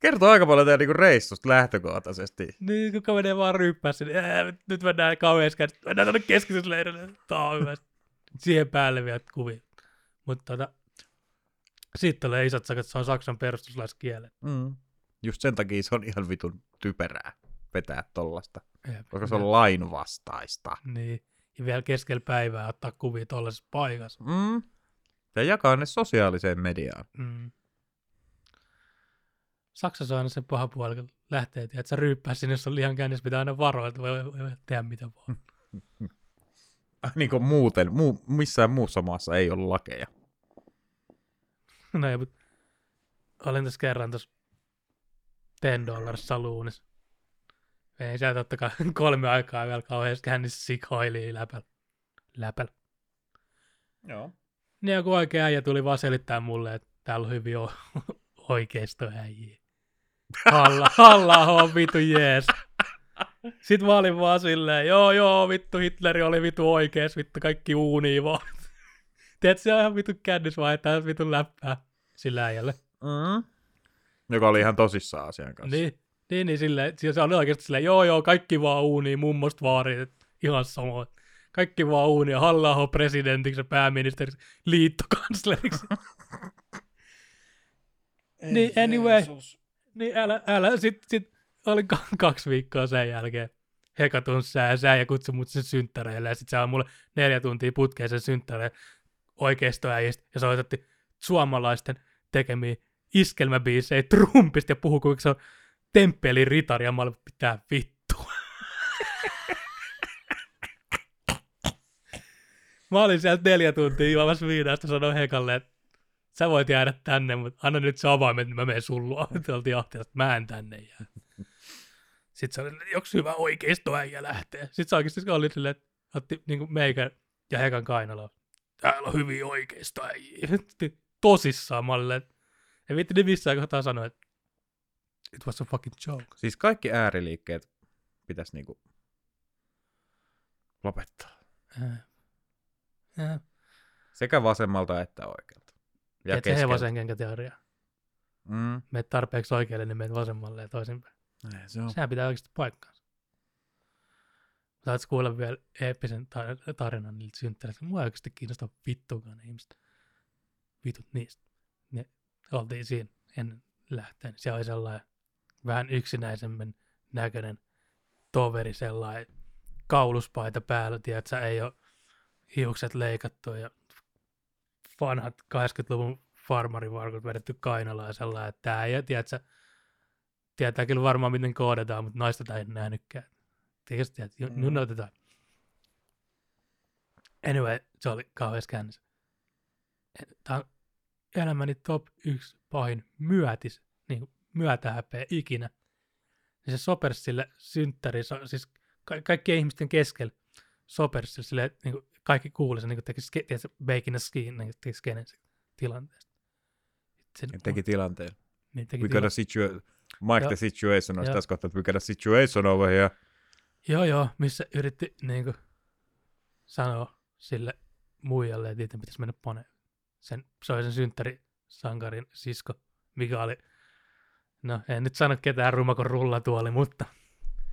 [SPEAKER 1] Kertoo aika paljon teidän niinku reissusta lähtökohtaisesti.
[SPEAKER 2] Niin, kuka menee vaan ryppää sinne. Ää, nyt- Nyt mennään kauhean kädet. Mennään tänne keskitysleirille. Tää on hyvä. Siihen päälle vielä kuvia. Mutta tota, sitten tulee isot sakat, se on Saksan perustuslaiskielen.
[SPEAKER 1] Mm. Just sen takia se on ihan vitun typerää vetää tollasta,
[SPEAKER 2] Jep.
[SPEAKER 1] koska se on lain vastaista.
[SPEAKER 2] Niin. Ja vielä keskellä päivää ottaa kuvia tollaisessa paikassa.
[SPEAKER 1] Mm. Ja jakaa ne sosiaaliseen mediaan.
[SPEAKER 2] Mm. Saksassa on aina se paha puoli, kun lähtee, että sä ryyppää sinne, jos on liian käynnissä, pitää aina varoa, että voi, voi, voi tehdä mitä vaan.
[SPEAKER 1] Äh, Niin kuin muuten, muu, missään muussa maassa ei ole lakeja.
[SPEAKER 2] No ei, mutta olin tässä kerran tuossa 10 dollar saluunissa. Ei siellä totta kai kolme aikaa vielä kauheasti kännissä sikaili läpäl. läpäl.
[SPEAKER 1] Joo.
[SPEAKER 2] Niin joku oikea äijä tuli vaan selittää mulle, että täällä on hyvin o- oikeistoäjiä. Halla, halla on vitu jees. Sitten mä olin vaan silleen, joo joo, vittu Hitleri oli vittu oikees, vittu kaikki uunii vaan. Tiedätkö, se on ihan vittu kännys vaan, että vittu läppää sillä äijälle.
[SPEAKER 1] Mm. Joka oli ihan tosissaan asian kanssa.
[SPEAKER 2] Niin, niin, niin silleen, siis se on oikeasti silleen, joo joo, kaikki vaan uuniin, mummosta vaariin, et ihan sama. Kaikki vaan uuniin, halla presidentiksi, ja pääministeriksi, liittokansleriksi. Niin, anyway. niin älä, älä, sit, sit oli ka- kaksi viikkoa sen jälkeen. Heka tunsi sää, sää ja kutsui mut sen synttäreille, ja sit se on mulle neljä tuntia putkeen sen synttäreen oikeistoäijistä, ja soitatti suomalaisten tekemiä iskelmäbiisejä Trumpista ja puhuu, kuinka se on temppelin ritari, ja mä olin, pitää vittua. mä olin sieltä neljä tuntia juomassa viinasta, sanoin Hekalle, että sä voit jäädä tänne, mutta anna nyt se avaimet, niin mä menen sun luo. Sitten oltiin ahtiasta, että mä en tänne jää. Sitten se oli, onko hyvä oikeisto äijä lähtee. Sitten se oikeasti oli silleen, että otti niin kuin meikän ja Hekan kainaloon. Täällä on hyviä oikeisto äijä. Sitten Tosissaan mä olin, silleen, että en viitti ne missään kohtaa sanoa, että it was a fucking joke.
[SPEAKER 1] Siis kaikki ääriliikkeet pitäisi niinku lopettaa.
[SPEAKER 2] Äh. Äh.
[SPEAKER 1] Sekä vasemmalta että oikealta. Ja
[SPEAKER 2] Tiedätkö
[SPEAKER 1] keskeltä.
[SPEAKER 2] hevosen kenkäteoria?
[SPEAKER 1] Mm.
[SPEAKER 2] Meet tarpeeksi oikealle, niin meet vasemmalle ja toisinpäin.
[SPEAKER 1] Näin se on.
[SPEAKER 2] Sehän pitää oikeasti paikkaansa. Saat kuulla vielä eeppisen tar- tarinan niiltä synttäreiltä. Mua ei oikeasti kiinnostaa vittuakaan ne ihmiset. Vitut niistä. Ne oltiin siinä ennen lähtöä. niin Se oli sellainen vähän yksinäisemmän näköinen toveri sellainen kauluspaita päällä, tiedätkö, ei ole hiukset leikattu ja vanhat 80-luvun farmarivarkut vedetty kainalaan ja sellainen, että tämä ei, tiedätkö, tietää kyllä varmaan, miten koodataan, mutta naista tämä ei nähnytkään. Tiedätkö, tiedät, mm.
[SPEAKER 1] Mm.
[SPEAKER 2] nyt otetaan. Anyway, se oli kauheassa kännissä. Tämä on elämäni top 1 pahin myötis, niin kuin myötähäpeä ikinä. Niin se sopers sille synttäri, siis ka- kaikkien ihmisten keskellä sopers sille, silleen, että niin kuin kaikki kuuli sen, niin kuin teki, ske- tiedätkö, baking the ski, niin kuin teki skenen tilanteesta. Sen,
[SPEAKER 1] Ne teki tilanteen.
[SPEAKER 2] niin teki
[SPEAKER 1] We got
[SPEAKER 2] tilan-
[SPEAKER 1] a situa- Mike
[SPEAKER 2] Joo.
[SPEAKER 1] the situation olisi
[SPEAKER 2] Joo.
[SPEAKER 1] tässä kohtaa, että we got a situation over here.
[SPEAKER 2] Joo, joo, missä yritti niin kuin, sanoa sille muijalle, että niitä pitäisi mennä pane. Sen, se oli sen synttäri sankarin sisko, mikä oli, no en nyt sano ketään rumakon rullatuoli, mutta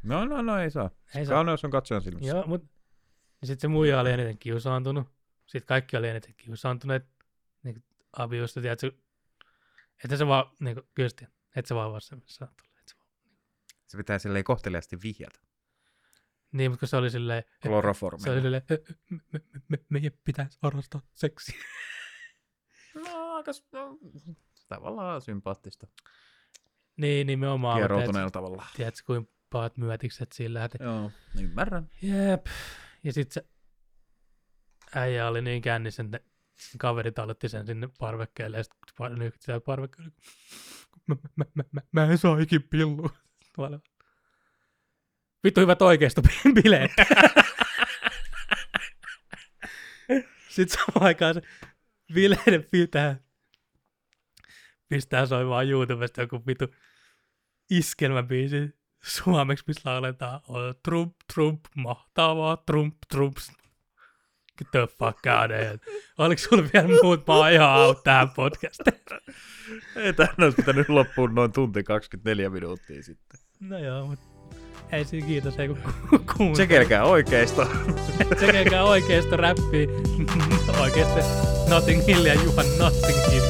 [SPEAKER 1] No, no, no, ei saa.
[SPEAKER 2] ei saa.
[SPEAKER 1] Kauneus on katsojan silmissä.
[SPEAKER 2] Joo, mut ja sitten se muija oli eniten kiusaantunut. Sitten kaikki oli eniten kiusaantuneet niin aviusta, tiedätkö, että se vaan, niin kuin, kyllä, sitä, että se vaan vasemmissa tulee. et se vaan-
[SPEAKER 1] Se pitää silleen kohteliaasti vihjata.
[SPEAKER 2] Niin, mutta kun se oli silleen, että-
[SPEAKER 1] Kloroformi.
[SPEAKER 2] Se oli silleen, me, me, me, meidän pitäisi harrastaa seksiä.
[SPEAKER 1] No, kas, no, tavallaan sympaattista.
[SPEAKER 2] Niin, nimenomaan. mutta
[SPEAKER 1] Kieroutuneella tavalla.
[SPEAKER 2] tiedät- Tiedätkö, kuin paat myötikset sillä, että
[SPEAKER 1] Joo, ymmärrän.
[SPEAKER 2] jep. Ja sit se äijä oli niin kännissä, että sen kaveri talletti sen sinne parvekkeelle ja sit par- nyhti siellä parvekkeelle. Mä, mä, mä, mä, mä en saa ikin pillua. Tuolla. Vittu hyvät oikeista bileet. Sitten samaan aikaan se bileiden pitää pistää soimaan YouTubesta joku vitu iskelmäbiisi suomeksi, missä lauletaan on Trump, Trump, mahtavaa, Trump, Trump. Get the fuck out of here. Oliko sulla vielä muut? Mä oon ihan out tähän podcastiin.
[SPEAKER 1] Ei tämän olisi pitänyt loppuun noin tunti 24 minuuttia sitten.
[SPEAKER 2] No joo, mutta ei siinä kiitos, ei kun ku- kuuntelit.
[SPEAKER 1] Tsekelkää oikeista.
[SPEAKER 2] Tsekekää oikeasta räppiä. Oikeasti Nothing Hill ja Juhan Nothing Hill.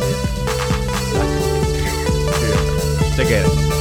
[SPEAKER 1] Tsekelkää.